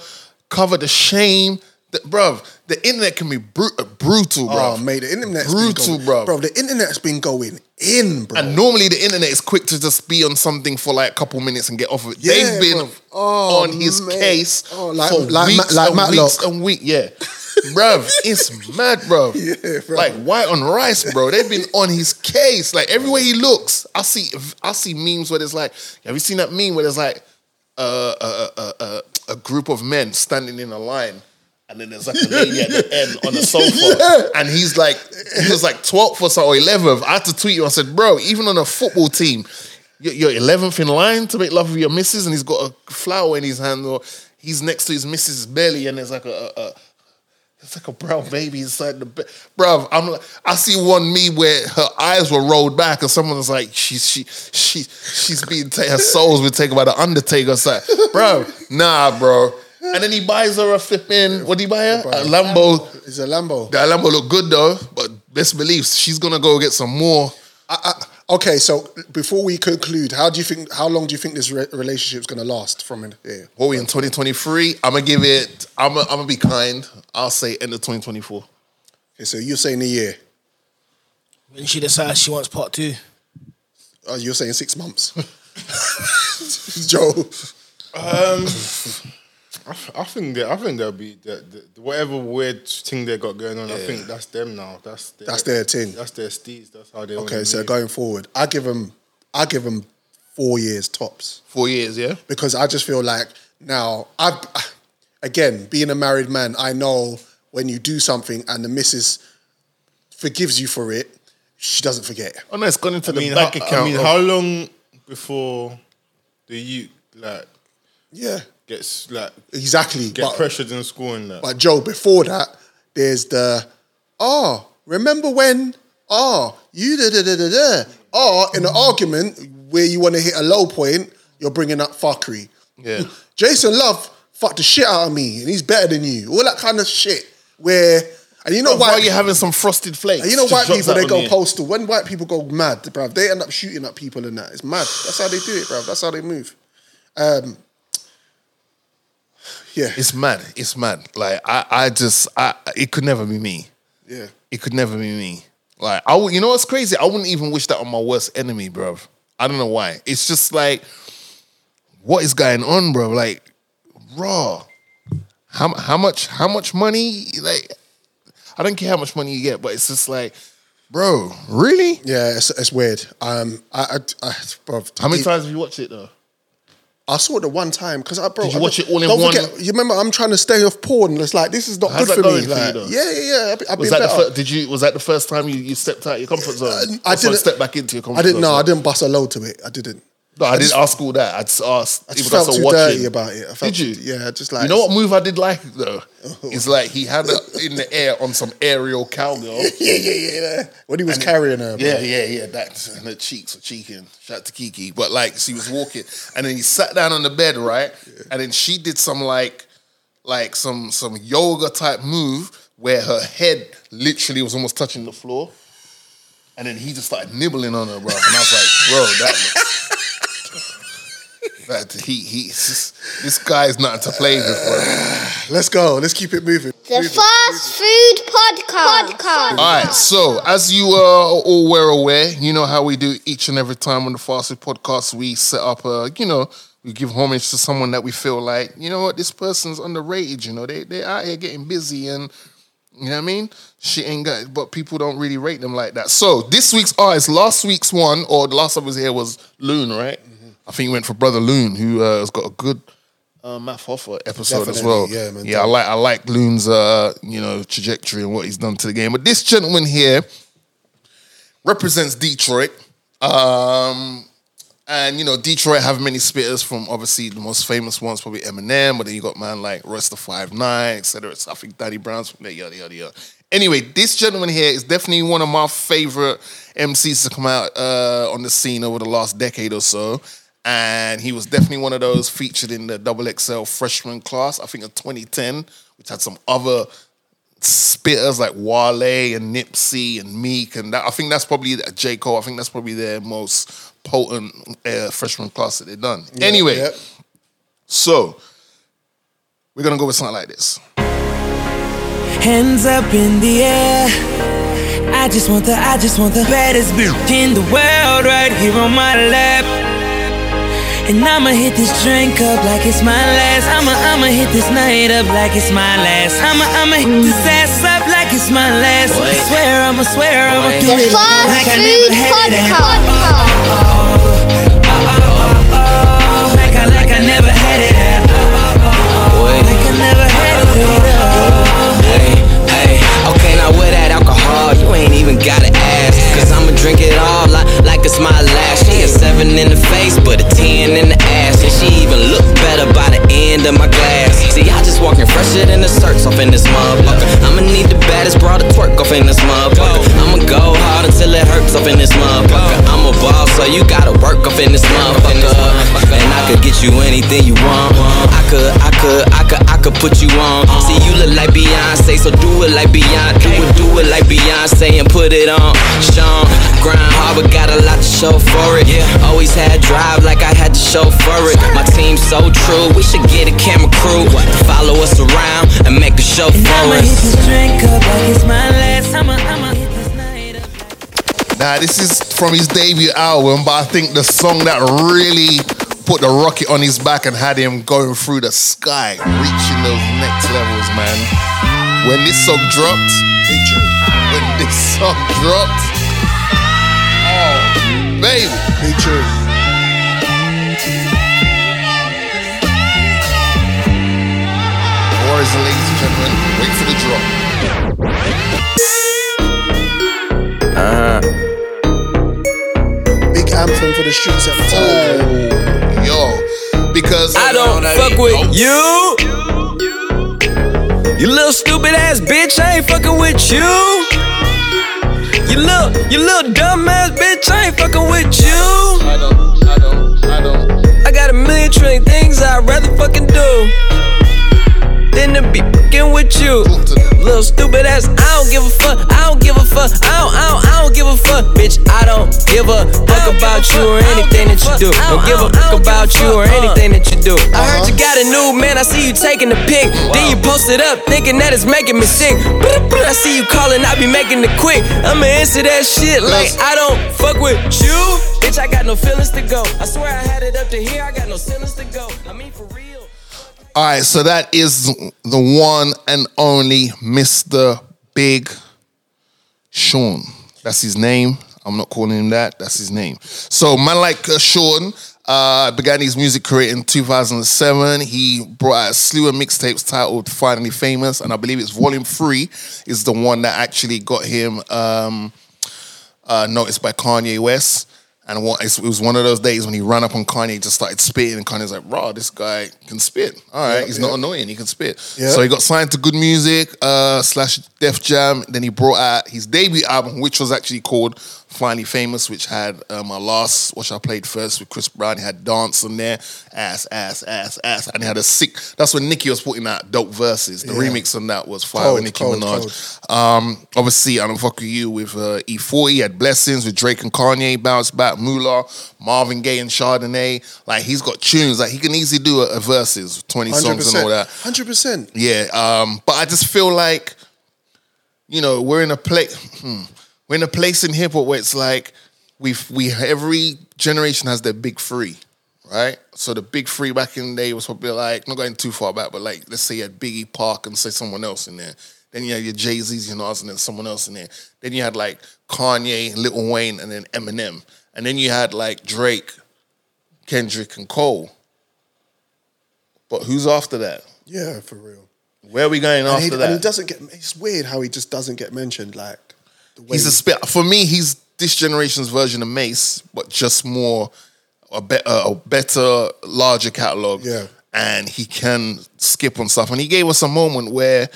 [SPEAKER 3] cover the shame. That, bruv, the internet can be bru- uh, brutal,
[SPEAKER 1] Oh,
[SPEAKER 3] bruv.
[SPEAKER 1] mate, the internet's
[SPEAKER 3] brutal,
[SPEAKER 1] been
[SPEAKER 3] bruv.
[SPEAKER 1] going, bro. The internet's been going in, bro.
[SPEAKER 3] And normally the internet is quick to just be on something for like a couple minutes and get off of it.
[SPEAKER 1] Yeah,
[SPEAKER 3] They've been
[SPEAKER 1] bruv. Oh,
[SPEAKER 3] on his
[SPEAKER 1] mate.
[SPEAKER 3] case
[SPEAKER 1] Oh, like-
[SPEAKER 3] for
[SPEAKER 1] like Ma-
[SPEAKER 3] weeks
[SPEAKER 1] like
[SPEAKER 3] and
[SPEAKER 1] Matlock.
[SPEAKER 3] weeks and weeks. Yeah,
[SPEAKER 1] [laughs]
[SPEAKER 3] bruv, it's mad, bruv.
[SPEAKER 1] Yeah, bruv.
[SPEAKER 3] Like white on rice, bro. They've been on his case. Like everywhere he looks, I see I see memes where there's like, have you seen that meme where there's like uh, uh, uh, uh, a group of men standing in a line. And then there's like a lady at the end on the sofa, and he's like, he was like 12th or so, or 11th. I had to tweet you. I said, bro, even on a football team, you're you're 11th in line to make love with your missus, and he's got a flower in his hand, or he's next to his missus' belly, and there's like a, a, a it's like a brown baby inside the bed. Bruv, I'm like, I see one me where her eyes were rolled back, and someone was like, she, she, she, she's being ta- her soul's been taken by the Undertaker. It's like, bro, nah, bro. And then he buys her a flipping, what did he buy her? A Lambo.
[SPEAKER 1] It's a Lambo.
[SPEAKER 3] That Lambo look good though, but best beliefs, she's gonna go get some more.
[SPEAKER 1] I, I, Ah, okay, so before we conclude, how do you think? How long do you think this re- relationship's gonna last from in- here?
[SPEAKER 3] What we in 2023? I'm gonna give it, I'm gonna, I'm gonna be kind. I'll say end
[SPEAKER 4] [laughs]
[SPEAKER 3] of 2024.
[SPEAKER 1] Okay, so you're saying a year.
[SPEAKER 5] When she decides she wants part two.
[SPEAKER 1] Oh, you're saying six
[SPEAKER 3] [laughs]
[SPEAKER 1] months. Joe,
[SPEAKER 4] Um, I, th- I think that I think that'll be that, that- whatever weird thing they got going on. I think that's them now. That's their,
[SPEAKER 1] That's their thing.
[SPEAKER 4] That's their steez. That's how they.
[SPEAKER 1] okay,
[SPEAKER 4] wanna
[SPEAKER 1] so
[SPEAKER 4] move.
[SPEAKER 1] going forward, I give them, I give them four years tops.
[SPEAKER 3] Four years, yeah?
[SPEAKER 1] because I just feel like now I've [sighs] again being a married man, I know when you do something and the missus forgives you for it, she doesn't forget.
[SPEAKER 3] Oh no, it's gone into
[SPEAKER 4] I
[SPEAKER 3] the
[SPEAKER 4] mean,
[SPEAKER 3] bank
[SPEAKER 4] how,
[SPEAKER 3] account.
[SPEAKER 4] I mean,
[SPEAKER 3] of-
[SPEAKER 4] how long before the you like
[SPEAKER 1] Yeah,
[SPEAKER 4] gets like
[SPEAKER 1] exactly.
[SPEAKER 4] get
[SPEAKER 1] But,
[SPEAKER 4] pressured in school and that?
[SPEAKER 1] but Joe, before that, there's the oh, remember when oh you da da da da da oh in an argument where you want to hit a low point, you're bringing up fuckery.
[SPEAKER 3] yeah.
[SPEAKER 1] [laughs] Jason Love fucked the shit out of me, and he's better than you. All that kind of shit. Where and you know
[SPEAKER 3] Why
[SPEAKER 1] why
[SPEAKER 3] are you having some frosted flakes?
[SPEAKER 1] And you know,
[SPEAKER 3] Just
[SPEAKER 1] white
[SPEAKER 3] drop
[SPEAKER 1] people
[SPEAKER 3] that
[SPEAKER 1] they
[SPEAKER 3] on
[SPEAKER 1] go
[SPEAKER 3] you.
[SPEAKER 1] postal. When white people go mad, bruv, they end up shooting at people and that. It's mad. That's how they do it, bruv. That's how they move. Um, yeah,
[SPEAKER 3] It's mad. It's mad. Like I, I just, I, it could never be me.
[SPEAKER 1] yeah.
[SPEAKER 3] It could never be me. Like I, would- you know what's crazy? I wouldn't even wish that on my worst enemy, bruv. I don't know why. It's just like, what is going on, bruv? Like, raw. How how much how much money? Like, I don't care how much money you get, but it's just like, bro, really?
[SPEAKER 1] Yeah, it's, it's weird. Um, I, I, I bruv,
[SPEAKER 3] How many
[SPEAKER 1] it-
[SPEAKER 3] times have you watched it though?
[SPEAKER 1] I saw it the one time because I bro.
[SPEAKER 3] Did you
[SPEAKER 1] I
[SPEAKER 3] watch
[SPEAKER 1] don't-
[SPEAKER 3] it all in
[SPEAKER 1] don't
[SPEAKER 3] one-
[SPEAKER 1] Forget, you remember, I'm trying to stay off porn. It's like this is not
[SPEAKER 3] How's
[SPEAKER 1] good
[SPEAKER 3] that
[SPEAKER 1] for
[SPEAKER 3] going
[SPEAKER 1] me.
[SPEAKER 3] for you,
[SPEAKER 1] Like,
[SPEAKER 3] though?
[SPEAKER 1] yeah, yeah, yeah. I've, I've
[SPEAKER 3] Was
[SPEAKER 1] been
[SPEAKER 3] that the
[SPEAKER 1] better. Uh,
[SPEAKER 3] fir- did you? Was that the first time you, you stepped out your comfort zone?
[SPEAKER 1] I
[SPEAKER 3] Or sorry,
[SPEAKER 1] didn't-
[SPEAKER 3] step back into your comfort
[SPEAKER 1] I didn't.
[SPEAKER 3] zone.
[SPEAKER 1] No, I didn't bust a load to it. I didn't.
[SPEAKER 3] No, I, didn't
[SPEAKER 1] just-
[SPEAKER 3] ask all that. I just asked.
[SPEAKER 1] I
[SPEAKER 3] if
[SPEAKER 1] just
[SPEAKER 3] that's
[SPEAKER 1] felt
[SPEAKER 3] a
[SPEAKER 1] too
[SPEAKER 3] watching.
[SPEAKER 1] dirty about it. I felt
[SPEAKER 3] did you?
[SPEAKER 1] too- yeah, just like-
[SPEAKER 3] you know what move I did like
[SPEAKER 1] [laughs]
[SPEAKER 3] though. It's like he had her in the air on some aerial
[SPEAKER 1] [laughs]
[SPEAKER 3] cowgirl.
[SPEAKER 1] Yeah, yeah, yeah. yeah. When he was carrying her, bruv.
[SPEAKER 3] Yeah, yeah, yeah. That and her cheeks were cheeking. Shout out to Kiki. But like she was walking, and then he sat down on the bed, right? And then she did some like, like some some yoga type move where her head literally was almost touching the floor, and then he just started nibbling on her, bro. And I was like, bro, that. Looks, that he he this, this guy's not to play with, bro.
[SPEAKER 1] Let's go. Let's keep it moving.
[SPEAKER 7] The Fast Food Podcast. Podcast.
[SPEAKER 3] All right, so as you are all were aware, you know how we do each and every time on the Fast Food Podcast, we set up a, you know, we give homage to someone that we feel like, you know what, this person's underrated, you know, they, they out here getting busy and, you know what I mean? She ain't got, but people don't really
[SPEAKER 4] Mm-hmm.
[SPEAKER 3] rate them like that. So this week's artist, last week's one, or the last time I was here was Loon, right? I think he went for Brother Loon, who uh, has got a good uh, Math Hoffer episode as
[SPEAKER 4] Definitely,
[SPEAKER 3] well.
[SPEAKER 4] yeah, man,
[SPEAKER 3] yeah, I like I like Loon's uh, you know trajectory and what he's done to the game. But this gentleman here represents Detroit. Um, and you know, Detroit have many spitters from obviously the most famous ones, probably Eminem, but then you got man like Rasta Five Nine, et cetera. So I think Danny Brown's from there, yada yada yada. Anyway, this gentleman here is definitely one of my favorite MCs to come out uh, on the scene over the last decade or so. And he was definitely one of those featured in the double XL freshman class, I think of 2010, which had some other spitters like Wale and Nipsey and Meek, and that, I think that's probably J Cole. I think that's probably their most potent uh, freshman class that they've done.
[SPEAKER 4] Yeah,
[SPEAKER 3] anyway,
[SPEAKER 4] yeah.
[SPEAKER 3] so we're gonna go with something like this.
[SPEAKER 16] Hands up in the air. I just want the, I just want the baddest bitch in the world right here on my lap. And I'ma hit this drink up like it's my last. I'ma, I'ma hit this night up like it's my last. I'ma, I'ma hit this ass up like it's my last. I swear, I'ma swear, I'ma do it like I never had it. Oh, oh, oh, Like I, like I never had it. Like I never had it.
[SPEAKER 17] Ay, okay, now with that alcohol, you ain't even gotta ask. Cause I'ma drink it all like, like it's my last. She a seven in the face, but a ten in the ass. And she even look better by the end of my glass. See, I just walking fresher than the search off in this motherfucker. I'ma need the baddest bra to twerk off in this motherfucker. I'ma go hard until it hurts off in this motherfucker. I'm a boss, so you gotta work off in this motherfucker. And I could get you anything you want. I could, I could, I could, I could put you on. See, you look like Beyonce, so do it like Beyonce. Do it, do it like Beyonce and put it on. Sean, grind hard, but got a lot to show for it. Always had drive like I had to show for it. My team's so true, we should get a camera crew. to Follow us around and make a show for
[SPEAKER 16] I'ma hit
[SPEAKER 17] us.
[SPEAKER 16] this drink up like it's my last. I'ma, I'ma hit this
[SPEAKER 3] Now this is from his debut album, but I think the song that really put the rocket on his back and had him going through the sky, reaching those next levels, man. When this song dropped, when this song dropped, oh baby, Warriors and ladies and gentlemen, wait for the drop.
[SPEAKER 1] Uh-huh. Big anthem for the streets at the time.
[SPEAKER 3] Oh, yo, because
[SPEAKER 17] I don't fuck with you. You little stupid ass bitch, I ain't fucking with you. You little, you little dumb ass bitch, I ain't fucking with you. I don't, I don't, I don't. I got a million trillion things I'd rather fucking do than to be fucking with you. Little stupid ass, I don't give a fuck, I don't give a fuck, I don't, I don't, I don't give a fuck, bitch. I don't give a fuck about you or anything that you do. Don't give a fuck about you or anything that you do. I heard you got a new man, I see you taking a pic. Then you post it up, thinking that it's making me sick. I see you calling, I be making it quick. I'ma answer that shit like I don't fuck with you. Bitch, I got no feelings to go. I swear I had it up to here, I got no feelings to go. I mean, for real.
[SPEAKER 3] All right, so that is the one and only Mr. Big Sean. That's his name. I'm not calling him that. That's his name. So, man like uh, Sean uh, began his music career in 2007. He brought out a slew of mixtapes titled Finally Famous, and I believe it's Volume 3 is the one that actually got him um, uh, noticed by Kanye West. And what, it's- it was one of those days when he ran up on Kanye, just started spitting, and Kanye's like, "Raw, this guy can spit. All right, he's not annoying. He can spit."
[SPEAKER 4] Yeah.
[SPEAKER 3] So he got signed to Good Music uh, slash Def Jam. Then he brought out his debut album, which was actually called Finally Famous, which had uh, my last, which I played first with Chris Brown. He had dance on there, ass, ass, ass, ass, and he had a sick. That's when Nicki was putting out dope verses. The
[SPEAKER 4] Yeah.
[SPEAKER 3] remix on that was fire
[SPEAKER 4] Cold,
[SPEAKER 3] with Nicki
[SPEAKER 4] cold,
[SPEAKER 3] Minaj. Um, obviously, I don't fuck with you with uh, E40. Had blessings with Drake and Kanye, bounce back, Moolah, Marvin Gaye and Chardonnay. Like he's got tunes. Like he can easily do a, a verses, twenty songs and all that.
[SPEAKER 1] 100%.
[SPEAKER 3] Yeah. Um, but I just feel like, you know, we're in a place. Hmm, we're in a place in hip hop where it's like we we every generation has their big three, right? So the big three back in the day was probably like not going too far back, but like let's say you had Biggie Park and say someone else in there. Then you had your Jay Z's, your Nas, and then someone else in there. Then you had like Kanye, Lil Wayne, and then Eminem. And then you had like Drake, Kendrick and Cole. But who's after that?
[SPEAKER 1] Yeah, for real.
[SPEAKER 3] Where are we going
[SPEAKER 1] And
[SPEAKER 3] after
[SPEAKER 1] he,
[SPEAKER 3] that?
[SPEAKER 1] and he doesn't get. It's weird how he just doesn't get mentioned. Like the way
[SPEAKER 3] He's a spit. For me, he's this generation's version of Mace, but just more a better, a better, larger catalog.
[SPEAKER 1] Yeah.
[SPEAKER 3] and he can skip on stuff. And he gave us a moment where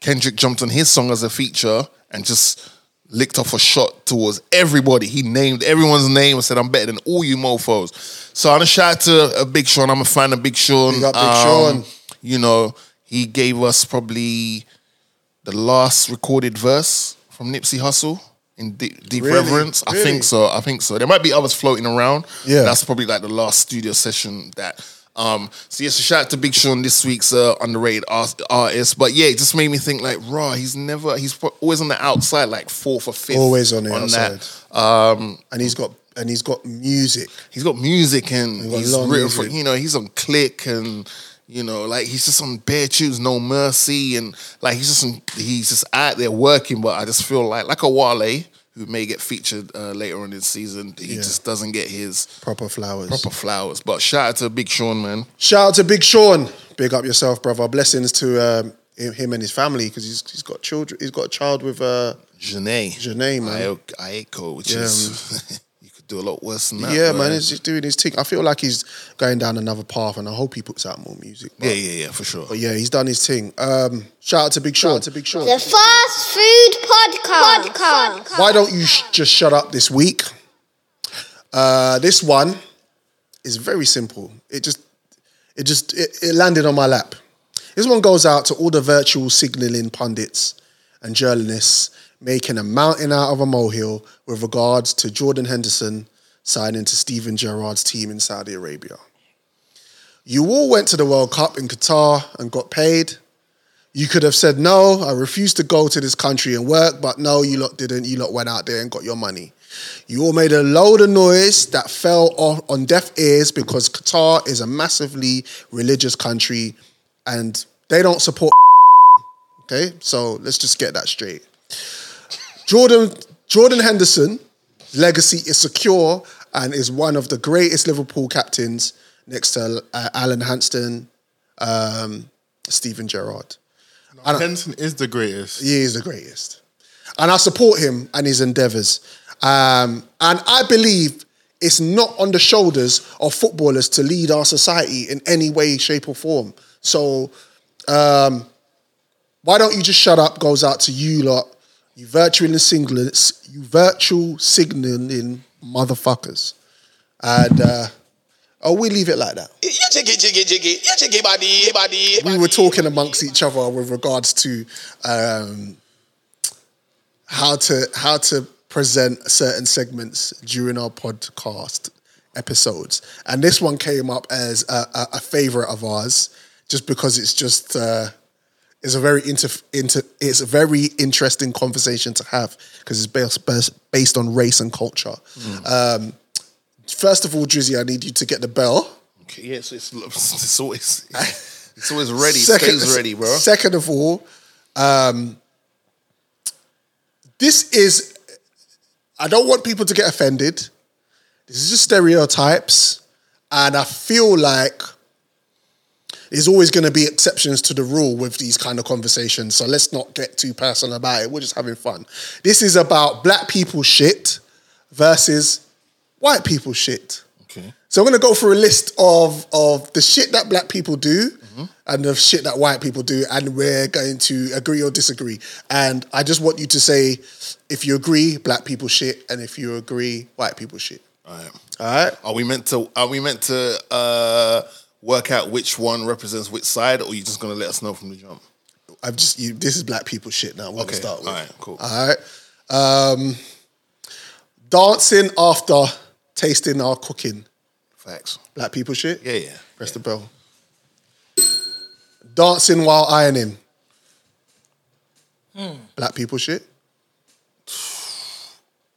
[SPEAKER 3] Kendrick jumped on his song as a feature and just licked off a shot towards everybody. He named everyone's name and said, "I'm better than all you mofo's." So I'm a shout out to uh, Big Sean. I'm a fan of Big Sean. Um,
[SPEAKER 1] Big up Big Sean.
[SPEAKER 3] You know, he gave us probably the last recorded verse from Nipsey Hussle in Deep, Deep
[SPEAKER 1] Really?
[SPEAKER 3] Reverence. I
[SPEAKER 1] Really?
[SPEAKER 3] think so. I think so. There might be others floating around.
[SPEAKER 1] Yeah.
[SPEAKER 3] that's probably like the last studio session that. Um, so yes, a shout out to Big Sean, this week's uh, underrated art- artist. But yeah, it just made me think like, raw. He's never. He's pro- always on the outside, like fourth or fifth.
[SPEAKER 1] Always on the outside.
[SPEAKER 3] That. Um,
[SPEAKER 1] and he's got and he's got music.
[SPEAKER 3] He's got music and
[SPEAKER 1] He's got
[SPEAKER 3] he's
[SPEAKER 1] a lot of
[SPEAKER 3] written for
[SPEAKER 1] music.
[SPEAKER 3] you know he's on Click and you know like he's just on bare tunes, no mercy and like he's just on, he's just out there working. But I just feel like like a Wale who may get featured uh, later on this season, he
[SPEAKER 1] Yeah.
[SPEAKER 3] just doesn't get his
[SPEAKER 1] proper flowers.
[SPEAKER 3] proper flowers. But shout out to Big Sean, man.
[SPEAKER 1] Shout out to Big Sean. Big up yourself, brother. Blessings to um, him- him and his family because he's, he's got children. He's got a child with uh,
[SPEAKER 3] Janae.
[SPEAKER 1] Janae, man.
[SPEAKER 3] Aiko, which
[SPEAKER 1] Yeah,
[SPEAKER 3] is [laughs] you could do a lot worse than that.
[SPEAKER 1] yeah,
[SPEAKER 3] bro.
[SPEAKER 1] man. He's just doing his thing. I feel like he's going down another path, and I hope he puts out more music.
[SPEAKER 3] yeah, yeah, yeah, for sure.
[SPEAKER 1] But Oh, yeah, he's done his thing. Um, shout out to Big Sean. to Big Sean.
[SPEAKER 18] The fast food podcast.
[SPEAKER 1] Why don't you sh- just shut up this week? Uh, this one is very simple. It just, it just, it, it landed on my lap. This one goes out to all the virtual signaling pundits and journalists making a mountain out of a molehill with regards to Jordan Henderson signing to Steven Gerrard's team in Saudi Arabia. You all went to the World Cup in Qatar and got paid. You could have said, no, I refuse to go to this country and work, but no, you lot didn't. You lot went out there and got your money. You all made a load of noise that fell off on deaf ears because Qatar is a massively religious country and they don't support. [laughs] Okay, so let's just get that straight. Jordan Jordan Henderson's legacy is secure and is one of the greatest Liverpool captains next to uh, Alan Hanston, um, Stephen Gerrard. And I-
[SPEAKER 4] Henson is the greatest.
[SPEAKER 1] he is the greatest. And I support him and his endeavors. Um, and I believe it's not on the shoulders of footballers to lead our society in any way, shape, or form. So, um, why don't you just shut up? Goes out to you lot, you virtual signaling, you virtual signaling motherfuckers. And uh, oh, we leave it like that.
[SPEAKER 12] Yeah, jiggy, jiggy, jiggy. Yeah, jiggy, body, body.
[SPEAKER 1] we were talking amongst each other with regards to um, how to how to present certain segments during our podcast episodes, and this one came up as a, a, a favorite of ours, just because it's just uh, it's a very inter, inter it's a very interesting conversation to have because it's based, based based on race and culture. Um, first of all, Drizzy, I need you to get the bell.
[SPEAKER 3] Okay, yeah, so it's, [laughs]
[SPEAKER 1] [laughs]
[SPEAKER 3] it's always it's always ready. stays ready, bro.
[SPEAKER 1] Second of all, um, this is. I don't want people to get offended. This is just stereotypes, and I feel like there's always going to be exceptions to the rule with these kind of conversations. So let's not get too personal about it. We're just having fun. This is about black people shit versus white people shit.
[SPEAKER 3] Okay.
[SPEAKER 1] So I'm gonna go through a list of of the shit that black people do
[SPEAKER 3] Mm-hmm.
[SPEAKER 1] and the shit that white people do, and we're going to agree or disagree. And I just want you to say if you agree, black people shit, and if you agree, white people shit.
[SPEAKER 3] All right.
[SPEAKER 1] All right.
[SPEAKER 3] Are we meant to? Are we meant to uh, work out which one represents which side, or are you just gonna let us know from the jump?
[SPEAKER 1] I've just you, this is black people shit now. We're
[SPEAKER 3] Okay,
[SPEAKER 1] gonna start with.
[SPEAKER 3] alright, cool.
[SPEAKER 1] All right. Um, dancing after tasting our cooking.
[SPEAKER 3] Facts.
[SPEAKER 1] Black people shit.
[SPEAKER 3] Yeah, yeah.
[SPEAKER 1] Press the bell. Dancing while ironing. Black people shit.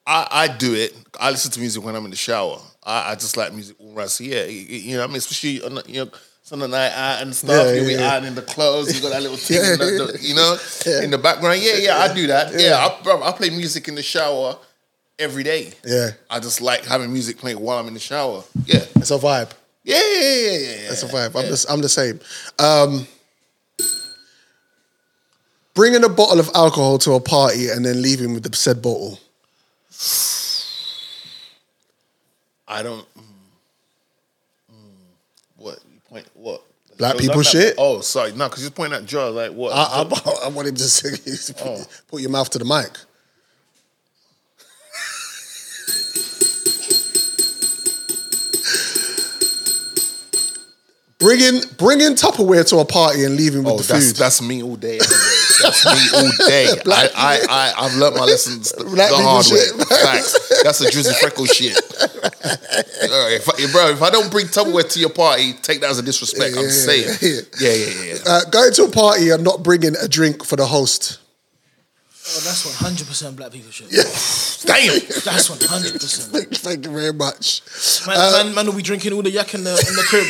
[SPEAKER 3] I, I do it. I listen to music when I'm in the shower. I, I just like music all around. So yeah, you, you know, I mean, especially on the, you know, it's on the night out and stuff.
[SPEAKER 1] Yeah,
[SPEAKER 3] you be
[SPEAKER 1] yeah.
[SPEAKER 3] ironing the clothes. You got
[SPEAKER 1] [laughs]
[SPEAKER 3] that little thing,
[SPEAKER 1] Yeah,
[SPEAKER 3] in the- the- you know, in the background. Yeah, yeah, I do that. Yeah, I, bro, I play music in the shower every day.
[SPEAKER 1] Yeah.
[SPEAKER 3] I just like having music playing while I'm in the shower. Yeah.
[SPEAKER 1] It's a vibe.
[SPEAKER 3] Yeah, yeah, yeah, yeah, yeah.
[SPEAKER 1] That's a vibe. I'm the, I'm the same. Um, bringing a bottle of alcohol to a party and then leaving with the said bottle.
[SPEAKER 3] I don't. mm, mm, what you point? What
[SPEAKER 1] Black
[SPEAKER 3] Joe's
[SPEAKER 1] people
[SPEAKER 3] like that-
[SPEAKER 1] shit?
[SPEAKER 3] Oh, sorry, no, because you're pointing at Joe. Like what?
[SPEAKER 1] I, I, I want him to [laughs] say, put, put your mouth to the mic. bringing bringing Tupperware to a party and leaving with
[SPEAKER 3] Oh,
[SPEAKER 1] the
[SPEAKER 3] that's
[SPEAKER 1] food.
[SPEAKER 3] that's me all day. every day. That's me all day.
[SPEAKER 1] [laughs]
[SPEAKER 3] I,
[SPEAKER 1] Black
[SPEAKER 3] I, I, I've learnt my lessons the,
[SPEAKER 1] Black
[SPEAKER 3] the
[SPEAKER 1] people
[SPEAKER 3] hard
[SPEAKER 1] shit.
[SPEAKER 3] way. Facts. That's a Drizzy
[SPEAKER 1] [laughs]
[SPEAKER 3] Freckle shit. All right, if I- bro, if I don't bring Tupperware to your party, take that as a disrespect. I'm
[SPEAKER 1] Yeah,
[SPEAKER 3] saying.
[SPEAKER 1] yeah.
[SPEAKER 3] Yeah, yeah, yeah.
[SPEAKER 1] Uh, going to a party and not bringing a drink for the host. [laughs]
[SPEAKER 5] Oh, that's one hundred percent black people shit.
[SPEAKER 3] Damn.
[SPEAKER 5] That's one hundred
[SPEAKER 1] [laughs]
[SPEAKER 5] percent.
[SPEAKER 1] Thank you very much.
[SPEAKER 5] Man,
[SPEAKER 1] Uh,
[SPEAKER 5] man, man will be drinking all the yak in the, in the
[SPEAKER 1] [laughs]
[SPEAKER 5] crib.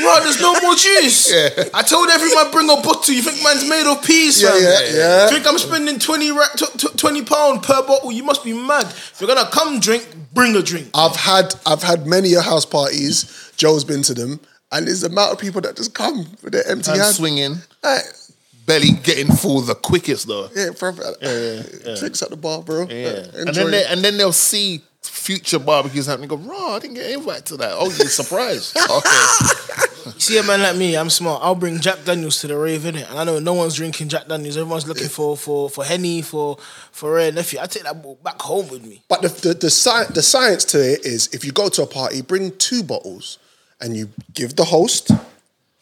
[SPEAKER 5] Bro, there's no more juice. I told everyone bring a bottle. You think man's made of peas,
[SPEAKER 1] Yeah,
[SPEAKER 5] fam?
[SPEAKER 1] yeah, yeah.
[SPEAKER 5] Think I'm spending 20, ra- tw- tw- 20 pound per bottle? You must be mad. If you're gonna come drink, bring a drink.
[SPEAKER 1] I've had I've had many a house parties. Joe's been to them, and there's the amount of people that just come with their empty
[SPEAKER 3] Hand
[SPEAKER 1] hands.
[SPEAKER 3] swinging,
[SPEAKER 1] Like,
[SPEAKER 3] belly getting full the quickest though.
[SPEAKER 1] yeah, bro, drinks at the bar, bro. Uh,
[SPEAKER 3] Yeah.
[SPEAKER 1] Enjoy
[SPEAKER 3] And then
[SPEAKER 1] it.
[SPEAKER 3] they, and then they'll see future barbecues happening. Go, raw. I didn't get an invite to that. Oh,
[SPEAKER 1] [laughs]
[SPEAKER 3] you're surprised. okay.
[SPEAKER 5] You see a man like me, I'm smart. I'll bring Jack Daniels to the rave, innit? And I know no one's drinking Jack Daniels. Everyone's looking for for for Henny, for for Rare Nephew. I take that bottle back home with me.
[SPEAKER 1] But the the, the, sci- the science to it is if you go to a party, bring two bottles and you give the host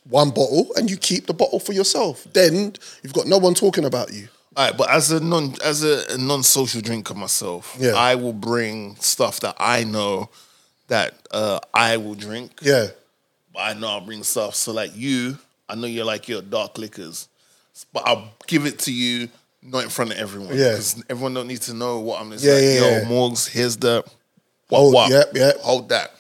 [SPEAKER 1] one bottle and you keep the bottle for yourself. Then you've got no one talking about you.
[SPEAKER 3] All right, but as a non as a non social drinker myself,
[SPEAKER 1] Yeah.
[SPEAKER 3] I will bring stuff that I know that uh, I will drink.
[SPEAKER 1] Yeah.
[SPEAKER 3] But I know I'll bring stuff. So like you, I know you're like your dark liquors, but I'll give it to you not in front of everyone.
[SPEAKER 1] Yeah.
[SPEAKER 3] because everyone don't need to know what I'm. It's
[SPEAKER 1] Yeah,
[SPEAKER 3] like,
[SPEAKER 1] yeah,
[SPEAKER 3] Yo,
[SPEAKER 1] yeah.
[SPEAKER 3] Morgs, here's the. What,
[SPEAKER 1] Oh,
[SPEAKER 3] what?
[SPEAKER 1] yep, yep.
[SPEAKER 3] Hold that.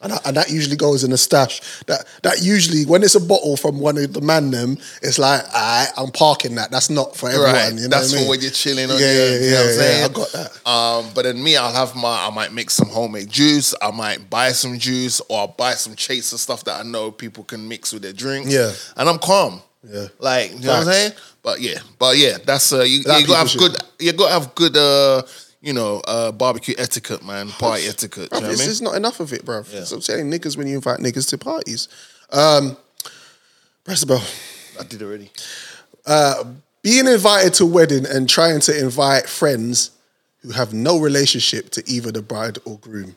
[SPEAKER 1] And, that- and that usually goes in a stash. That that usually when it's a bottle from one of the man them, it's like I I'm parking that. That's not for everyone.
[SPEAKER 3] Right,
[SPEAKER 1] You know
[SPEAKER 3] that's
[SPEAKER 1] what I mean?
[SPEAKER 3] for when you're chilling on
[SPEAKER 1] Yeah,
[SPEAKER 3] yeah,
[SPEAKER 1] yeah,
[SPEAKER 3] you know what I'm
[SPEAKER 1] yeah, yeah,
[SPEAKER 3] saying?
[SPEAKER 1] I got that.
[SPEAKER 3] Um, but then me, I'll have my. I might make some homemade juice. I might buy some juice, or I'll buy some chaser stuff that I know people can mix with their drinks.
[SPEAKER 1] Yeah.
[SPEAKER 3] and I'm calm.
[SPEAKER 1] Yeah.
[SPEAKER 3] Like you know what I'm
[SPEAKER 1] Facts.
[SPEAKER 3] saying? But yeah, but yeah, that's uh, you, you
[SPEAKER 1] Black
[SPEAKER 3] gotta have
[SPEAKER 1] people
[SPEAKER 3] good. You gotta have good. Uh, you know, uh, barbecue etiquette, man. Party etiquette.
[SPEAKER 1] Bruv,
[SPEAKER 3] you know
[SPEAKER 1] it's
[SPEAKER 3] what I mean?
[SPEAKER 1] just not enough of it, bruv.
[SPEAKER 3] Yeah.
[SPEAKER 1] So I'm saying niggas when you invite niggas to parties. Um, press the bell.
[SPEAKER 3] I did already.
[SPEAKER 1] Being invited to a wedding and trying to invite friends who have no relationship to either the bride or groom,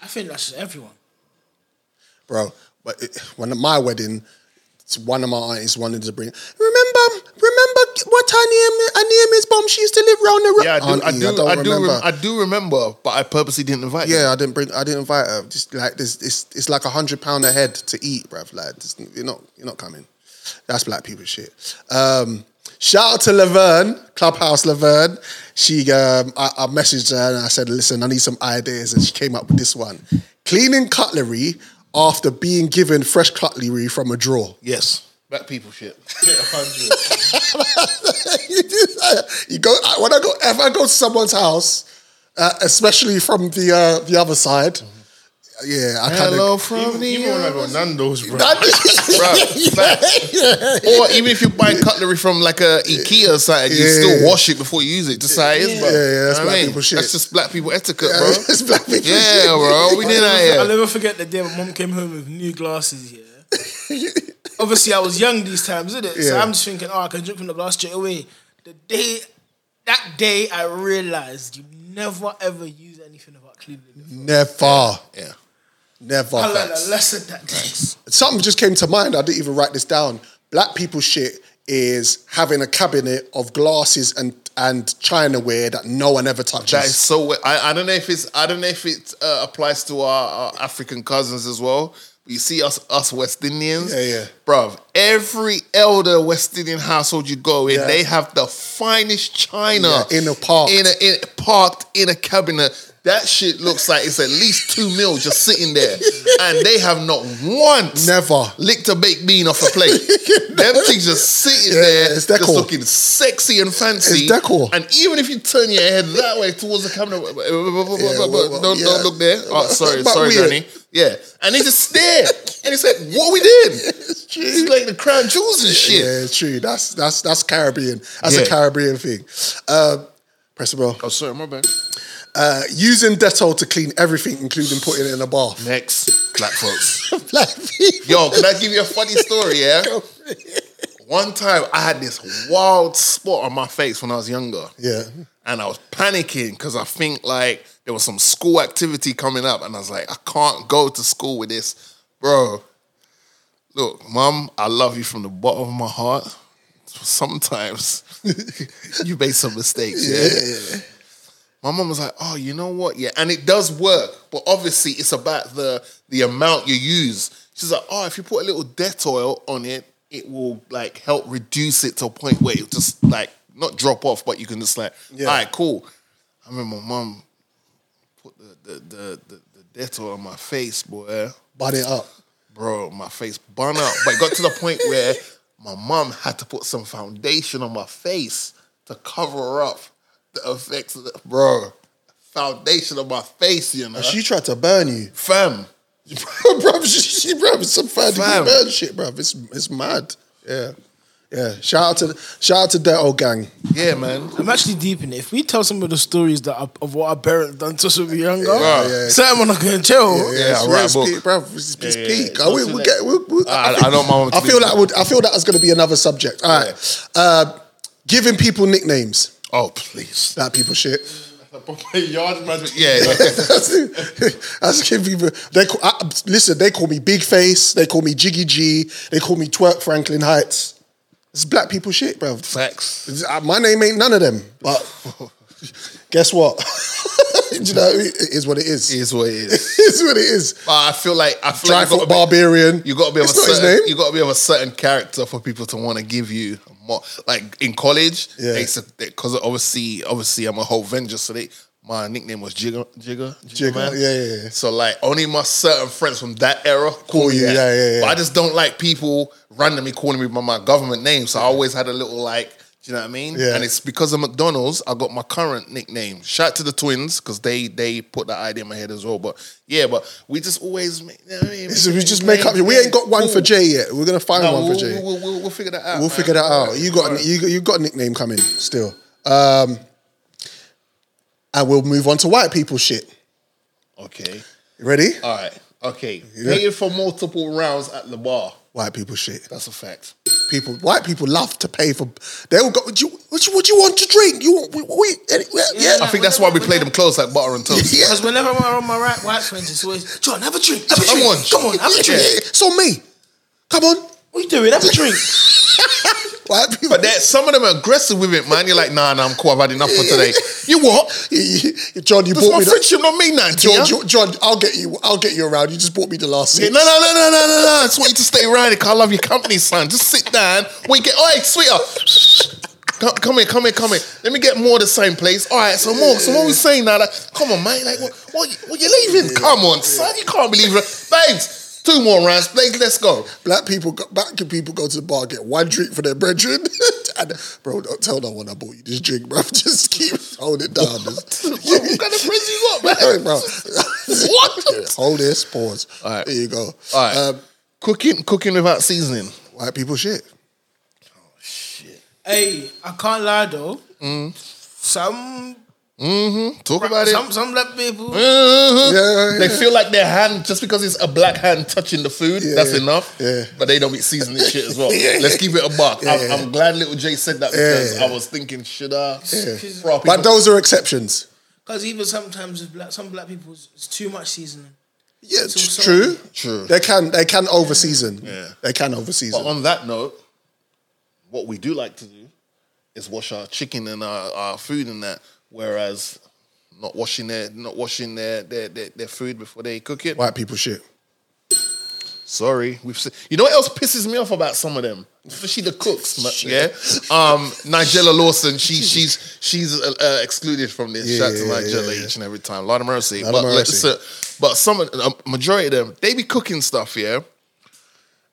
[SPEAKER 5] I think that's everyone.
[SPEAKER 1] bro. But it, when at my wedding, it's one of my aunties wanted to bring. Remember, remember what her name? Her name is Bomb. She used to live round the road.
[SPEAKER 3] Yeah, I do. I
[SPEAKER 1] Auntie,
[SPEAKER 3] do. I,
[SPEAKER 1] don't
[SPEAKER 3] do.
[SPEAKER 1] remember.
[SPEAKER 3] Rem- I do remember, but I purposely didn't invite. you.
[SPEAKER 1] yeah, I didn't bring. I didn't invite her. Just like this, it's it's like a hundred pound a head to eat, bruv. Like just, you're not you're not coming. That's black people shit. Um, shout out to Laverne, Clubhouse Laverne. She, um, I, I messaged her and I said, listen, I need some ideas, and she came up with this one: cleaning cutlery after being given fresh cutlery from a drawer.
[SPEAKER 3] Yes. Black people shit.
[SPEAKER 1] [laughs] you go I- when I go if I go to someone's house, uh, especially from the uh, the other side. Yeah, I kind
[SPEAKER 3] Hello
[SPEAKER 1] of.
[SPEAKER 3] from the
[SPEAKER 4] Even when I go Nando's, bro.
[SPEAKER 3] [laughs] Bro,
[SPEAKER 1] [laughs]
[SPEAKER 3] facts. Or even if you buy cutlery from like a IKEA or something, you
[SPEAKER 1] Yeah.
[SPEAKER 3] still wash it before you use it. Just how it is, bro.
[SPEAKER 1] Yeah, yeah, that's
[SPEAKER 3] You know what I
[SPEAKER 1] black
[SPEAKER 3] mean?
[SPEAKER 1] people shit.
[SPEAKER 3] That's just black people etiquette, bro.
[SPEAKER 1] [laughs] It's black people
[SPEAKER 3] Yeah,
[SPEAKER 1] shit.
[SPEAKER 3] bro. We did that
[SPEAKER 5] I'll
[SPEAKER 3] here.
[SPEAKER 5] never forget the day my mom came home with new glasses, yeah. Obviously, I was young these times, isn't it? So
[SPEAKER 1] Yeah.
[SPEAKER 5] I'm just thinking, oh, I can drink from the glass straight away. The day, that day, I realized you never ever use anything about cleaning. it.
[SPEAKER 1] Never,
[SPEAKER 3] Yeah.
[SPEAKER 1] never.
[SPEAKER 5] I learned
[SPEAKER 1] facts.
[SPEAKER 5] a lesson that day.
[SPEAKER 1] Something just came to mind. I didn't even write this down. Black people shit is having a cabinet of glasses and and chinaware that no one ever touches.
[SPEAKER 3] That is so. we- I, I don't know if it's. I don't know if it uh, applies to our, our African cousins as well. But you see us, us West Indians.
[SPEAKER 1] Yeah, yeah.
[SPEAKER 3] Bruv, every elder West Indian household you go in,
[SPEAKER 1] Yeah.
[SPEAKER 3] they have the finest china
[SPEAKER 1] Yeah, in a park.
[SPEAKER 3] in a in, parked in a cabinet That shit looks like it's at least two mil just sitting
[SPEAKER 1] [laughs]
[SPEAKER 3] there, and they have not once,
[SPEAKER 1] never
[SPEAKER 3] licked a baked bean off a
[SPEAKER 1] [laughs]
[SPEAKER 3] plate. Them things just sitting there,
[SPEAKER 1] it's decor.
[SPEAKER 3] just looking sexy and fancy.
[SPEAKER 1] It's decor.
[SPEAKER 3] And even if you turn your head that way towards the camera, [laughs]
[SPEAKER 1] well,
[SPEAKER 3] don't,
[SPEAKER 1] yeah.
[SPEAKER 3] don't look there. Oh, sorry,
[SPEAKER 1] But
[SPEAKER 3] sorry,
[SPEAKER 1] weird.
[SPEAKER 3] Granny. Yeah, and they just stare, and it's like, what we
[SPEAKER 1] [laughs]
[SPEAKER 3] did? It's, like the crown jewels and shit.
[SPEAKER 1] Yeah, it's true. That's that's that's Caribbean. That's a
[SPEAKER 3] Yeah.
[SPEAKER 1] Caribbean thing. Uh, press the bell.
[SPEAKER 3] Oh, sorry, my bad.
[SPEAKER 1] Uh, using Dettol to clean everything, including putting it in a bath. [laughs]
[SPEAKER 3] Next, black folks. Yo, can I give you a funny story? Yeah. One time I had this wild spot on my face when I was younger.
[SPEAKER 1] Yeah.
[SPEAKER 3] And I was panicking because I think like there was some school activity coming up, and I was like, I can't go to school with this, bro. Look, mom, I love you from the bottom of my heart. Sometimes you made some mistakes. yeah. My mom was like, "Oh, you know what? Yeah, and it does work, but obviously it's about the the amount you use." She's like, "Oh, if you put a little Dettol on it, it will like help reduce it to a point where it'll just like not drop off, but you can just like, all right, cool." I remember my mom put the the the, the, the Dettol on my face, boy
[SPEAKER 1] Bud it up.
[SPEAKER 3] bro, my face bun up. But it got to the point where my mom had to put some foundation on my face to cover up the effects of the, bro. Foundation on my face, you know.
[SPEAKER 1] And she tried to burn you.
[SPEAKER 3] fam.
[SPEAKER 1] bro, [laughs] she, she, bro, it's some fat
[SPEAKER 3] Fam.
[SPEAKER 1] burn shit, bro. It's it's mad. Yeah. Yeah. Shout out to shout out to Dettol gang.
[SPEAKER 3] Yeah, man.
[SPEAKER 6] I'm actually deep in it. If we tell some of the stories that are, of what our parents done to us when we were younger,
[SPEAKER 3] Yeah,
[SPEAKER 1] yeah.
[SPEAKER 6] certain one are going to chill.
[SPEAKER 3] Yeah, I write
[SPEAKER 1] it's
[SPEAKER 3] a book.
[SPEAKER 1] peak, bro. It's, it's
[SPEAKER 3] Yeah, yeah,
[SPEAKER 1] peak.
[SPEAKER 3] yeah.
[SPEAKER 1] Uh, we,
[SPEAKER 3] Go to
[SPEAKER 1] we'll
[SPEAKER 3] the
[SPEAKER 1] get, we'll, we'll,
[SPEAKER 3] I- I don't mind what
[SPEAKER 1] I
[SPEAKER 3] to
[SPEAKER 1] feel
[SPEAKER 3] do.
[SPEAKER 1] like would, I feel that is going to be another subject. All right, uh, giving people nicknames.
[SPEAKER 3] Oh, please.
[SPEAKER 1] That people shit.
[SPEAKER 4] [laughs] Yard magic.
[SPEAKER 3] Yeah.
[SPEAKER 1] that's, [laughs] that's giving people. They call, I, listen. They call me Big Face. They call me Jiggy G. They call me Twerk Franklin Heights. It's black people shit, bro.
[SPEAKER 3] Facts.
[SPEAKER 1] Uh, My name ain't none of them.
[SPEAKER 3] [laughs]
[SPEAKER 1] But guess what? [laughs] Do you know, it is what it is.
[SPEAKER 3] It is what it is.
[SPEAKER 1] [laughs] It's what it is.
[SPEAKER 3] But I feel like I feel like you
[SPEAKER 1] Dryfoot
[SPEAKER 3] gotta be-
[SPEAKER 1] Barbarian.
[SPEAKER 3] You gotta be of
[SPEAKER 1] It's
[SPEAKER 3] a
[SPEAKER 1] not his name.
[SPEAKER 3] certain, You gotta be of a certain character for people to want to give you a mo- like in college.
[SPEAKER 1] Yeah.
[SPEAKER 3] Because obviously, obviously, I'm a whole venger, so they. My nickname was Jigger, Jigger,
[SPEAKER 1] Jigger, yeah, yeah, yeah.
[SPEAKER 3] So like, only my certain friends from that era call
[SPEAKER 1] Call
[SPEAKER 3] me
[SPEAKER 1] you,
[SPEAKER 3] that.
[SPEAKER 1] yeah, yeah, yeah.
[SPEAKER 3] But I just don't like people randomly calling me by my government name. So I always had a little like, do you know what I mean?
[SPEAKER 1] Yeah.
[SPEAKER 3] And it's because of McDonald's, I got my current nickname. Shout out to the twins because they they put that idea in my head as well. But yeah, but we just always make. You know what I mean?
[SPEAKER 1] So we just make up. We ain't got one for Jay yet. We're gonna find
[SPEAKER 3] No,
[SPEAKER 1] one
[SPEAKER 3] we'll,
[SPEAKER 1] for Jay.
[SPEAKER 3] We'll, we'll, we'll figure that out.
[SPEAKER 1] We'll
[SPEAKER 3] man.
[SPEAKER 1] figure that out. You got
[SPEAKER 3] Uh, Alright.
[SPEAKER 1] you got- you got a nickname coming still. Um, and we'll move on to white people shit.
[SPEAKER 3] Okay.
[SPEAKER 1] You ready?
[SPEAKER 3] All right. Okay. Paying for multiple rounds at the bar.
[SPEAKER 1] White people shit.
[SPEAKER 3] That's a fact.
[SPEAKER 1] People, white people love to pay for. They will go. Do you, what, you, what do you want to drink? You want? We, we, any- yeah, yeah.
[SPEAKER 3] I think that's why we play them close like butter and
[SPEAKER 1] [laughs]
[SPEAKER 3] toast.
[SPEAKER 1] Yeah.
[SPEAKER 6] Because whenever I'm around my right white friends, it's always, John, have a drink, have a
[SPEAKER 3] Come
[SPEAKER 6] drink.
[SPEAKER 3] on,
[SPEAKER 6] come on, have a drink.
[SPEAKER 1] It's on me. Come on,
[SPEAKER 6] What are you doing? Have a drink.
[SPEAKER 1] white people. [laughs]
[SPEAKER 3] But that some of them are aggressive with it, man. You're like, nah, nah, I'm cool. I've had enough
[SPEAKER 1] [laughs]
[SPEAKER 3] for today.
[SPEAKER 1] you what? John, you
[SPEAKER 3] That's
[SPEAKER 1] bought
[SPEAKER 3] my
[SPEAKER 1] me. The,
[SPEAKER 3] friendship, not me, nothing.
[SPEAKER 1] John,
[SPEAKER 3] yeah?
[SPEAKER 1] you- John, I'll get you. I'll get you around. You just bought me the last.
[SPEAKER 3] Yeah,
[SPEAKER 1] sip.
[SPEAKER 3] no, no, no, no, no, no, no. I just want you to stay around because I love your company, son. Just sit down. We get, all right, sweetheart. Come, come here, come here, come here. Let me get more the same place. All right, so more. So what we saying now? Like, come on, mate. Like, what? What? what you leaving? Come on, son. You can't believe [laughs] it, babes. Two more rounds, babes. Let's go.
[SPEAKER 1] Black people, go- black people go to the bar get one drink for their
[SPEAKER 3] [laughs]
[SPEAKER 1] brethren. and, bro, don't tell no one I bought you this drink, bro. Just keep hold it down. Just-
[SPEAKER 3] [laughs] What kind of friends you got, man?
[SPEAKER 1] Hey, bro.
[SPEAKER 3] [laughs] What?
[SPEAKER 1] hold this. Pause.
[SPEAKER 3] All right.
[SPEAKER 1] There you go. Uh,
[SPEAKER 3] All right. cooking, cooking without seasoning.
[SPEAKER 1] white people shit.
[SPEAKER 6] hey, I can't lie though.
[SPEAKER 1] Mm.
[SPEAKER 6] Some,
[SPEAKER 3] Talk about it.
[SPEAKER 6] some, some black people.
[SPEAKER 3] Mhm.
[SPEAKER 1] Yeah, yeah,
[SPEAKER 3] They feel like their hand, just because it's a black hand touching the food, that's
[SPEAKER 1] yeah.
[SPEAKER 3] enough.
[SPEAKER 1] Yeah.
[SPEAKER 3] But they don't be seasoning this shit
[SPEAKER 1] [laughs]
[SPEAKER 3] as well. Let's keep it a buck. I'm,
[SPEAKER 1] yeah.
[SPEAKER 3] I'm glad little Jay said that because
[SPEAKER 1] Yeah.
[SPEAKER 3] I was thinking, should I?
[SPEAKER 1] But those are exceptions.
[SPEAKER 6] Because even sometimes with black, some black people, it's too much seasoning.
[SPEAKER 1] Yeah,
[SPEAKER 6] So
[SPEAKER 1] tr-
[SPEAKER 6] sorry.
[SPEAKER 1] true.
[SPEAKER 3] True.
[SPEAKER 1] They can they can overseason.
[SPEAKER 3] Yeah.
[SPEAKER 1] They can overseason.
[SPEAKER 3] But on that note, what we do like to do is wash our chicken and our, our food and that, whereas not washing their not washing their their, their, their food before they cook it.
[SPEAKER 1] white people shit.
[SPEAKER 3] Sorry, we've. Se- you know what else pisses me off about some of them? She the cooks, man, yeah. Um, Nigella Lawson,
[SPEAKER 4] [laughs]
[SPEAKER 3] she she's she's uh, uh, excluded from this.
[SPEAKER 4] Yeah,
[SPEAKER 3] Shout to
[SPEAKER 4] yeah,
[SPEAKER 3] Nigella
[SPEAKER 4] yeah, yeah.
[SPEAKER 3] each and every time. Lord of mercy,
[SPEAKER 4] Lord
[SPEAKER 3] but
[SPEAKER 4] of mercy.
[SPEAKER 3] so- but some of- a majority of them they be cooking stuff, yeah.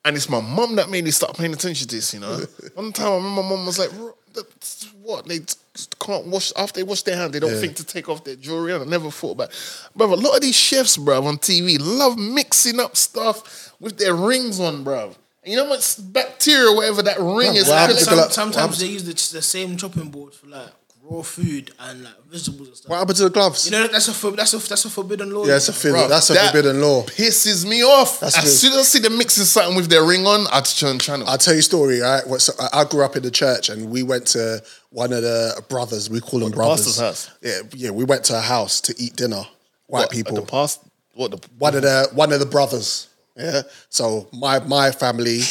[SPEAKER 3] And it's my mum that made me start paying attention to this.
[SPEAKER 1] [laughs]
[SPEAKER 3] You know, one time I remember my mum was like, "Ro- that's "What they t- can't wash after they wash their hand, they don't
[SPEAKER 4] Yeah.
[SPEAKER 3] think to take off their jewelry." And I never thought about, bro. A lot of these chefs, bro, on TV love mixing up stuff with their rings on, bro. And you know how much bacteria, whatever that ring is.
[SPEAKER 5] Some-
[SPEAKER 3] collecting-
[SPEAKER 5] sometimes they use the, the same chopping board for like raw food and like vegetables and stuff.
[SPEAKER 1] What happened to the gloves?
[SPEAKER 5] You know that's a for, that's a that's a forbidden law.
[SPEAKER 1] Yeah, it's a
[SPEAKER 5] you know?
[SPEAKER 1] forbid-
[SPEAKER 3] Bro,
[SPEAKER 1] that's a
[SPEAKER 3] that-
[SPEAKER 1] forbidden law.
[SPEAKER 3] pisses me off.
[SPEAKER 1] That's
[SPEAKER 3] as
[SPEAKER 1] the-
[SPEAKER 3] soon as I see them mixing something with their ring on, I just turn channel.
[SPEAKER 1] I'll tell you a story, right? What- so I I grew up in the church and we went to one of the brothers, we call them brothers.
[SPEAKER 3] Oh, pastor's house?
[SPEAKER 1] Yeah, yeah, we went to a house to eat dinner. White
[SPEAKER 3] What, at
[SPEAKER 1] people.
[SPEAKER 3] the past, what the
[SPEAKER 1] one of the one of the brothers. Yeah. So my my family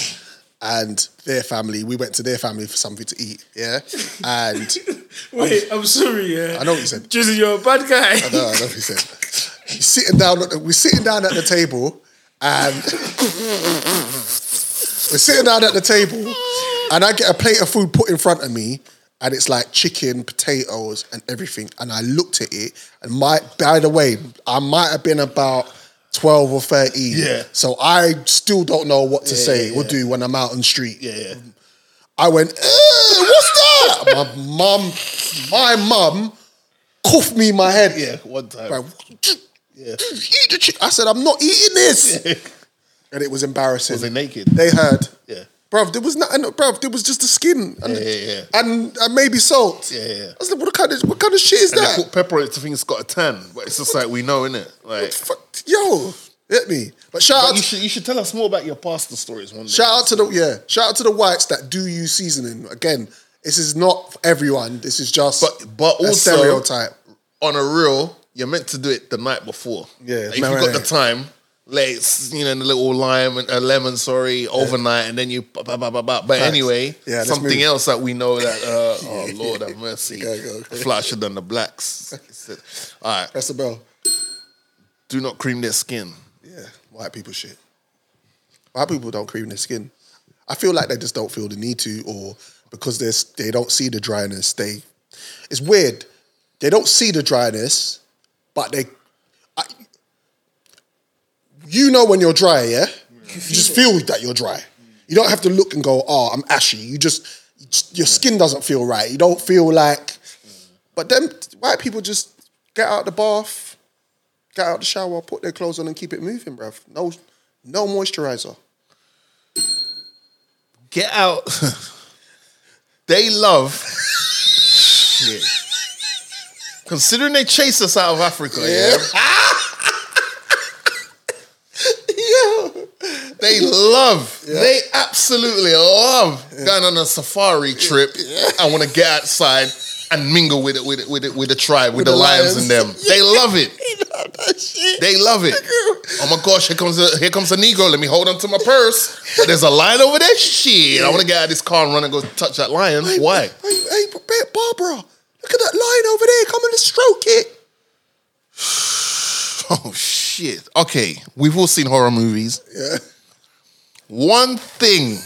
[SPEAKER 1] and their family, we went to their family for something to eat. Yeah. And
[SPEAKER 5] Wait, I'm sorry. Yeah,
[SPEAKER 1] I know what you said.
[SPEAKER 5] Drizzy, you're a bad guy.
[SPEAKER 1] I know, I know what he said. He's sitting down. at the- We're sitting down at the table, and we're sitting down at the table, and I get a plate of food put in front of me, and it's like chicken, potatoes, and everything. And I looked at it, and my by the way, I might have been about. 12 or 13.
[SPEAKER 4] Yeah.
[SPEAKER 1] So I still don't know what to
[SPEAKER 4] Yeah,
[SPEAKER 1] say
[SPEAKER 4] yeah,
[SPEAKER 1] or
[SPEAKER 4] yeah.
[SPEAKER 1] do when I'm out on the street.
[SPEAKER 3] Yeah, yeah.
[SPEAKER 1] I went, "Eh, what's that? my mum, my mum cuffed me in my head. Yeah,
[SPEAKER 3] one time.
[SPEAKER 1] [laughs] Eat the chick. I said, I'm not eating
[SPEAKER 3] [laughs]
[SPEAKER 1] this. and it was embarrassing. Was
[SPEAKER 3] they naked?
[SPEAKER 1] They heard.
[SPEAKER 3] Yeah.
[SPEAKER 1] Bruv, there was nothing, bruv, there was just the skin and,
[SPEAKER 3] Yeah, yeah, yeah.
[SPEAKER 1] and, and maybe salt.
[SPEAKER 3] Yeah, yeah.
[SPEAKER 1] I was like, what kind of, what kind of shit is
[SPEAKER 3] and
[SPEAKER 1] that?
[SPEAKER 3] They put pepper on it to think it's got a tan, but it's just like we know, innit? Like,
[SPEAKER 1] Yo, hit me. But shout
[SPEAKER 3] But
[SPEAKER 1] out
[SPEAKER 3] you should you should tell us more about your pastor stories one day.
[SPEAKER 1] Shout out to the yeah. Shout out to the whites that do use seasoning. Again, this is not for everyone. This is just
[SPEAKER 3] but but
[SPEAKER 1] a
[SPEAKER 3] also
[SPEAKER 1] stereotype.
[SPEAKER 3] on a real, you're meant to do it the night before.
[SPEAKER 1] Yeah,
[SPEAKER 3] Like, if you
[SPEAKER 1] man,
[SPEAKER 3] got the
[SPEAKER 1] right.
[SPEAKER 3] time, let it s- you know the little lime and uh, lemon, sorry, overnight, and then you. ba- ba- ba- ba- ba. But
[SPEAKER 4] Facts.
[SPEAKER 3] anyway,
[SPEAKER 4] Yeah, let's
[SPEAKER 3] something
[SPEAKER 4] move.
[SPEAKER 3] else that we know
[SPEAKER 1] [laughs]
[SPEAKER 3] that uh, oh Lord have mercy, flasher than
[SPEAKER 1] [laughs]
[SPEAKER 3] the blacks. All right,
[SPEAKER 1] press the bell.
[SPEAKER 3] Do not cream their skin.
[SPEAKER 1] Yeah, white people shit. White people don't cream their skin. I feel like they just don't feel the need to, or because they are they don't see the dryness. They, it's weird. They don't see the dryness, but they, I, you know when you're dry, yeah. You just feel that you're dry. You don't have to look and go, oh, I'm ashy. You just your skin doesn't feel right. You don't feel like. But then white people just get out the bath, get out the shower, put their clothes on, and keep it moving, bruv. No, no moisturizer. [laughs]
[SPEAKER 3] Get out. [laughs] they love. shit. Considering they chased us out of Africa, yeah. [laughs] They love, they absolutely love going on a safari trip. I want to get outside and mingle with it, with it, with it, with the tribe, with, the, lions, and them. [laughs] They love it. They love it. Oh my gosh, here comes a here comes a Negro. Let me hold on to my purse. But there's a lion over there. Shit. I want to get out of this car and run and go touch that lion. Why?
[SPEAKER 1] Hey, hey, Ba- Barbara, look at that lion over there. Come and stroke it.
[SPEAKER 3] [sighs] Oh shit. Okay, we've all seen horror movies.
[SPEAKER 1] Yeah.
[SPEAKER 3] One thing.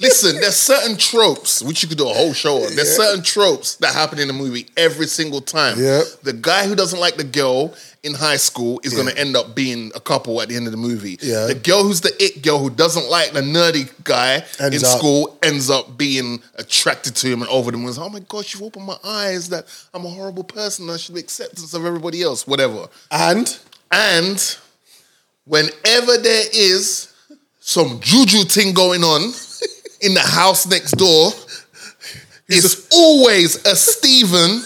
[SPEAKER 3] Listen, there's certain tropes which you could do a whole show on. There's
[SPEAKER 4] Yeah.
[SPEAKER 3] certain tropes that happen in a movie every single time. The guy who doesn't like the girl in high school is going to end up being a couple at the end of the movie.
[SPEAKER 4] Yeah.
[SPEAKER 3] The girl who's the it girl who doesn't like the nerdy guy
[SPEAKER 4] Ends
[SPEAKER 3] in
[SPEAKER 4] up-
[SPEAKER 3] school ends up being attracted to him and over the moon. Oh my gosh, you've opened my eyes that I'm a horrible person. I should be acceptance of everybody else, whatever.
[SPEAKER 1] And
[SPEAKER 3] and whenever there is some juju thing going on [laughs] in the house next door, it's always a Steven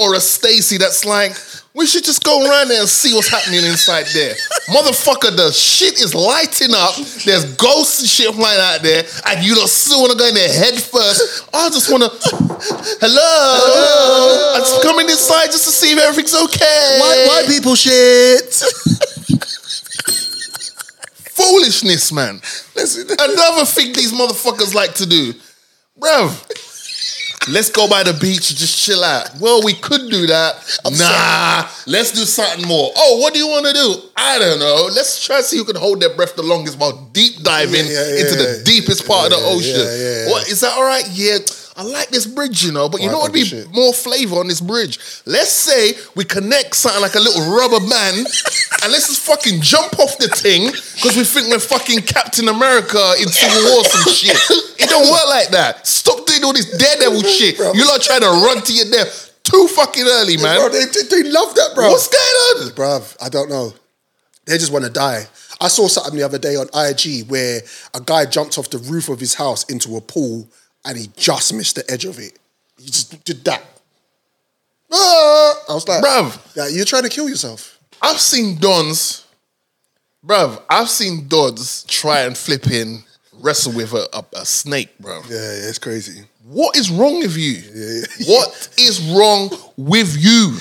[SPEAKER 3] or a Stacy that's like, we should just go around there and see what's happening inside there. Motherfucker, the shit is lighting up. There's ghosts and shit flying out there, and you don't still want to go in there head first. I just want to, hello. I just coming inside just to see if everything's okay.
[SPEAKER 4] White- white
[SPEAKER 1] people Oh, shit.
[SPEAKER 3] Foolishness, man. Another thing these motherfuckers like to do. Bruv, Let's go by the beach and just chill out. Well, we could do that. nah, let's do something more. Oh, what do you want to do? I don't know. Let's try to see who can hold their breath the longest while deep diving
[SPEAKER 1] Yeah, yeah, yeah,
[SPEAKER 3] into
[SPEAKER 1] yeah.
[SPEAKER 3] the deepest part of the
[SPEAKER 1] Yeah,
[SPEAKER 3] ocean.
[SPEAKER 1] yeah, yeah, yeah.
[SPEAKER 3] What is that? All right? Yeah. I like this bridge, you know, but you
[SPEAKER 1] I
[SPEAKER 3] know
[SPEAKER 1] like
[SPEAKER 3] what would be
[SPEAKER 1] this shit.
[SPEAKER 3] more flavor on this bridge? Let's say we connect something like a little rubber band and let's just fucking jump off the thing because we think we're fucking Captain America in Civil War some shit. It don't work like that. Stop doing all this daredevil shit. You lot trying to run to your death too fucking early, man.
[SPEAKER 1] Bro, they, they- they love that, bro.
[SPEAKER 3] What's going on?
[SPEAKER 1] Bruv, I don't know. They just want to die. I saw something the other day on IG where a guy jumped off the roof of his house into a pool and he just missed the edge of it. He just did that. Ah! I was like,
[SPEAKER 3] Bruv.
[SPEAKER 1] yeah, you're trying to kill yourself.
[SPEAKER 3] I've seen Dons, bruv, I've seen Dons try and flip in, wrestle with a, a, a snake, bruv.
[SPEAKER 1] Yeah, yeah, it's crazy.
[SPEAKER 3] What is wrong with you? What is wrong with you?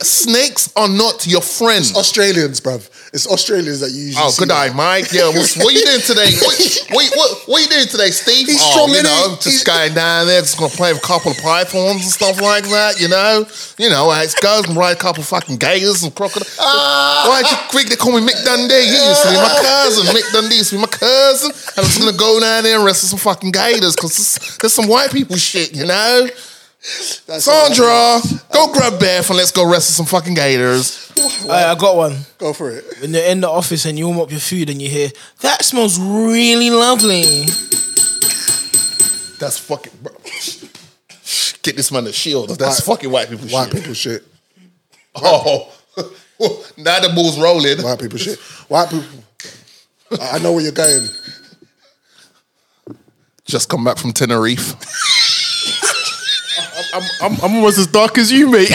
[SPEAKER 3] Snakes are not your friend.
[SPEAKER 1] Australians, bruv. It's Australians that you usually
[SPEAKER 3] Oh,
[SPEAKER 1] see
[SPEAKER 3] good
[SPEAKER 1] that.
[SPEAKER 3] eye, Mike. Yeah, what's, what you doing today?
[SPEAKER 1] [laughs]
[SPEAKER 3] What, what, what, what you doing today, Steve?
[SPEAKER 1] He's
[SPEAKER 3] oh,
[SPEAKER 1] strong,
[SPEAKER 3] you
[SPEAKER 1] innit?
[SPEAKER 3] know, just going down there, just gonna play with a couple of pythons and stuff like that. You know, you know, how it goes and ride a couple of fucking gators and crocodiles.
[SPEAKER 1] Ah!
[SPEAKER 3] Why did you quick? They call me Mick Dundee. You used to be my cousin. Mick Dundee used to be my cousin, and I'm just gonna go down there and wrestle some fucking gators because there's, there's some white people shit, you know. Sandra, go grab Beth and let's go wrestle some fucking gators.
[SPEAKER 5] Alright, I got one.
[SPEAKER 1] Go for it.
[SPEAKER 5] When you're in the office and you warm up your food and you hear that smells really lovely.
[SPEAKER 3] That's fucking bro. [laughs] Get this man a shield. That's fucking white people
[SPEAKER 1] White
[SPEAKER 3] shit.
[SPEAKER 1] people shit.
[SPEAKER 3] Oh, [laughs] now the ball's rolling.
[SPEAKER 1] White people shit. White people. I I know where you're going.
[SPEAKER 3] Just come back from Tenerife.
[SPEAKER 4] I'm, I'm, I'm almost as dark as you,
[SPEAKER 3] [laughs]
[SPEAKER 4] mate.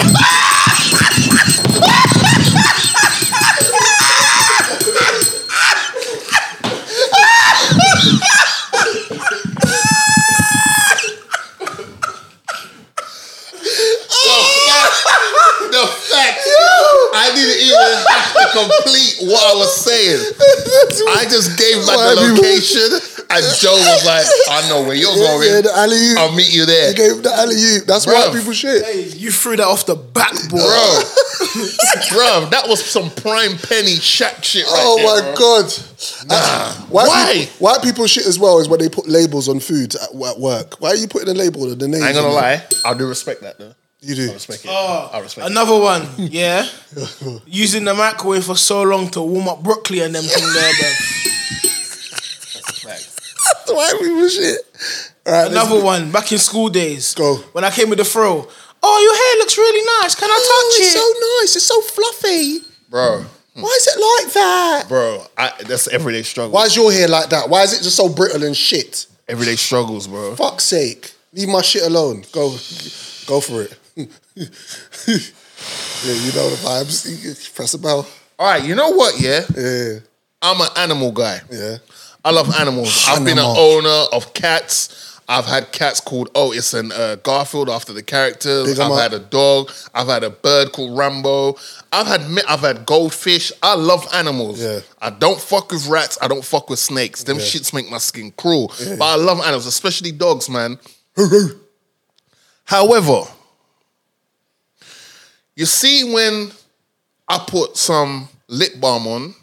[SPEAKER 3] the fact I didn't even have to complete what I was saying. I just gave like
[SPEAKER 1] Why
[SPEAKER 3] the
[SPEAKER 1] people-
[SPEAKER 3] location, and Joe was like, "I know where you're
[SPEAKER 1] Yeah, yeah,
[SPEAKER 3] going.
[SPEAKER 1] the alley-oop.
[SPEAKER 3] I'll meet you there."
[SPEAKER 1] You gave the alley oop. That's
[SPEAKER 3] Bruv.
[SPEAKER 1] white people shit.
[SPEAKER 5] Hey, you threw that off the backboard.
[SPEAKER 3] bro.
[SPEAKER 5] [laughs]
[SPEAKER 3] bro, that was some prime penny shack shit right
[SPEAKER 1] oh
[SPEAKER 3] there,
[SPEAKER 1] my
[SPEAKER 3] bro.
[SPEAKER 1] god! That's- White
[SPEAKER 3] Why?
[SPEAKER 1] People, white people shit as well is when they put labels on food at, at work. Why are you putting a label on the name?
[SPEAKER 3] I ain't gonna lie, I do respect that though.
[SPEAKER 1] You do.
[SPEAKER 3] I respect it.
[SPEAKER 5] Oh,
[SPEAKER 3] I respect it.
[SPEAKER 5] Another one,
[SPEAKER 1] [laughs]
[SPEAKER 5] yeah. Using the microwave for so long to warm up broccoli and them thing there,
[SPEAKER 1] [laughs]
[SPEAKER 5] bruv.
[SPEAKER 1] White people shit. All right,
[SPEAKER 5] Another one, back in school days.
[SPEAKER 1] Go.
[SPEAKER 5] When I came with the fro. Oh, your hair looks really nice. Can I touch it?
[SPEAKER 1] nice. Oh, It's so fluffy.
[SPEAKER 3] bro.
[SPEAKER 1] Why is it like that?
[SPEAKER 3] Bro, I, that's everyday struggle.
[SPEAKER 1] Why is your hair like that? Why is it just so brittle and shit?
[SPEAKER 3] Everyday struggles, bro.
[SPEAKER 1] Fuck's sake! Leave my shit alone. Go, go for it. [laughs] yeah, you know the vibes. You press the bell.
[SPEAKER 3] All right, you know what? Yeah,
[SPEAKER 1] Yeah,
[SPEAKER 3] I'm an animal guy.
[SPEAKER 1] yeah.
[SPEAKER 3] I love animals. I've been an
[SPEAKER 1] Animal.
[SPEAKER 3] owner of cats. I've had cats called Otis and uh, Garfield after the characters.
[SPEAKER 1] Big 'em
[SPEAKER 3] I've
[SPEAKER 1] up.
[SPEAKER 3] had a dog. I've had a bird called Rambo. I've had mi- I've had goldfish. I love animals.
[SPEAKER 1] Yeah.
[SPEAKER 3] I don't fuck with rats. I don't fuck with snakes. Them shits make my skin cruel. But I love animals, especially dogs, man. However, you see when I put some lip balm on,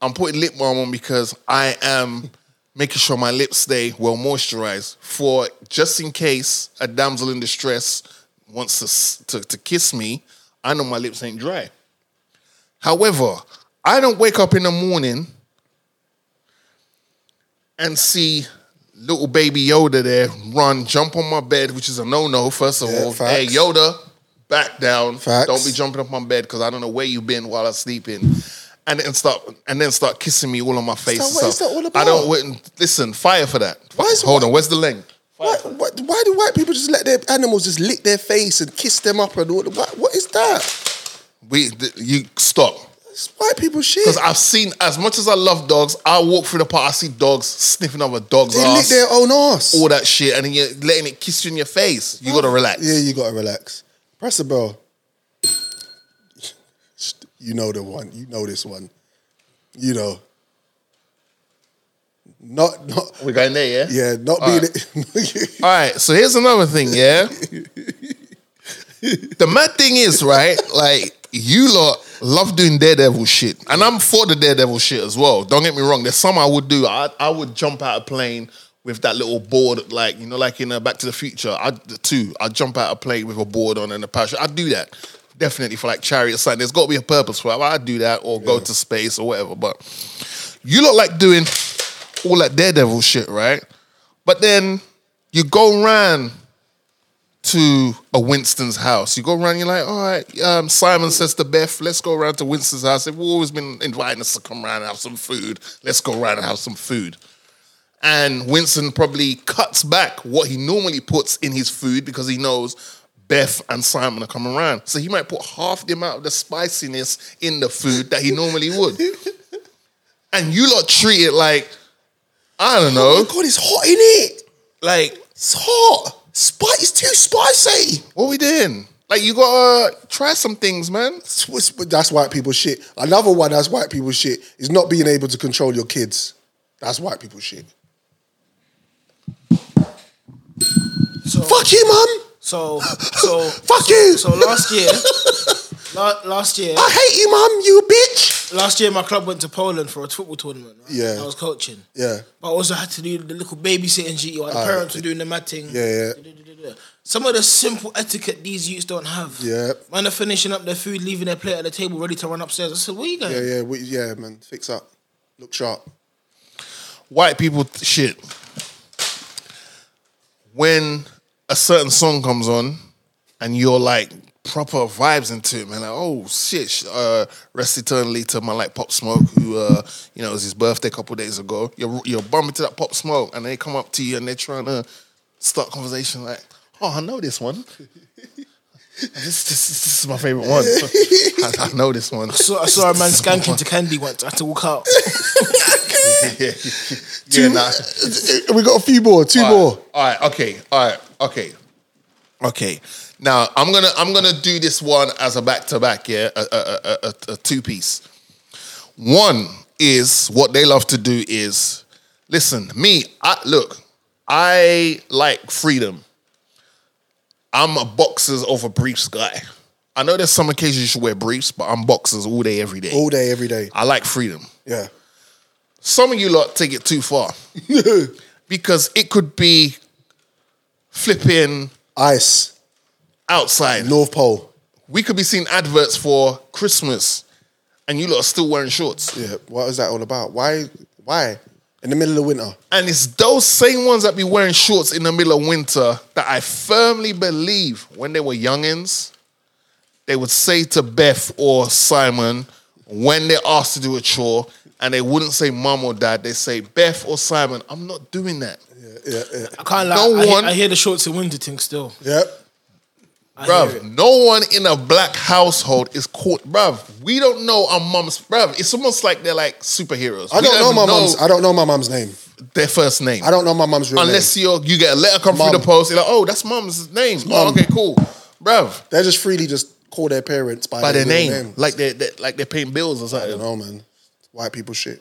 [SPEAKER 3] I'm putting lip balm on because I am making sure my lips stay well moisturized for just in case a damsel in distress wants to, s- to, to kiss me, I know my lips ain't dry. However, I don't wake up in the morning and see little baby Yoda there run, jump on my bed, which is a no no, first of
[SPEAKER 1] Yeah,
[SPEAKER 3] all.
[SPEAKER 1] facts.
[SPEAKER 3] Hey, Yoda, back down.
[SPEAKER 1] Facts.
[SPEAKER 3] Don't be jumping up my bed because I don't know where you've been while I'm sleeping. And then start and then start kissing me all on my face.
[SPEAKER 1] that
[SPEAKER 3] and
[SPEAKER 1] what- is
[SPEAKER 3] stuff.
[SPEAKER 1] that all
[SPEAKER 3] I don't
[SPEAKER 1] about?
[SPEAKER 3] wouldn't listen, fire for that.
[SPEAKER 1] is-
[SPEAKER 3] Hold on, where's the length?
[SPEAKER 1] Why, why, why do white people just let their animals just lick their face and kiss them up and all the What, what is that?
[SPEAKER 3] We th- you stop.
[SPEAKER 1] It's white people shit.
[SPEAKER 3] Because I've seen, as much as I love dogs, I walk through the park, I see dogs sniffing up a dog's
[SPEAKER 1] They lick
[SPEAKER 3] ass,
[SPEAKER 1] their own ass.
[SPEAKER 3] all that shit, and then you're letting it kiss you in your face. You gotta relax.
[SPEAKER 1] yeah, you gotta relax. Press the bell. You know the one. You know this one. You know. Not, not.
[SPEAKER 3] We're going there, yeah?
[SPEAKER 1] Yeah, not
[SPEAKER 3] All
[SPEAKER 1] being.
[SPEAKER 3] right.
[SPEAKER 1] [laughs]
[SPEAKER 3] All right, so here's another thing, yeah? the mad thing is, right? Like, you lot love doing daredevil shit. And I'm for the daredevil shit as well. Don't get me wrong. There's some I would do. I, I would jump out a plane with that little board, like, you know, like in uh, Back to the Future. I too. I jump out a plane with a board on and a parachute. I do that. Definitely for like chariot sign. There's got to be a purpose for it. I do that or go to space or whatever. But you look like doing all that daredevil shit, right? But then you go round to a Winston's house. You go around, you're like, all right, um, Simon says to Beth, let's go around to Winston's house. They've always been inviting us to come around and have some food. Let's go around and have some food. And Winston probably cuts back what he normally puts in his food because he knows Beth and Simon are coming around. So he might put half the amount of the spiciness in the food that he normally would. and you lot treat it like, I don't know.
[SPEAKER 1] Oh my god, it's hot in it.
[SPEAKER 3] Like
[SPEAKER 1] it's hot. Spice, it's too spicy.
[SPEAKER 3] What we doing? Like you gotta try some things, man.
[SPEAKER 1] That's white people shit. Another one that's white people shit is not being able to control your kids. That's white people shit. Fuck you, mum. [laughs]
[SPEAKER 5] So, so
[SPEAKER 1] fuck you.
[SPEAKER 5] So last
[SPEAKER 1] [laughs]
[SPEAKER 5] year, la- last year,
[SPEAKER 1] I hate you, mum. You bitch.
[SPEAKER 5] Last year, my club went to Poland for a football tournament. Right?
[SPEAKER 1] Yeah.
[SPEAKER 5] I was coaching,
[SPEAKER 1] Yeah.
[SPEAKER 5] but I also had to do the little babysitting duty. While the
[SPEAKER 1] Ah,
[SPEAKER 5] parents were doing the matting.
[SPEAKER 1] Yeah, yeah.
[SPEAKER 5] Some of the simple etiquette these youths don't have.
[SPEAKER 1] Yeah.
[SPEAKER 5] Man, they're finishing up their food, leaving their plate at the table, ready to run upstairs. I said, "Where you going?"
[SPEAKER 1] Yeah, yeah, we, yeah, man. Fix up. Look sharp.
[SPEAKER 3] White people th- shit. When a certain song comes on and you're like proper vibes into it, man. Like, oh shit, sh- uh, rest eternally to my like Pop Smoke, who uh, you know, it was his birthday a couple days ago. You're you're bumming to that Pop Smoke, and they come up to you and they're trying to start conversation like, oh, I know this one. [laughs] This, this, this is my favorite one. [laughs] I, I know this one.
[SPEAKER 5] I saw, I saw a man skanking to candy once. I had to walk
[SPEAKER 1] [laughs]
[SPEAKER 5] out.
[SPEAKER 3] yeah, [laughs] yeah, nah.
[SPEAKER 1] We got a few more. Two
[SPEAKER 3] All right,
[SPEAKER 1] more.
[SPEAKER 3] All right, okay, all right, okay, okay. Now I'm gonna I'm gonna do this one as a back to back, yeah, a, a, a, a, a two piece. One is what they love to do is listen. Me, I look, I like freedom. I'm a boxers over briefs guy. I know there's some occasions you should wear briefs, but I'm boxers all day, every day.
[SPEAKER 1] All day, every day.
[SPEAKER 3] I like freedom
[SPEAKER 1] Yeah.
[SPEAKER 3] some of you lot take it too far because it could be flipping
[SPEAKER 1] ice
[SPEAKER 3] outside
[SPEAKER 1] North Pole.
[SPEAKER 3] We could be seeing adverts for Christmas, and you lot are still wearing shorts.
[SPEAKER 1] Yeah, what is that all about? Why? Why? In the middle of winter.
[SPEAKER 3] And it's those same ones that be wearing shorts in the middle of winter that I firmly believe when they were youngins, they would say to Beth or Simon when they're asked to do a chore, and they wouldn't say mum or dad, they say Beth or Simon, I'm not doing that.
[SPEAKER 1] Yeah, yeah.
[SPEAKER 5] I can't lie.
[SPEAKER 3] No
[SPEAKER 5] I, hear-
[SPEAKER 3] one-
[SPEAKER 5] I hear the shorts and winter thing still.
[SPEAKER 1] Yep.
[SPEAKER 3] Bruv, no one in a black household is caught. Bruv, we don't know our mums. Bruv, it's almost like they're like superheroes.
[SPEAKER 1] I
[SPEAKER 3] We
[SPEAKER 1] don't know
[SPEAKER 3] even
[SPEAKER 1] my mum's. I don't know my mum's name.
[SPEAKER 3] Their first name.
[SPEAKER 1] I don't know my mum's real
[SPEAKER 3] Unless you're, you get a letter come
[SPEAKER 1] Mum.
[SPEAKER 3] through the post, you're like, oh, that's mum's name.
[SPEAKER 1] name.
[SPEAKER 3] Oh, okay, cool. Bruv,
[SPEAKER 1] They just freely just call their parents by,
[SPEAKER 3] by their
[SPEAKER 1] real
[SPEAKER 3] name. Like, they're, they're, like they're paying bills or something.
[SPEAKER 1] I don't know, man. White people shit.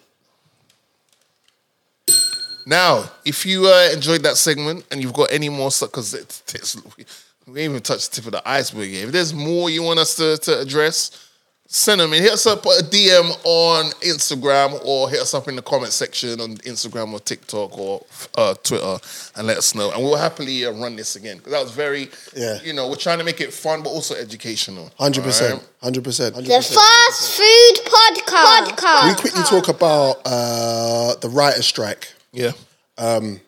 [SPEAKER 3] Now, if you uh, enjoyed that segment and you've got any more stuff, because it's, we we ain't even touched the tip of the iceberg yet. If there's more you want us to, to address, send them in. Hit us up a DM on Instagram or hit us up in the comment section on Instagram or TikTok or uh, Twitter and let us know. And we'll happily uh, run this again because that was very,
[SPEAKER 1] Yeah.
[SPEAKER 3] you know, we're trying to make it fun but also educational.
[SPEAKER 1] Hundred percent.
[SPEAKER 3] All right?
[SPEAKER 1] Hundred percent.
[SPEAKER 18] The Fast Food Podcast.
[SPEAKER 1] We quickly talk about uh, the writer strike.
[SPEAKER 3] Yeah.
[SPEAKER 1] Um,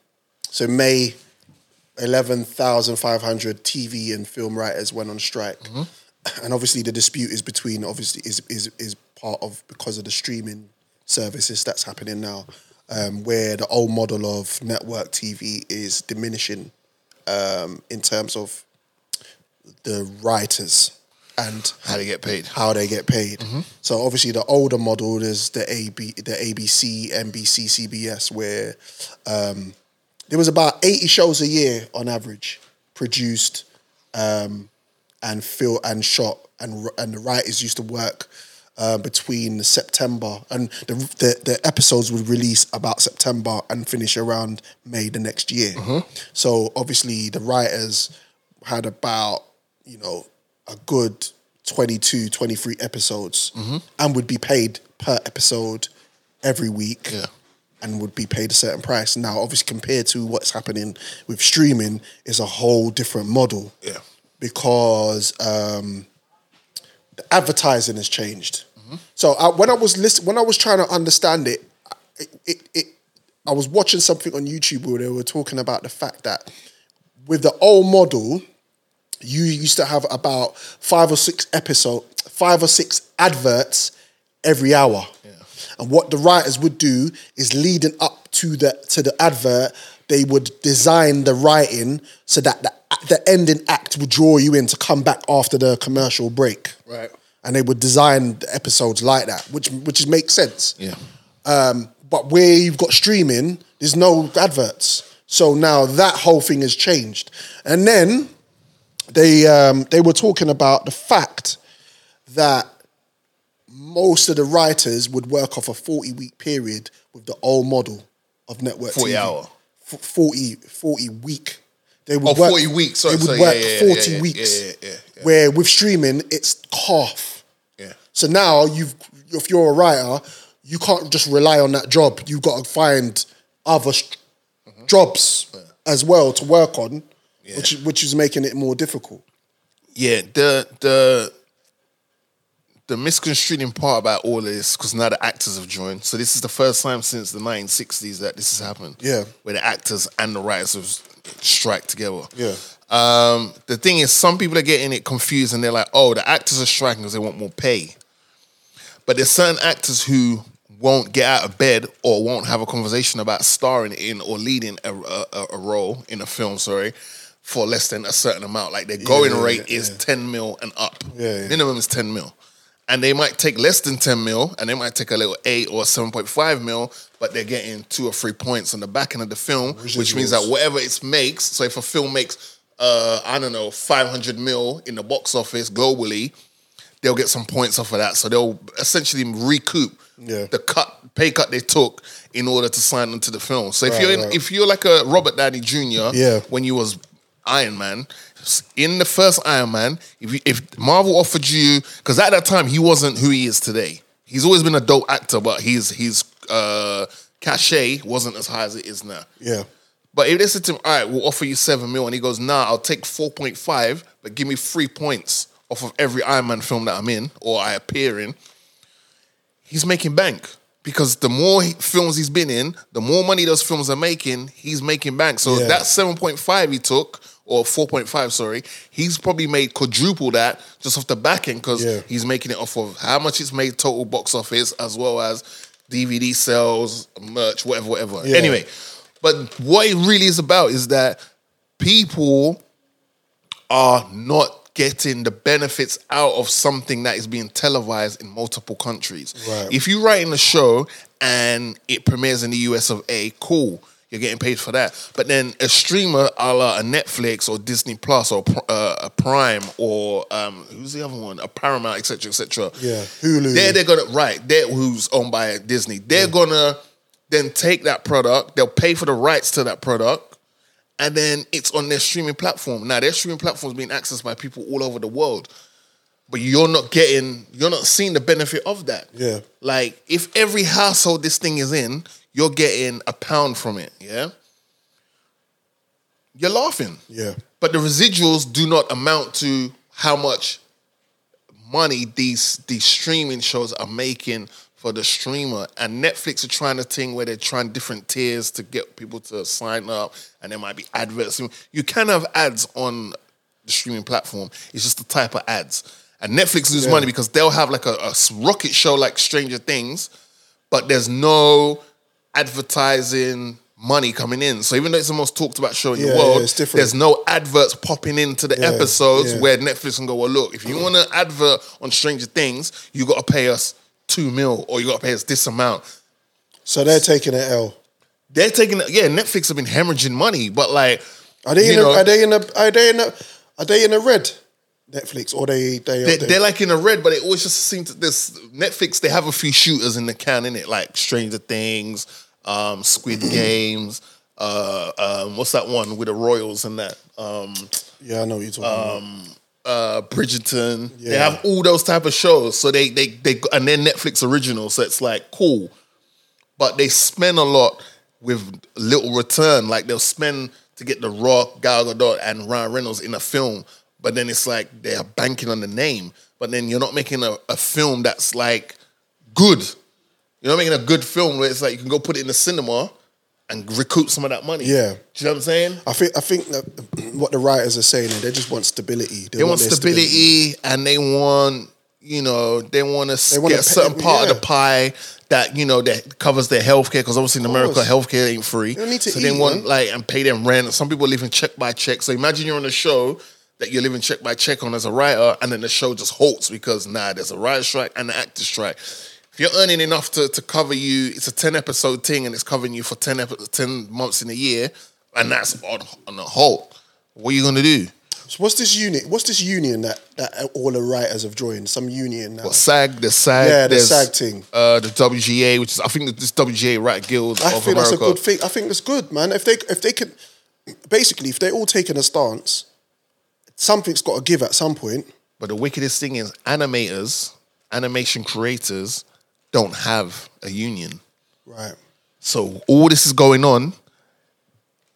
[SPEAKER 1] so May, eleven thousand five hundred TV and film writers went on strike,
[SPEAKER 3] Mm-hmm.
[SPEAKER 1] [clears throat] and obviously the dispute is between obviously is is is part of because of the streaming services that's happening now, um, where the old model of network TV is diminishing um, in terms of the writers and
[SPEAKER 3] how they get paid. Mm-hmm.
[SPEAKER 1] How they get paid. So obviously the older model is the AB, the ABC, NBC, CBS, where um, there was about eighty shows a year on average produced um, and fil- and shot, and r- and the writers used to work uh, between September and the, the the episodes would release about September and finish around May the next year.
[SPEAKER 3] Mhm.
[SPEAKER 1] So obviously the writers had about you know a good 22, 23 episodes
[SPEAKER 3] Mhm.
[SPEAKER 1] and would be paid per episode every week. And would be paid a certain price. Now, obviously, compared to what's happening with streaming, is a whole different model
[SPEAKER 3] Yeah.
[SPEAKER 1] because um, the advertising has changed. So I, when I was list, when I was trying to understand it, I- it, it, I was watching something on YouTube where they were talking about the fact that with the old model, you used to have about five or six episode, five or six adverts every hour. And what the writers would do is leading up to the to the advert, they would design the writing so that the the ending act would draw you in to come back after the commercial break.
[SPEAKER 3] Right.
[SPEAKER 1] And they would design the episodes like that, which which makes sense.
[SPEAKER 3] Yeah.
[SPEAKER 1] Um, but where you've got streaming, there's no adverts. So now that whole thing has changed. And then they um, they were talking about the fact that most of the writers would work off a 40 week period with the old model of network
[SPEAKER 3] 40
[SPEAKER 1] TV.
[SPEAKER 3] hour.
[SPEAKER 1] F- 40, 40 week. They would
[SPEAKER 3] Oh,
[SPEAKER 1] work
[SPEAKER 3] 40 weeks, sorry,
[SPEAKER 1] they would
[SPEAKER 3] sorry,
[SPEAKER 1] work
[SPEAKER 3] yeah, yeah, yeah,
[SPEAKER 1] 40
[SPEAKER 3] yeah, yeah,
[SPEAKER 1] weeks.
[SPEAKER 3] yeah, yeah,
[SPEAKER 1] Where with streaming, it's half.
[SPEAKER 3] Yeah.
[SPEAKER 1] So now you've if you're a writer, you can't just rely on that job. You've got to find other st-
[SPEAKER 3] Mm-hmm.
[SPEAKER 1] jobs as well to work on, which which is making it more difficult.
[SPEAKER 3] Yeah, the the the misconstruing part about all of this because now the actors have joined. So this is the first time since the 1960s that this has happened.
[SPEAKER 1] Yeah.
[SPEAKER 3] where the actors and the writers have strike together.
[SPEAKER 1] Yeah.
[SPEAKER 3] Um, the thing is, some people are getting it confused and they're like, "Oh, the actors are striking because they want more pay." But there's certain actors who won't get out of bed or won't have a conversation about starring in or leading a, a, a- a role in a film. Sorry, for less than a certain amount. Like their going
[SPEAKER 1] yeah,
[SPEAKER 3] rate is 10 mil and up.
[SPEAKER 1] Yeah, yeah.
[SPEAKER 3] Minimum is 10 mil. And they might take less than 10 mil and they might take a little 8 or 7.5 mil, but they're getting two or three points on the back end of the film, which means that
[SPEAKER 1] Residuals.
[SPEAKER 3] whatever it makes, so if a film makes, uh, I don't know, 500 mil in the box office globally, they'll get some points off of that. So they'll essentially recoup the cut pay cut they took in order to sign into the film. So if
[SPEAKER 1] Right,
[SPEAKER 3] you're in,
[SPEAKER 1] right.
[SPEAKER 3] if you're like a Robert Downey Jr.
[SPEAKER 1] Yeah.
[SPEAKER 3] when you was Iron Man, in the first Iron Man, if you, if Marvel offered you because at that time he wasn't who he is today. He's always been a dope actor, but his his uh, cachet wasn't as high as it is now.
[SPEAKER 1] Yeah.
[SPEAKER 3] But if they said to him, all right, we'll offer you seven mil, and he goes, nah, I'll take 4.5, but give me three points off of every Iron Man film that I'm in or I appear in, he's making bank. Because the more he- films he's been in, the more money those films are making, he's making bank. So
[SPEAKER 1] Yeah.
[SPEAKER 3] that 7.5 he took, or 4.5, sorry, he's probably made quadruple that just off the back end because he's making it off of how much it's made total box office as well as DVD sales, merch, whatever, whatever.
[SPEAKER 1] Yeah.
[SPEAKER 3] Anyway, but what it really is about is that people are not getting the benefits out of something that is being televised in multiple countries.
[SPEAKER 1] Right.
[SPEAKER 3] If you write in a show and it premieres in the US of A, cool. You're getting paid for that. But then a streamer a la a Netflix or Disney Plus or uh, a Prime or um, who's the other one? A Paramount, etc., etc.
[SPEAKER 1] Yeah. Hulu.
[SPEAKER 3] They're, they're gonna right. They're who's owned by Disney. They're gonna then take that product. They'll pay for the rights to that product, and then it's on their streaming platform. Now their streaming platform is being accessed by people all over the world, but you're not getting, you're not seeing the benefit of that.
[SPEAKER 1] Yeah.
[SPEAKER 3] Like if every household this thing is in, you're getting a pound from it. Yeah. You're laughing.
[SPEAKER 1] Yeah.
[SPEAKER 3] But the residuals do not amount to how much money these these streaming shows are making for the streamer. And Netflix are trying a thing where they're trying different tiers to get people to sign up, and there might be adverts. You can have ads on the streaming platform. It's just the type of ads. And Netflix lose
[SPEAKER 1] Yeah.
[SPEAKER 3] money because they'll have like a, a rocket show like Stranger Things, but there's no advertising money coming in. So even though it's the most talked about show in
[SPEAKER 1] Yeah,
[SPEAKER 3] the world,
[SPEAKER 1] yeah, it's different.
[SPEAKER 3] there's no adverts popping into the
[SPEAKER 1] Yeah,
[SPEAKER 3] episodes
[SPEAKER 1] yeah. Mm.
[SPEAKER 3] where Netflix can go, well, look, if you want an advert on Stranger Things, you got to pay us two mil or you got to pay us this amount.
[SPEAKER 1] So they're taking an L.
[SPEAKER 3] They're taking, yeah, Netflix have been hemorrhaging money, but like,
[SPEAKER 1] Are they
[SPEAKER 3] you
[SPEAKER 1] in? A,
[SPEAKER 3] know-
[SPEAKER 1] are they in? A, are they in? A, are they in the red? Netflix or they they
[SPEAKER 3] They, they're like in the red, but it always just seems to this Netflix. They have a few shooters in the can, in it like Stranger Things, um, Squid
[SPEAKER 1] Mm-hmm.
[SPEAKER 3] Games. Uh, um, what's that one with the Royals and that? Um,
[SPEAKER 1] yeah, I know what you're talking
[SPEAKER 3] um, uh, Bridgerton. They have all those type of shows. So they they they and they're Netflix originals. So it's like cool, but they spend a lot with little return. Like they'll spend to get The Rock, Gal Gadot, and Ryan Reynolds in a film, but then it's like they're banking on the name. But then you're not making a, a film that's like good. You're not making a good film where it's like you can go put it in the cinema and recoup some of that money.
[SPEAKER 1] Yeah.
[SPEAKER 3] Do you know what I'm saying?
[SPEAKER 1] I think I think that what the writers are saying, they just want stability.
[SPEAKER 3] They, want
[SPEAKER 1] their
[SPEAKER 3] stability, and they want you know they want to
[SPEAKER 1] wanna
[SPEAKER 3] get a certain
[SPEAKER 1] pay-
[SPEAKER 3] part
[SPEAKER 1] yeah.
[SPEAKER 3] of the pie that you know that covers their healthcare because obviously in America
[SPEAKER 1] course.
[SPEAKER 3] healthcare ain't free.
[SPEAKER 1] They don't need to
[SPEAKER 3] so they
[SPEAKER 1] eat,
[SPEAKER 3] want
[SPEAKER 1] man.
[SPEAKER 3] like and pay them rent. Some people live in check by check. So imagine you're on a show that you're living check by check on as a writer, and then the show just halts because nah, there's a writer strike and an actor strike. If you're earning enough to, to cover you, it's a ten episode thing, and it's covering you for ten epi- ten months in a year, and that's on on a halt. What are you gonna do?
[SPEAKER 1] So what's this unit? What's this union that that all the writers have joined? Some union now.
[SPEAKER 3] What SAG? The SAG.
[SPEAKER 1] Yeah, the
[SPEAKER 3] there's,
[SPEAKER 1] SAG thing.
[SPEAKER 3] Uh, the WGA, which is I think this WGA Right Guild
[SPEAKER 1] I
[SPEAKER 3] of
[SPEAKER 1] think that's
[SPEAKER 3] America.
[SPEAKER 1] a good thing. I think that's good, man. If they if they can, basically, if they're all taking a stance, something's got to give at some point.
[SPEAKER 3] But the wickedest thing is animators, animation creators, don't have a union.
[SPEAKER 1] Right.
[SPEAKER 3] So all this is going on.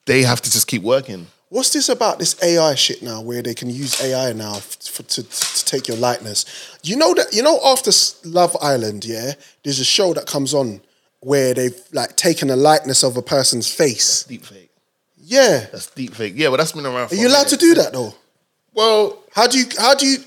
[SPEAKER 3] They have to just keep working.
[SPEAKER 1] What's this about this AI shit now, where they can use AI now f- for, to, to take your likeness? You know that you know after s- Love Island, yeah, there's a show that comes on where they've like taken a likeness of a person's face.
[SPEAKER 3] Deep fake.
[SPEAKER 1] Yeah,
[SPEAKER 3] That's deep fake. Yeah, but that's been around. For
[SPEAKER 1] are you allowed to do that though?
[SPEAKER 3] Well,
[SPEAKER 1] how do you how do you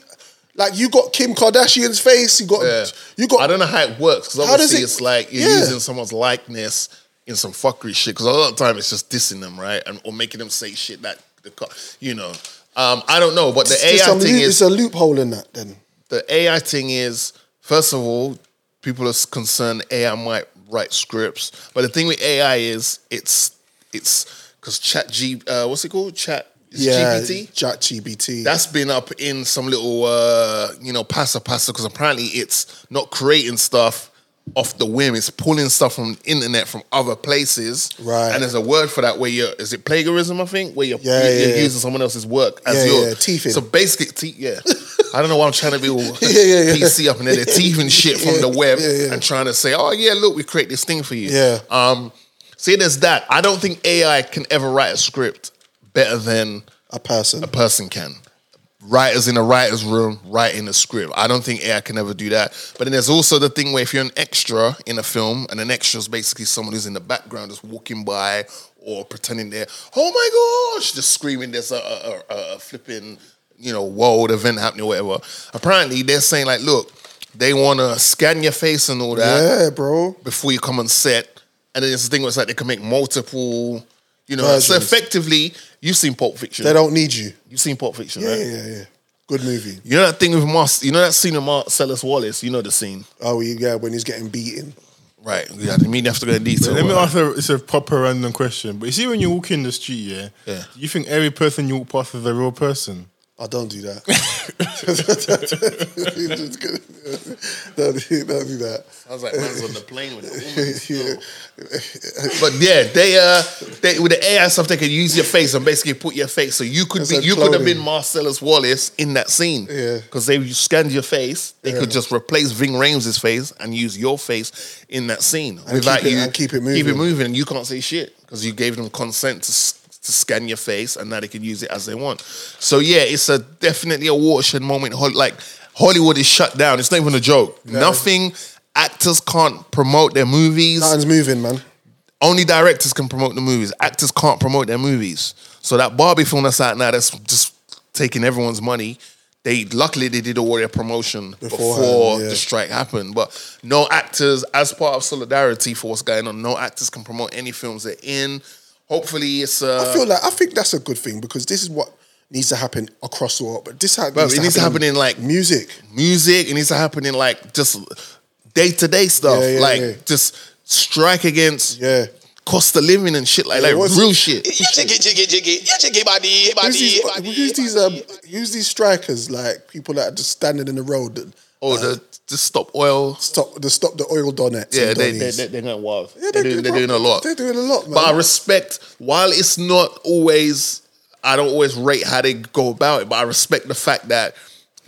[SPEAKER 1] like you got Kim Kardashian's face? You got you got.
[SPEAKER 3] I don't know how it works because
[SPEAKER 1] How does
[SPEAKER 3] obviously
[SPEAKER 1] it-
[SPEAKER 3] it's like you're
[SPEAKER 1] Yeah.
[SPEAKER 3] using someone's likeness in some fuckery shit. Because a lot of the time it's just dissing them, right, and or making them say shit that the co- you know. Um, I don't know, but the
[SPEAKER 1] It's
[SPEAKER 3] AI
[SPEAKER 1] some
[SPEAKER 3] thing
[SPEAKER 1] loop-
[SPEAKER 3] is
[SPEAKER 1] it's a loophole in that then.
[SPEAKER 3] the AI thing is, first of all, people are concerned AI might write scripts, but the thing with AI is it's it's because Chat G, uh, what's it called? Chat it's
[SPEAKER 1] yeah,
[SPEAKER 3] GPT.
[SPEAKER 1] Chat GBT.
[SPEAKER 3] That's been up in some little uh, you know pasta pasta because apparently it's not creating stuff off the whim; it's pulling stuff from the internet from other places.
[SPEAKER 1] Right.
[SPEAKER 3] And there's a word for that where you're is it plagiarism? I think where you're,
[SPEAKER 1] Yeah,
[SPEAKER 3] you're
[SPEAKER 1] yeah, yeah.
[SPEAKER 3] using someone else's work as
[SPEAKER 1] Yeah,
[SPEAKER 3] yours.
[SPEAKER 1] yeah, teething.
[SPEAKER 3] So basically,
[SPEAKER 1] [laughs]
[SPEAKER 3] te- yeah. I don't know why I'm trying to be all [laughs]
[SPEAKER 1] yeah, yeah.
[SPEAKER 3] PC up and they're thieving shit
[SPEAKER 1] [laughs]
[SPEAKER 3] from
[SPEAKER 1] Yeah,
[SPEAKER 3] the web
[SPEAKER 1] yeah, yeah.
[SPEAKER 3] and trying to say, oh yeah, look, we create this thing for you.
[SPEAKER 1] Yeah.
[SPEAKER 3] Um, see, there's that. I don't think AI can ever write a script better than
[SPEAKER 1] a person.
[SPEAKER 3] a person can. Writers in a writer's room writing a script. I don't think AI can ever do that. But then there's also the thing where if you're an extra in a film, and an extra is basically someone who's in the background just walking by or pretending they're, oh my gosh, just screaming there's a, a, a, a flipping, you know, world event happening or whatever. Apparently, they're saying, like, look, they want to scan your face and all that
[SPEAKER 1] yeah, bro.
[SPEAKER 3] before you come on set. And then it's the thing where it's like they can make multiple, you know. So
[SPEAKER 1] Versions.
[SPEAKER 3] effectively, you've seen Pulp Fiction.
[SPEAKER 1] They don't need you.
[SPEAKER 3] You've seen Pulp Fiction,
[SPEAKER 1] Yeah,
[SPEAKER 3] right?
[SPEAKER 1] yeah, yeah. Good movie.
[SPEAKER 3] You know that thing with Mar- you know that scene with Marcellus Wallace. You know the scene,
[SPEAKER 1] Oh yeah, when he's getting beaten.
[SPEAKER 3] right? Yeah, I didn't mean to have to go in detail.
[SPEAKER 4] Let me
[SPEAKER 3] but-
[SPEAKER 4] ask a, it's a proper random question. But you see, when you walk in the street, yeah,
[SPEAKER 3] Yeah.
[SPEAKER 4] do you think every person you walk past is a real person?
[SPEAKER 1] I Oh, don't do that. [laughs] Just kidding. don't, do, don't do that.
[SPEAKER 3] I was like, man's on the plane with a
[SPEAKER 1] [laughs]
[SPEAKER 3] woman. but yeah, they uh, they with the AI stuff, they could use your face and basically put your face. So you could
[SPEAKER 1] That's
[SPEAKER 3] be,
[SPEAKER 1] like
[SPEAKER 3] you could have
[SPEAKER 1] cloning.
[SPEAKER 3] been Marcellus Wallace in that scene.
[SPEAKER 1] Yeah.
[SPEAKER 3] because they scanned your face. They
[SPEAKER 1] Yeah.
[SPEAKER 3] could just replace Ving Rames's face and use your face in that scene
[SPEAKER 1] keep it- and keep it
[SPEAKER 3] Keep it
[SPEAKER 1] moving.
[SPEAKER 3] moving, and you can't say shit because you gave them consent to. s- To scan your face, and now they can use it as they want. So yeah, it's a definitely a watershed moment. Hol- Like Hollywood is shut down. It's not even a joke. Nothing. Actors can't promote their movies.
[SPEAKER 1] Nothing's moving, man.
[SPEAKER 3] Only directors can promote the movies. Actors can't promote their movies. So that Barbie film that's out now, that's just taking everyone's money. They luckily they did all their promotion
[SPEAKER 1] Beforehand,
[SPEAKER 3] before
[SPEAKER 1] yeah.
[SPEAKER 3] the strike happened. But no actors, as part of solidarity for what's going on, no actors can promote any films they're in. Hopefully, it's uh,
[SPEAKER 1] I feel like I think that's a good thing because this is what needs to happen across the world. But this ha-
[SPEAKER 3] Bro, it needs to happen in like
[SPEAKER 1] music.
[SPEAKER 3] music. It needs to happen in like just day to day stuff,
[SPEAKER 1] Yeah, yeah,
[SPEAKER 3] like
[SPEAKER 1] yeah.
[SPEAKER 3] just strike against
[SPEAKER 1] Yeah,
[SPEAKER 3] cost of living and shit like
[SPEAKER 1] Yeah,
[SPEAKER 3] like
[SPEAKER 1] what's- [laughs]
[SPEAKER 3] real shit.
[SPEAKER 12] Yeah, jiggy, jiggy, jiggy. Yeah, jiggy, body,
[SPEAKER 1] Who's
[SPEAKER 12] body,
[SPEAKER 1] these,
[SPEAKER 12] body.
[SPEAKER 1] who's these, um, who's these strikers? Like people that are just standing in the road. And,
[SPEAKER 3] oh, the the stop oil.
[SPEAKER 1] Stop the stop the oil donuts.
[SPEAKER 3] Yeah,
[SPEAKER 1] and
[SPEAKER 3] they, they,
[SPEAKER 1] donnies.
[SPEAKER 3] they, they're going wild.
[SPEAKER 1] Yeah,
[SPEAKER 3] they're, doing, they're doing a lot.
[SPEAKER 1] They're doing a lot, man.
[SPEAKER 3] But I respect, while it's not always, I don't always rate how they go about it, but I respect the fact that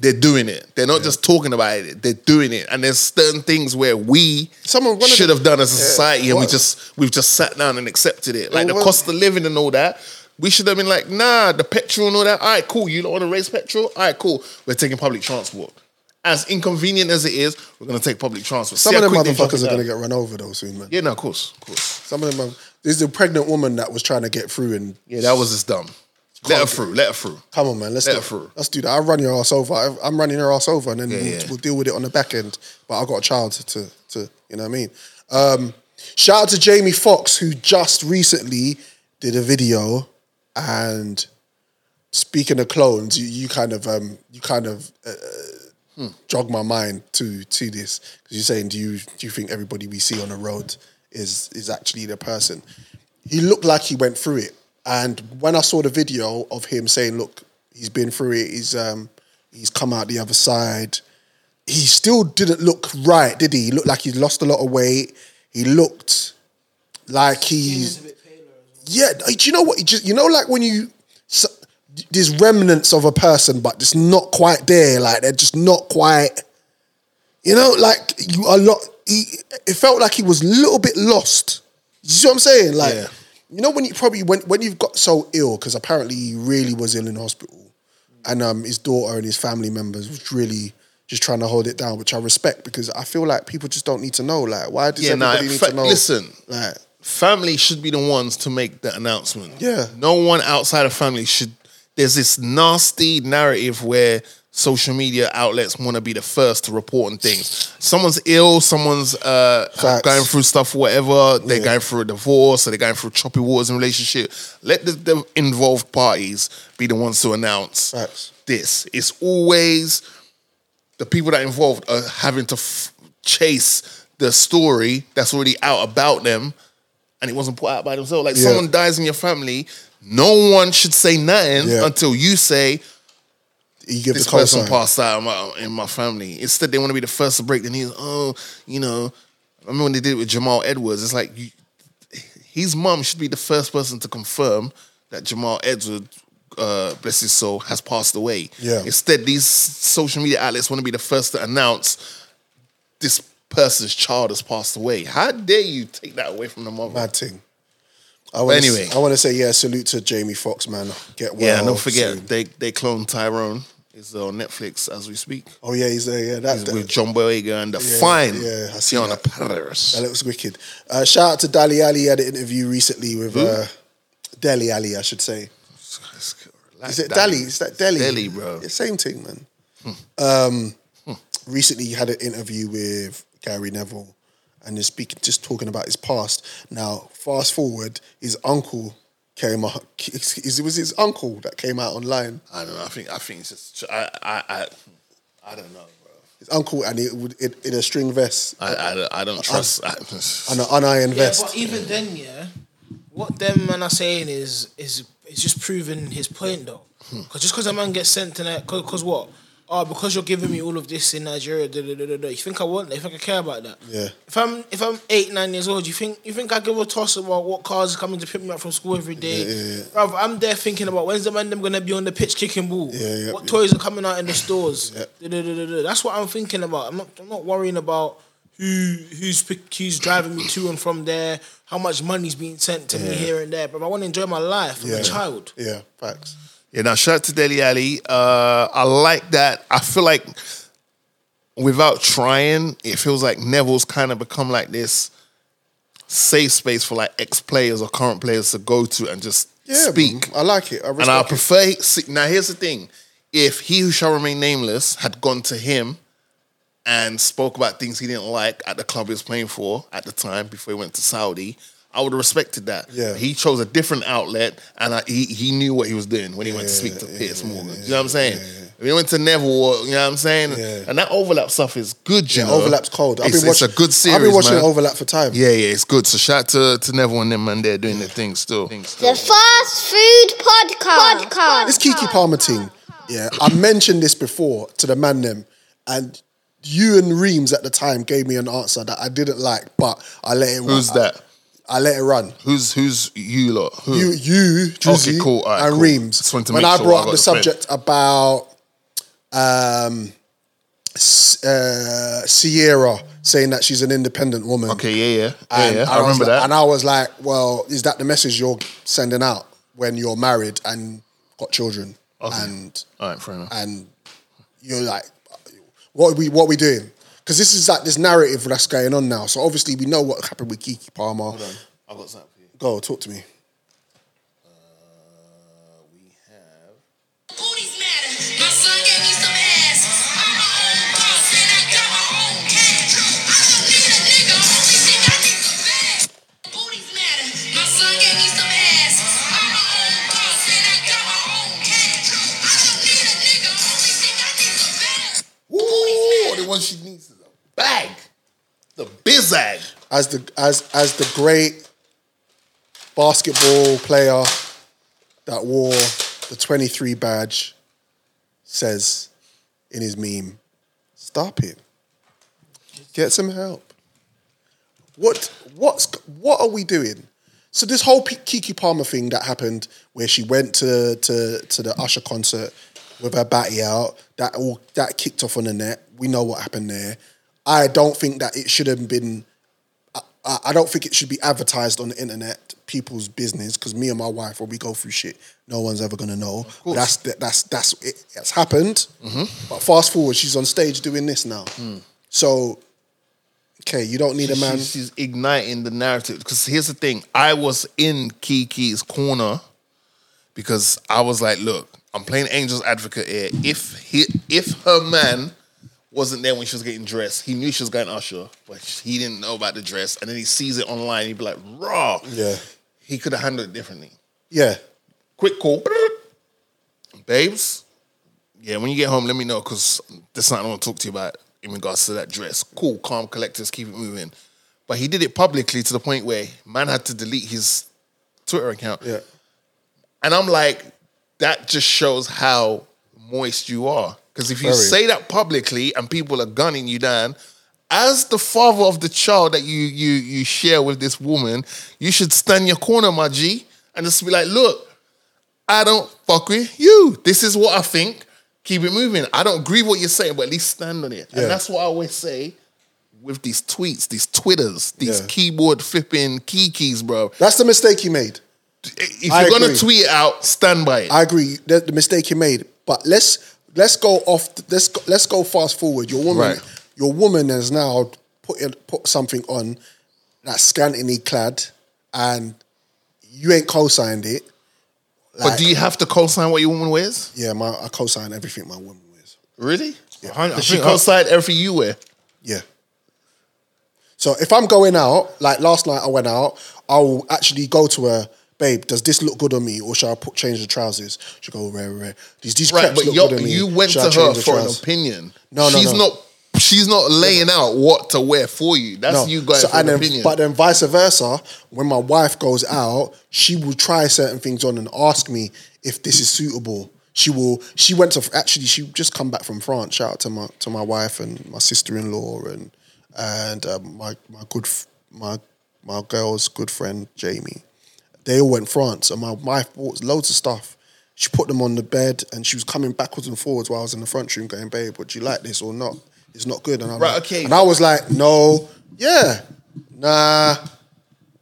[SPEAKER 3] they're doing it. They're not just talking about it, they're doing it. And there's certain things where we
[SPEAKER 1] Someone, one of
[SPEAKER 3] should
[SPEAKER 1] the-
[SPEAKER 3] have done as a
[SPEAKER 1] Yeah,
[SPEAKER 3] society and we
[SPEAKER 1] one-
[SPEAKER 3] just we've just sat down and accepted it. Like
[SPEAKER 1] Well,
[SPEAKER 3] the
[SPEAKER 1] one-
[SPEAKER 3] cost of living and all that. We should have been like, nah, the petrol and all that. All right, cool. You don't want to raise petrol? All right, cool. We're taking public transport. As inconvenient as it is, we're gonna take public transport.
[SPEAKER 1] Some
[SPEAKER 3] See
[SPEAKER 1] of
[SPEAKER 3] how
[SPEAKER 1] them
[SPEAKER 3] quick they jump
[SPEAKER 1] motherfuckers are
[SPEAKER 3] it down.
[SPEAKER 1] going to get run over though soon, man.
[SPEAKER 3] Yeah, no, of course, of course.
[SPEAKER 1] Some of them. Are, there's the pregnant woman that was trying to get through, and
[SPEAKER 3] Yeah, that was just dumb. Let her through. Let her through.
[SPEAKER 1] come on, man, let's
[SPEAKER 3] Let
[SPEAKER 1] do,
[SPEAKER 3] her through.
[SPEAKER 1] Let's do that. I'll run your ass over. I- I'm running her ass over, and then
[SPEAKER 3] Yeah,
[SPEAKER 1] we'll,
[SPEAKER 3] yeah.
[SPEAKER 1] we'll deal with it on the back end. But I got a child to to you know what I mean. Um, shout out to Jamie Foxx who just recently did a video, and speaking of clones, you, you kind of um you kind of uh, jog my mind to to this because you're saying do you do you think everybody we see on the road is is actually the person? He looked like he went through it, and when I saw the video of him saying, "Look, he's been through it. He's um he's come out the other side." He still didn't look right, did he? He looked like he'd lost a lot of weight. He looked like he's yeah. Do you know what? It just you know, like when you so, there's remnants of a person, but it's not quite there. Like they're just not quite. You know, like you are lot. He, it felt like he was a little bit lost. You see what I'm saying? Like,
[SPEAKER 3] Yeah.
[SPEAKER 1] you know, when you probably when when you've got so ill because apparently he really was ill in hospital, and um, his daughter and his family members was really just trying to hold it down, which I respect because I feel like people just don't need to know. Like, why does
[SPEAKER 3] Yeah, nah.
[SPEAKER 1] everybody
[SPEAKER 3] in
[SPEAKER 1] need
[SPEAKER 3] fact,
[SPEAKER 1] to know?
[SPEAKER 3] Listen,
[SPEAKER 1] like,
[SPEAKER 3] family should be the ones to make the announcement.
[SPEAKER 1] Yeah.
[SPEAKER 3] No one outside of family should. There's this nasty narrative where social media outlets want to be the first to report on things. Someone's ill, someone's uh,
[SPEAKER 1] Facts.
[SPEAKER 3] going through stuff, whatever. They're
[SPEAKER 1] Yeah.
[SPEAKER 3] going through a divorce or they're going through choppy waters in a relationship. Let the, the involved parties be the ones to announce
[SPEAKER 1] Facts.
[SPEAKER 3] this. It's always the people that involved are having to f- chase the story that's already out about them and it wasn't put out by themselves. Like
[SPEAKER 1] Yeah.
[SPEAKER 3] someone dies in your family, no one should say nothing
[SPEAKER 1] Yeah.
[SPEAKER 3] until you say
[SPEAKER 1] you give
[SPEAKER 3] this
[SPEAKER 1] the call
[SPEAKER 3] person
[SPEAKER 1] sign.
[SPEAKER 3] passed out in my, in my family. Instead, they want to be the first to break the news. Oh, you know, I remember when they did it with Jamal Edwards. It's like you, his mum should be the first person to confirm that Jamal Edwards, uh, bless his soul, has passed away.
[SPEAKER 1] Yeah.
[SPEAKER 3] Instead, these social media outlets want to be the first to announce this person's child has passed away. How dare you take that away from the mother?
[SPEAKER 1] Mad thing. I wanna
[SPEAKER 3] anyway.
[SPEAKER 1] s- I want to say yeah. Salute to Jamie Foxx, man. Get well.
[SPEAKER 3] Yeah, and don't forget
[SPEAKER 1] soon.
[SPEAKER 3] they they clone Tyrone is on Netflix as we speak.
[SPEAKER 1] Oh yeah, he's there. Yeah, that,
[SPEAKER 3] He's
[SPEAKER 1] that-
[SPEAKER 3] with John Boyega and the
[SPEAKER 1] Yeah,
[SPEAKER 3] fine
[SPEAKER 1] yeah, I see
[SPEAKER 3] Tiana
[SPEAKER 1] that.
[SPEAKER 3] Paris.
[SPEAKER 1] that looks wicked. Uh, shout out to Dali Ali. He had an interview recently with uh, Deli Ali, I should say. Is it Dali? Is that Delhi?
[SPEAKER 3] Deli, bro. Hmm.
[SPEAKER 1] Yeah, same thing, man. Um, recently, you had an interview with Gary Neville, and they're speaking, just talking about his past. Now, fast forward, his uncle came [laughs] out. It was his uncle that came out online.
[SPEAKER 3] I don't know. I think I think it's just I I I, I don't know, bro.
[SPEAKER 1] His uncle, and it would in, in a string vest
[SPEAKER 3] I I, don't- I don't trust. I,
[SPEAKER 1] and an unironed
[SPEAKER 5] Yeah,
[SPEAKER 1] vest.
[SPEAKER 5] but even then, yeah, what them man are saying is is is just proving his point though.
[SPEAKER 1] Hmm.
[SPEAKER 5] Because just because a man gets sent to that, because what? Oh, because you're giving me all of this in Nigeria, da, da, da, da, da. you think I want that? You think I care about that?
[SPEAKER 1] Yeah.
[SPEAKER 5] If I'm if I'm eight nine years old, you think you think I give a toss about what cars are coming to pick me up from school every day? Bruv, I'm there thinking about when's the man them gonna be on the pitch kicking ball?
[SPEAKER 1] yeah,
[SPEAKER 5] what
[SPEAKER 1] yeah.
[SPEAKER 5] toys are coming out in the stores? Da, da, da, da, da. That's what I'm thinking about. I'm not I'm not worrying about who who's pick, who's driving me to and from there, how much money's being sent to me here and there. But I want to enjoy my life. I'm
[SPEAKER 1] Yeah.
[SPEAKER 5] a child.
[SPEAKER 1] Yeah, facts.
[SPEAKER 3] yeah. Now shout out to Deli Ali. Uh, I like that. I feel like without trying, it feels like Neville's kind of become like this safe space for like ex players or current players to go to and just
[SPEAKER 1] Yeah,
[SPEAKER 3] speak.
[SPEAKER 1] I like it. I respect
[SPEAKER 3] And I
[SPEAKER 1] it.
[SPEAKER 3] prefer. See, now, here's the thing: if he who shall remain nameless had gone to him and spoke about things he didn't like at the club he was playing for at the time before he went to Saudi, I would have respected that.
[SPEAKER 1] Yeah.
[SPEAKER 3] he chose a different outlet, and I, he he knew what he was doing when he went to speak to Pierce Morgan. you know what I'm saying? We went to Neville, you know what I'm saying? And that overlap stuff is good, you
[SPEAKER 1] Yeah,
[SPEAKER 3] know?
[SPEAKER 1] Overlap's cold. I've
[SPEAKER 3] It's,
[SPEAKER 1] been
[SPEAKER 3] it's a
[SPEAKER 1] watching-
[SPEAKER 3] good series.
[SPEAKER 1] I've been watching
[SPEAKER 3] man.
[SPEAKER 1] Overlap for time.
[SPEAKER 3] Yeah, yeah, it's good. So shout out to, to Neville and them, man. They're doing their thing still. Thing still.
[SPEAKER 18] The fast food podcast. Podcast.
[SPEAKER 1] This Kiki Palmer thing, yeah, I mentioned this before to the man them, and you and Reams at the time gave me an answer that I didn't like, but I let it.
[SPEAKER 3] Who's
[SPEAKER 1] I-
[SPEAKER 3] that?
[SPEAKER 1] I let it run.
[SPEAKER 3] Who's who's you lot? Who?
[SPEAKER 1] You, you, Drizzy,
[SPEAKER 3] Okay, cool. All right,
[SPEAKER 1] and
[SPEAKER 3] cool.
[SPEAKER 1] Reams.
[SPEAKER 3] Just wanted to
[SPEAKER 1] when
[SPEAKER 3] make
[SPEAKER 1] I
[SPEAKER 3] sure I
[SPEAKER 1] brought up
[SPEAKER 3] got
[SPEAKER 1] the
[SPEAKER 3] the thread.
[SPEAKER 1] subject about um, S- uh, Sierra saying that she's an independent woman. Okay,
[SPEAKER 3] yeah, yeah, Yeah,
[SPEAKER 1] And
[SPEAKER 3] yeah, I
[SPEAKER 1] was
[SPEAKER 3] remember
[SPEAKER 1] like-
[SPEAKER 3] that.
[SPEAKER 1] And I was like, well, is that the message you're sending out when you're married and got children? And
[SPEAKER 3] all right, fair enough.
[SPEAKER 1] And you're like, what are we what are we doing? Because this is like this narrative that's going on now. So obviously we know what happened with Kiki Palmer.
[SPEAKER 3] I got something. for you.
[SPEAKER 1] Go talk to me.
[SPEAKER 3] Ooh, the one she needs is a bag. The bizzag.
[SPEAKER 1] as the as as the great basketball player that wore the 23 badge says in his meme, stop it. Get some help. What what's what are we doing? So this whole P- Kiki Palmer thing that happened, where she went to to to the Usher concert with her batty out, that all that kicked off on the net. We know what happened there. I don't think that it should have been I, I don't think it should be advertised on the internet, people's business, because me and my wife, when we go through shit, no one's ever gonna know.
[SPEAKER 3] course. Mm-hmm.
[SPEAKER 1] That's that's that's it, it's happened. But fast forward, she's on stage doing this now. So, okay, you don't need a
[SPEAKER 3] Hmm. She-
[SPEAKER 1] man.
[SPEAKER 3] She's, she's igniting the narrative. Because here's the thing I was in Kiki's corner because I was like, look, I'm playing Angel's Advocate here. If he, if her man wasn't there when she was getting dressed, he knew she was going Usher, but he didn't know about the dress. And then he sees it online, he'd be like, raw.
[SPEAKER 1] Yeah.
[SPEAKER 3] He could have handled it differently.
[SPEAKER 1] Yeah.
[SPEAKER 3] Quick call. Babes, yeah, when you get home, let me know because there's something I want to talk to you about in regards to that dress. Cool, calm, collectors, keep it moving. But he did it publicly to the point where man had to delete his Twitter account.
[SPEAKER 1] Yeah.
[SPEAKER 3] And I'm like, that just shows how moist you are. Because if you
[SPEAKER 1] Very.
[SPEAKER 3] say that publicly and people are gunning you down, as the father of the child that you you you share with this woman, you should stand your corner, my G, and just be like, look, I don't fuck with you. This is what I think. Keep it moving. I don't agree with what you're saying, but at least stand on it.
[SPEAKER 1] Yeah.
[SPEAKER 3] And that's what I always say with these tweets, these twitters, these
[SPEAKER 1] Yeah.
[SPEAKER 3] keyboard flipping kikis, bro.
[SPEAKER 1] That's the mistake you made.
[SPEAKER 3] If you're
[SPEAKER 1] I
[SPEAKER 3] gonna
[SPEAKER 1] agree.
[SPEAKER 3] tweet it out, stand by it.
[SPEAKER 1] I agree. The, the mistake you made, but let's let's go off. Let's go, let's go fast forward. Your woman,
[SPEAKER 3] Right.
[SPEAKER 1] your woman has now put in, put something on that's scantily clad, and you ain't co-signed it.
[SPEAKER 3] but do you have to co-sign what your woman wears?
[SPEAKER 1] Yeah, my I co-sign everything my woman wears.
[SPEAKER 3] Really?
[SPEAKER 1] I
[SPEAKER 3] Does she
[SPEAKER 1] think I-
[SPEAKER 3] co-sign everything you wear?
[SPEAKER 1] Yeah. So if I'm going out, like last night I went out, I'll actually go to her. Babe, does this look good on me, or shall I put change the trousers? She go rare, rare. These these
[SPEAKER 3] Right,
[SPEAKER 1] crepes
[SPEAKER 3] but
[SPEAKER 1] look
[SPEAKER 3] yo-
[SPEAKER 1] good on me.
[SPEAKER 3] you went
[SPEAKER 1] Shall I
[SPEAKER 3] to
[SPEAKER 1] change
[SPEAKER 3] her
[SPEAKER 1] the
[SPEAKER 3] for an
[SPEAKER 1] trousers?"
[SPEAKER 3] opinion.
[SPEAKER 1] No, no,
[SPEAKER 3] she's
[SPEAKER 1] no.
[SPEAKER 3] not. She's not laying out what to wear for you. That's you going
[SPEAKER 1] So-
[SPEAKER 3] for an
[SPEAKER 1] and then,
[SPEAKER 3] opinion.
[SPEAKER 1] But then vice versa, when my wife goes out, she will try certain things on and ask me if this is suitable. She will. She went to actually. She just come back from France. Shout out to my to my wife and my sister in law and and um, my my good f- my my girl's good friend Jamie. They all went France, and my wife bought loads of stuff. She put them on the bed, and she was coming backwards and forwards while I was in the front room, going, "Babe, would you like this or not? It's not good." And I'm
[SPEAKER 3] Right,
[SPEAKER 1] like-
[SPEAKER 3] okay.
[SPEAKER 1] And I was like, "No, yeah, nah,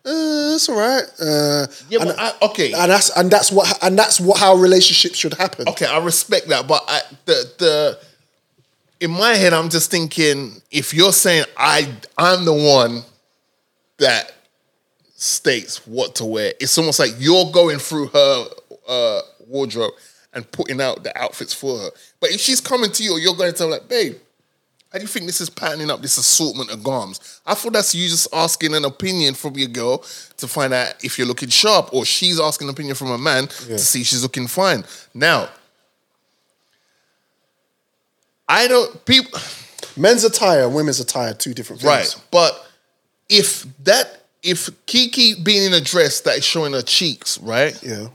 [SPEAKER 1] uh, that's all right." Uh,
[SPEAKER 3] Yeah,
[SPEAKER 1] and,
[SPEAKER 3] but I- okay.
[SPEAKER 1] and that's and that's what and that's what how relationships should happen.
[SPEAKER 3] okay, I respect that, but I, the the in my head, I'm just thinking if you're saying I I'm the one that states what to wear, it's almost like you're going through her uh, wardrobe and putting out the outfits for her. But if she's coming to you, or you're going to tell her like, babe. How do you think this is patterning up this assortment of garms? I thought that's you just asking an opinion from your girl to find out if you're looking sharp, or she's asking an opinion from a man
[SPEAKER 1] Yeah.
[SPEAKER 3] to see if she's looking fine. Now, I don't people
[SPEAKER 1] men's attire and women's attire are two different things.
[SPEAKER 3] Right. But if that if Kiki being in a dress that is showing her cheeks, right?
[SPEAKER 1] Yeah.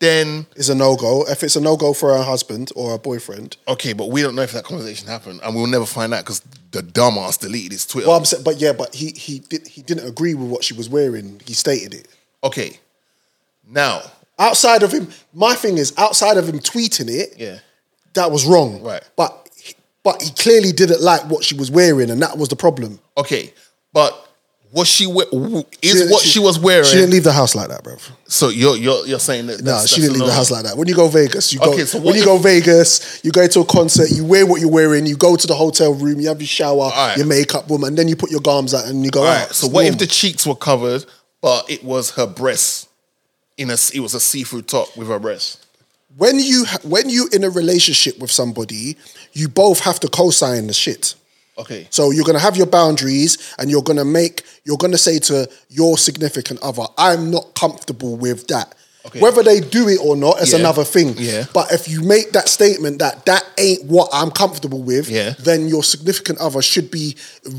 [SPEAKER 3] Then
[SPEAKER 1] it's a no go. If it's a no go for her husband or her boyfriend.
[SPEAKER 3] Okay, but we don't know if that conversation happened, and we'll never find out because the dumbass deleted his Twitter.
[SPEAKER 1] Well, I'm saying, but yeah, but he he did he didn't agree with what she was wearing. He stated it.
[SPEAKER 3] Okay. Now,
[SPEAKER 1] outside of him, my thing is outside of him tweeting it.
[SPEAKER 3] Yeah.
[SPEAKER 1] That was wrong.
[SPEAKER 3] Right.
[SPEAKER 1] But but he clearly didn't like what she was wearing, and that was the problem.
[SPEAKER 3] Okay, but what she we- w- is what she, was wearing.
[SPEAKER 1] She didn't leave the house like that, bro.
[SPEAKER 3] So you're you're you're saying that?
[SPEAKER 1] No,
[SPEAKER 3] that's-
[SPEAKER 1] she didn't
[SPEAKER 3] that's a
[SPEAKER 1] leave the
[SPEAKER 3] no-no.
[SPEAKER 1] house like that. When you go Vegas, you go.
[SPEAKER 3] Okay, so what
[SPEAKER 1] when you
[SPEAKER 3] if-
[SPEAKER 1] go Vegas, you go to a concert, you wear what you're wearing, you go to the hotel room, you have your shower,
[SPEAKER 3] Alright.
[SPEAKER 1] your makeup room, and then you put your garms out and you go
[SPEAKER 3] All
[SPEAKER 1] out.
[SPEAKER 3] right. So
[SPEAKER 1] It's
[SPEAKER 3] what if
[SPEAKER 1] normal.
[SPEAKER 3] the cheeks were covered, but it was her breasts? In a it was a see-through top with her breasts.
[SPEAKER 1] when you ha- when you in a relationship with somebody, you both have to co-sign the shit.
[SPEAKER 3] Okay.
[SPEAKER 1] So you're gonna have your boundaries, and you're gonna make you're gonna say to your significant other, "I'm not comfortable with that."
[SPEAKER 3] Okay.
[SPEAKER 1] Whether they do it or not, it's
[SPEAKER 3] Yeah.
[SPEAKER 1] another thing.
[SPEAKER 3] Yeah.
[SPEAKER 1] But if you make that statement that that ain't what I'm comfortable with,
[SPEAKER 3] Yeah.
[SPEAKER 1] then your significant other should be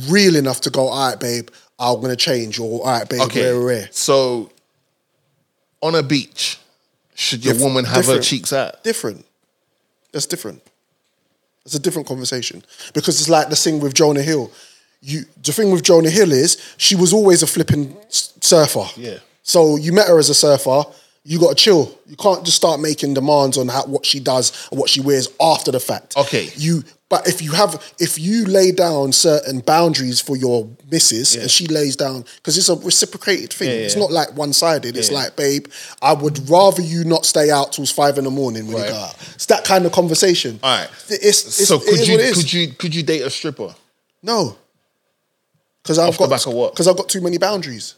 [SPEAKER 1] real enough to go, "All right, babe, I'm gonna change," or "All right, babe,
[SPEAKER 3] Okay.
[SPEAKER 1] rare, rare."
[SPEAKER 3] So on a beach, should your
[SPEAKER 1] Diff-
[SPEAKER 3] woman have her
[SPEAKER 1] different.
[SPEAKER 3] cheeks out?
[SPEAKER 1] Different. That's different. It's a different conversation because it's like the thing with Jonah Hill. You, the thing with Jonah Hill is she was always a flipping s- surfer.
[SPEAKER 3] Yeah.
[SPEAKER 1] So you met her as a surfer. You got to chill. You can't just start making demands on how, what she does and what she wears after the fact.
[SPEAKER 3] Okay.
[SPEAKER 1] You, but if you have, if you lay down certain boundaries for your missus and she lays down, because it's a reciprocated thing.
[SPEAKER 3] Yeah, yeah,
[SPEAKER 1] It's
[SPEAKER 3] yeah.
[SPEAKER 1] not like one sided. It's
[SPEAKER 3] Yeah.
[SPEAKER 1] like, babe, I would rather you not stay out till five in the morning when
[SPEAKER 3] Right.
[SPEAKER 1] you go out. It's that kind of conversation.
[SPEAKER 3] All right.
[SPEAKER 1] It's, it's,
[SPEAKER 3] so
[SPEAKER 1] it
[SPEAKER 3] could
[SPEAKER 1] is
[SPEAKER 3] you
[SPEAKER 1] what it is.
[SPEAKER 3] could you could you date a stripper?
[SPEAKER 1] No. Because I've
[SPEAKER 3] Off the
[SPEAKER 1] got
[SPEAKER 3] back of what?
[SPEAKER 1] Because I've got too many boundaries.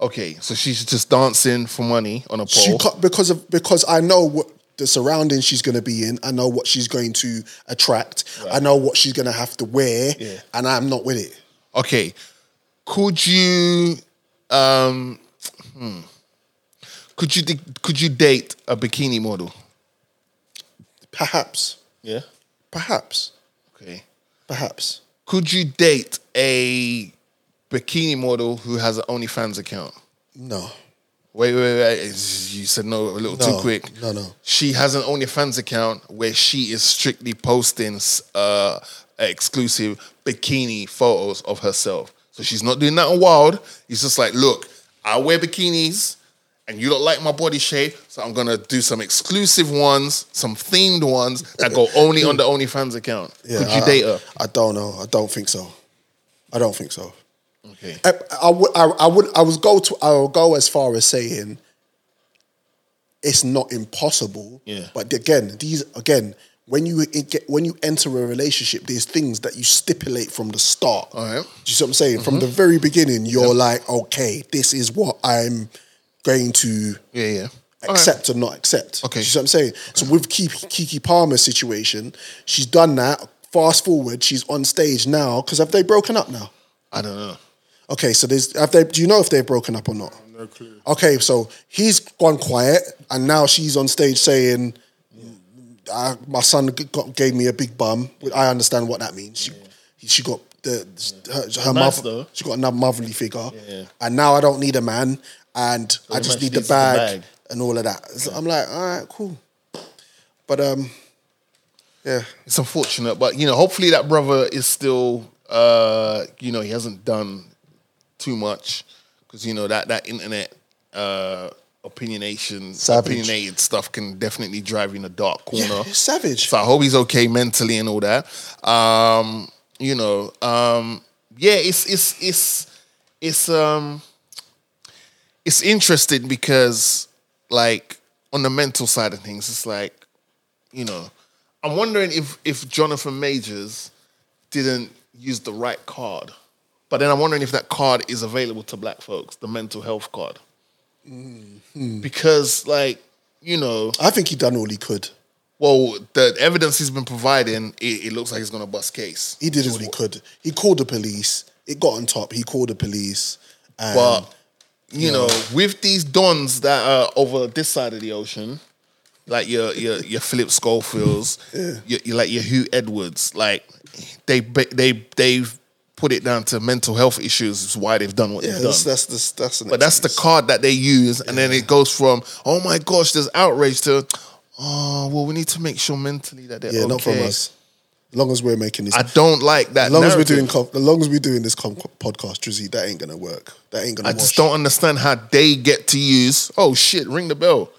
[SPEAKER 3] Okay, so she's just dancing for money on a pole.
[SPEAKER 1] She cut because of because I know what the surroundings she's going to be in. I know what she's going to attract. I know what she's going to have to wear,
[SPEAKER 3] Yeah.
[SPEAKER 1] and I'm not with it.
[SPEAKER 3] Okay. Could you um hmm. could you d- could you date a bikini model?
[SPEAKER 1] Perhaps,
[SPEAKER 3] Yeah.
[SPEAKER 1] perhaps,
[SPEAKER 3] Okay.
[SPEAKER 1] perhaps.
[SPEAKER 3] Could you date a bikini model who has an OnlyFans account?
[SPEAKER 1] No,
[SPEAKER 3] Wait, wait, wait. You said no a little
[SPEAKER 1] no,
[SPEAKER 3] too quick.
[SPEAKER 1] No, no.
[SPEAKER 3] She has an OnlyFans account where she is strictly posting uh, exclusive bikini photos of herself. So she's not doing that on wild. It's just like, look, I wear bikinis and you don't like my body shape, so I'm going to do some exclusive ones, some themed ones that go only
[SPEAKER 1] [laughs]
[SPEAKER 3] on the OnlyFans account.
[SPEAKER 1] Yeah,
[SPEAKER 3] Could you
[SPEAKER 1] I-
[SPEAKER 3] date her?
[SPEAKER 1] I don't know. I don't think so. I don't think so.
[SPEAKER 3] Okay.
[SPEAKER 1] I, I would, I, I would, I was go to, I will go as far as saying it's not impossible.
[SPEAKER 3] Yeah.
[SPEAKER 1] But again, these again, when you it get when you enter a relationship, there's things that you stipulate from the start.
[SPEAKER 3] All right. Mm-hmm.
[SPEAKER 1] Do you see what I'm saying? From the very beginning, you're like, okay, this is what I'm going to
[SPEAKER 3] Yeah, yeah. All right.
[SPEAKER 1] accept or not accept. Do
[SPEAKER 3] Okay.
[SPEAKER 1] you see what I'm saying? So with Kiki, Kiki Palmer's situation, she's done that. Fast forward, she's on stage now. Because have they broken up now?
[SPEAKER 3] I don't know.
[SPEAKER 1] Okay, so there's have they? Do you know if they've broken up or not? No clue. Okay, so he's gone quiet, and now she's on stage saying, "I- "My son g- got, gave me a big bum." I understand what that means. She, he- she got the her, her
[SPEAKER 3] Nice,
[SPEAKER 1] mother.
[SPEAKER 3] though.
[SPEAKER 1] She got another motherly figure,
[SPEAKER 3] Yeah.
[SPEAKER 1] and now I don't need a man, and I just
[SPEAKER 3] much
[SPEAKER 1] need the
[SPEAKER 3] needs the
[SPEAKER 1] bag,
[SPEAKER 3] bag.
[SPEAKER 1] and all of that. So I'm like, all right, cool. But um, yeah,
[SPEAKER 3] it's unfortunate, but you know, hopefully that brother is still, uh, you know, he hasn't done too much because you know that that internet uh, opinionation,
[SPEAKER 1] Savage.
[SPEAKER 3] opinionated stuff can definitely drive you in a dark corner.
[SPEAKER 1] Yeah, savage.
[SPEAKER 3] So I hope he's okay mentally and all that. Um, you know, um, yeah, it's it's it's it's um it's interesting because like on the mental side of things, it's like you know, I'm wondering if if Jonathan Majors didn't use the right card. But then I'm wondering if that card is available to black folks, the mental health card.
[SPEAKER 1] Mm-hmm.
[SPEAKER 3] Because like, you know,
[SPEAKER 1] I think he done all he could.
[SPEAKER 3] well, the evidence he's been providing, it, it looks like he's gonna bust case.
[SPEAKER 1] He did what he could. He called the police. It got on top. He called the police. And
[SPEAKER 3] But you know, with these dons that are over this side of the ocean, like your your your Philip
[SPEAKER 1] [laughs]
[SPEAKER 3] Schofields, your, your- like your Hugh Edwards, like they ba- they they've put it down to mental health issues is why they've done what
[SPEAKER 4] Yeah,
[SPEAKER 3] they've done.
[SPEAKER 4] that's- that's- that's- that's an
[SPEAKER 3] but that's the card that they use, and then it goes from oh my gosh, there's outrage to oh well, we need to make sure mentally that they're
[SPEAKER 1] Yeah,
[SPEAKER 3] okay.
[SPEAKER 1] not from us. As long as we're making this,
[SPEAKER 3] I don't like that
[SPEAKER 1] As long as we're
[SPEAKER 3] narrative.
[SPEAKER 1] doing, com- as long as we're doing this com- podcast, Drizzy, that ain't gonna work. That ain't gonna.
[SPEAKER 3] I
[SPEAKER 1] wash.
[SPEAKER 3] just don't understand how they get to use. Oh shit! Ring the bell.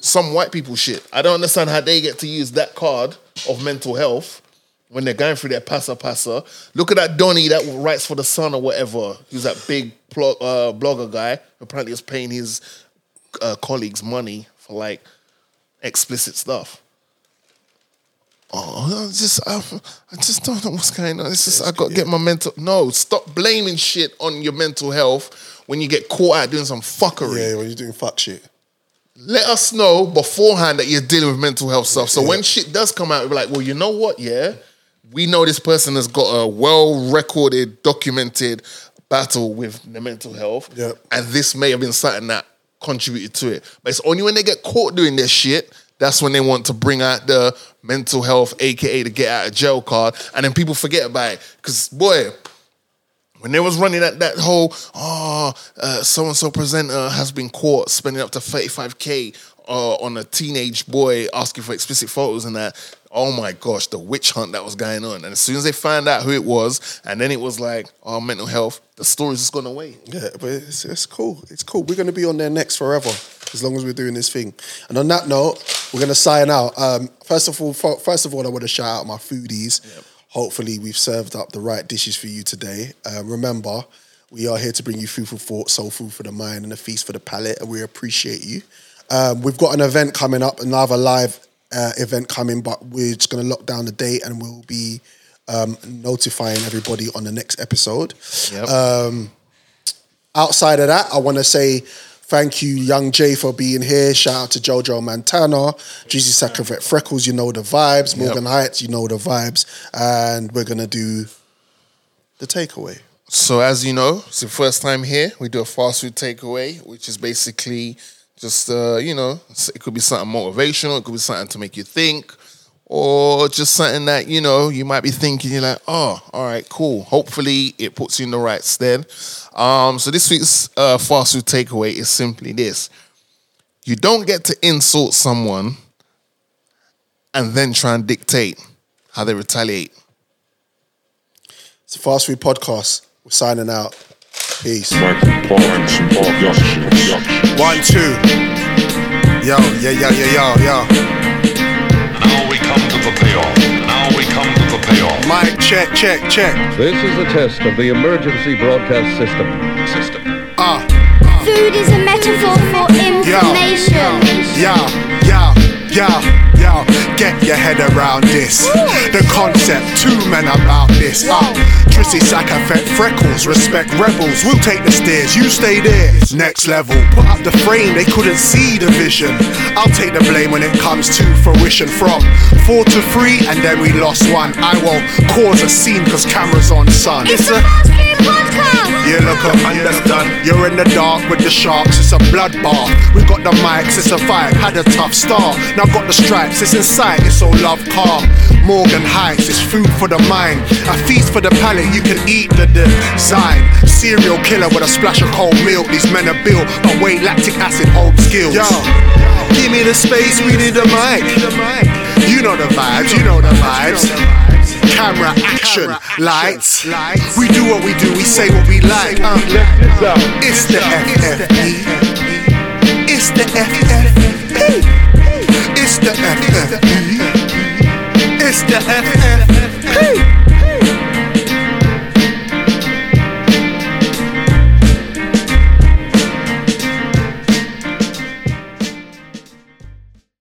[SPEAKER 3] Some white people shit. I don't understand how they get to use that card of mental health when they're going through their passa passa. Look at that Donny that writes for the Sun or whatever. Who's that big plo- uh, blogger guy? Apparently, is paying his uh, colleagues money for like explicit stuff. Oh, I just I, I just don't know what's going on. It's just I got to get my mental. No, stop blaming shit on your mental health when you get caught out doing some fuckery. Yeah,
[SPEAKER 1] when you're doing fuck shit.
[SPEAKER 3] Let us know beforehand that you're dealing with mental health stuff. So when shit does come out, we're like, well, you know what? Yeah, we know this person has got a well-recorded, documented battle with the mental health, and this may have been something that contributed to it. But it's only when they get caught doing this shit that's when they want to bring out the mental health, aka the get out of jail card, and then people forget about it because boy. When they was running that, that whole, oh, so and so presenter has been caught spending up to 35K uh, on a teenage boy asking for explicit photos and that. Oh my gosh, the witch hunt that was going on. And as soon as they found out who it was, and then it was like, oh, mental health, the story's just gone away.
[SPEAKER 1] Yeah, but it's, it's cool. It's cool. We're gonna be on their necks forever as long as we're doing this thing. And on that note, we're gonna sign out. Um, first of all, fir- first of all, I want to shout out my foodies. Hopefully, we've served up the right dishes for you today. Uh, remember, we are here to bring you food for thought, soul food for the mind, and a feast for the palate. And we appreciate you. Um, we've got an event coming up, another live uh, event coming, but we're just going to lock down the date and we'll be um, notifying everybody on the next episode.
[SPEAKER 3] Uh,
[SPEAKER 1] Um, outside of that, I want to say thank you, Young Jay, for being here. Shout out to Jojo Montana, Jeezy Sacravette Freckles, you know the vibes, Morgan Heights, you know the vibes. And we're going to do the takeaway.
[SPEAKER 3] So as you know, it's your first time here. We do a fast food takeaway, which is basically just uh, you know, s- it could be something motivational, it could be something to make you think, or just something that you know you might be thinking. You're like, oh, all right, cool. Hopefully, it puts you in the right stead. Um, so this week's uh, fast food takeaway is simply this: you don't get to insult someone and then try and dictate how they retaliate.
[SPEAKER 1] It's a fast food podcast. We're signing out. Peace.
[SPEAKER 9] One, two. Yo, yo, yo, yo, yo, yo.
[SPEAKER 11] Now we come to the payoff. Now we come to the payoff.
[SPEAKER 9] Mic check, check, check.
[SPEAKER 19] This is a test of the emergency broadcast system. System.
[SPEAKER 9] Ah.
[SPEAKER 7] Food is a metaphor for information.
[SPEAKER 9] Yo, yo, yo, yo, get your head around this. The concept, two men about this. Uh, Trissy Sackafet freckles, respect rebels. We'll take the stairs, you stay there. Next level, put up the frame, they couldn't see the vision. I'll take the blame when it comes to fruition from four to three, and then we lost one. I won't cause a scene, cause cameras on sun.
[SPEAKER 7] It's a fast food podcast.
[SPEAKER 9] You look up, understand. You're in the dark with the sharks, it's a bloodbath. We got the mics, it's a vibe, had a tough start. Now got the stripes, it's in sight, it's all love calm. Morgan Heights, it's food for the mind. A feast for the palate, you can eat the design. Serial killer with a splash of cold milk. These men are built, but wait, lactic acid hold skills. Yo, give me the space, we need the mic. You know the vibes, you know the vibes. Camera action, lights. We do what we do, we say what we like. Uh, E. it's the FFE. It's the FFE. E.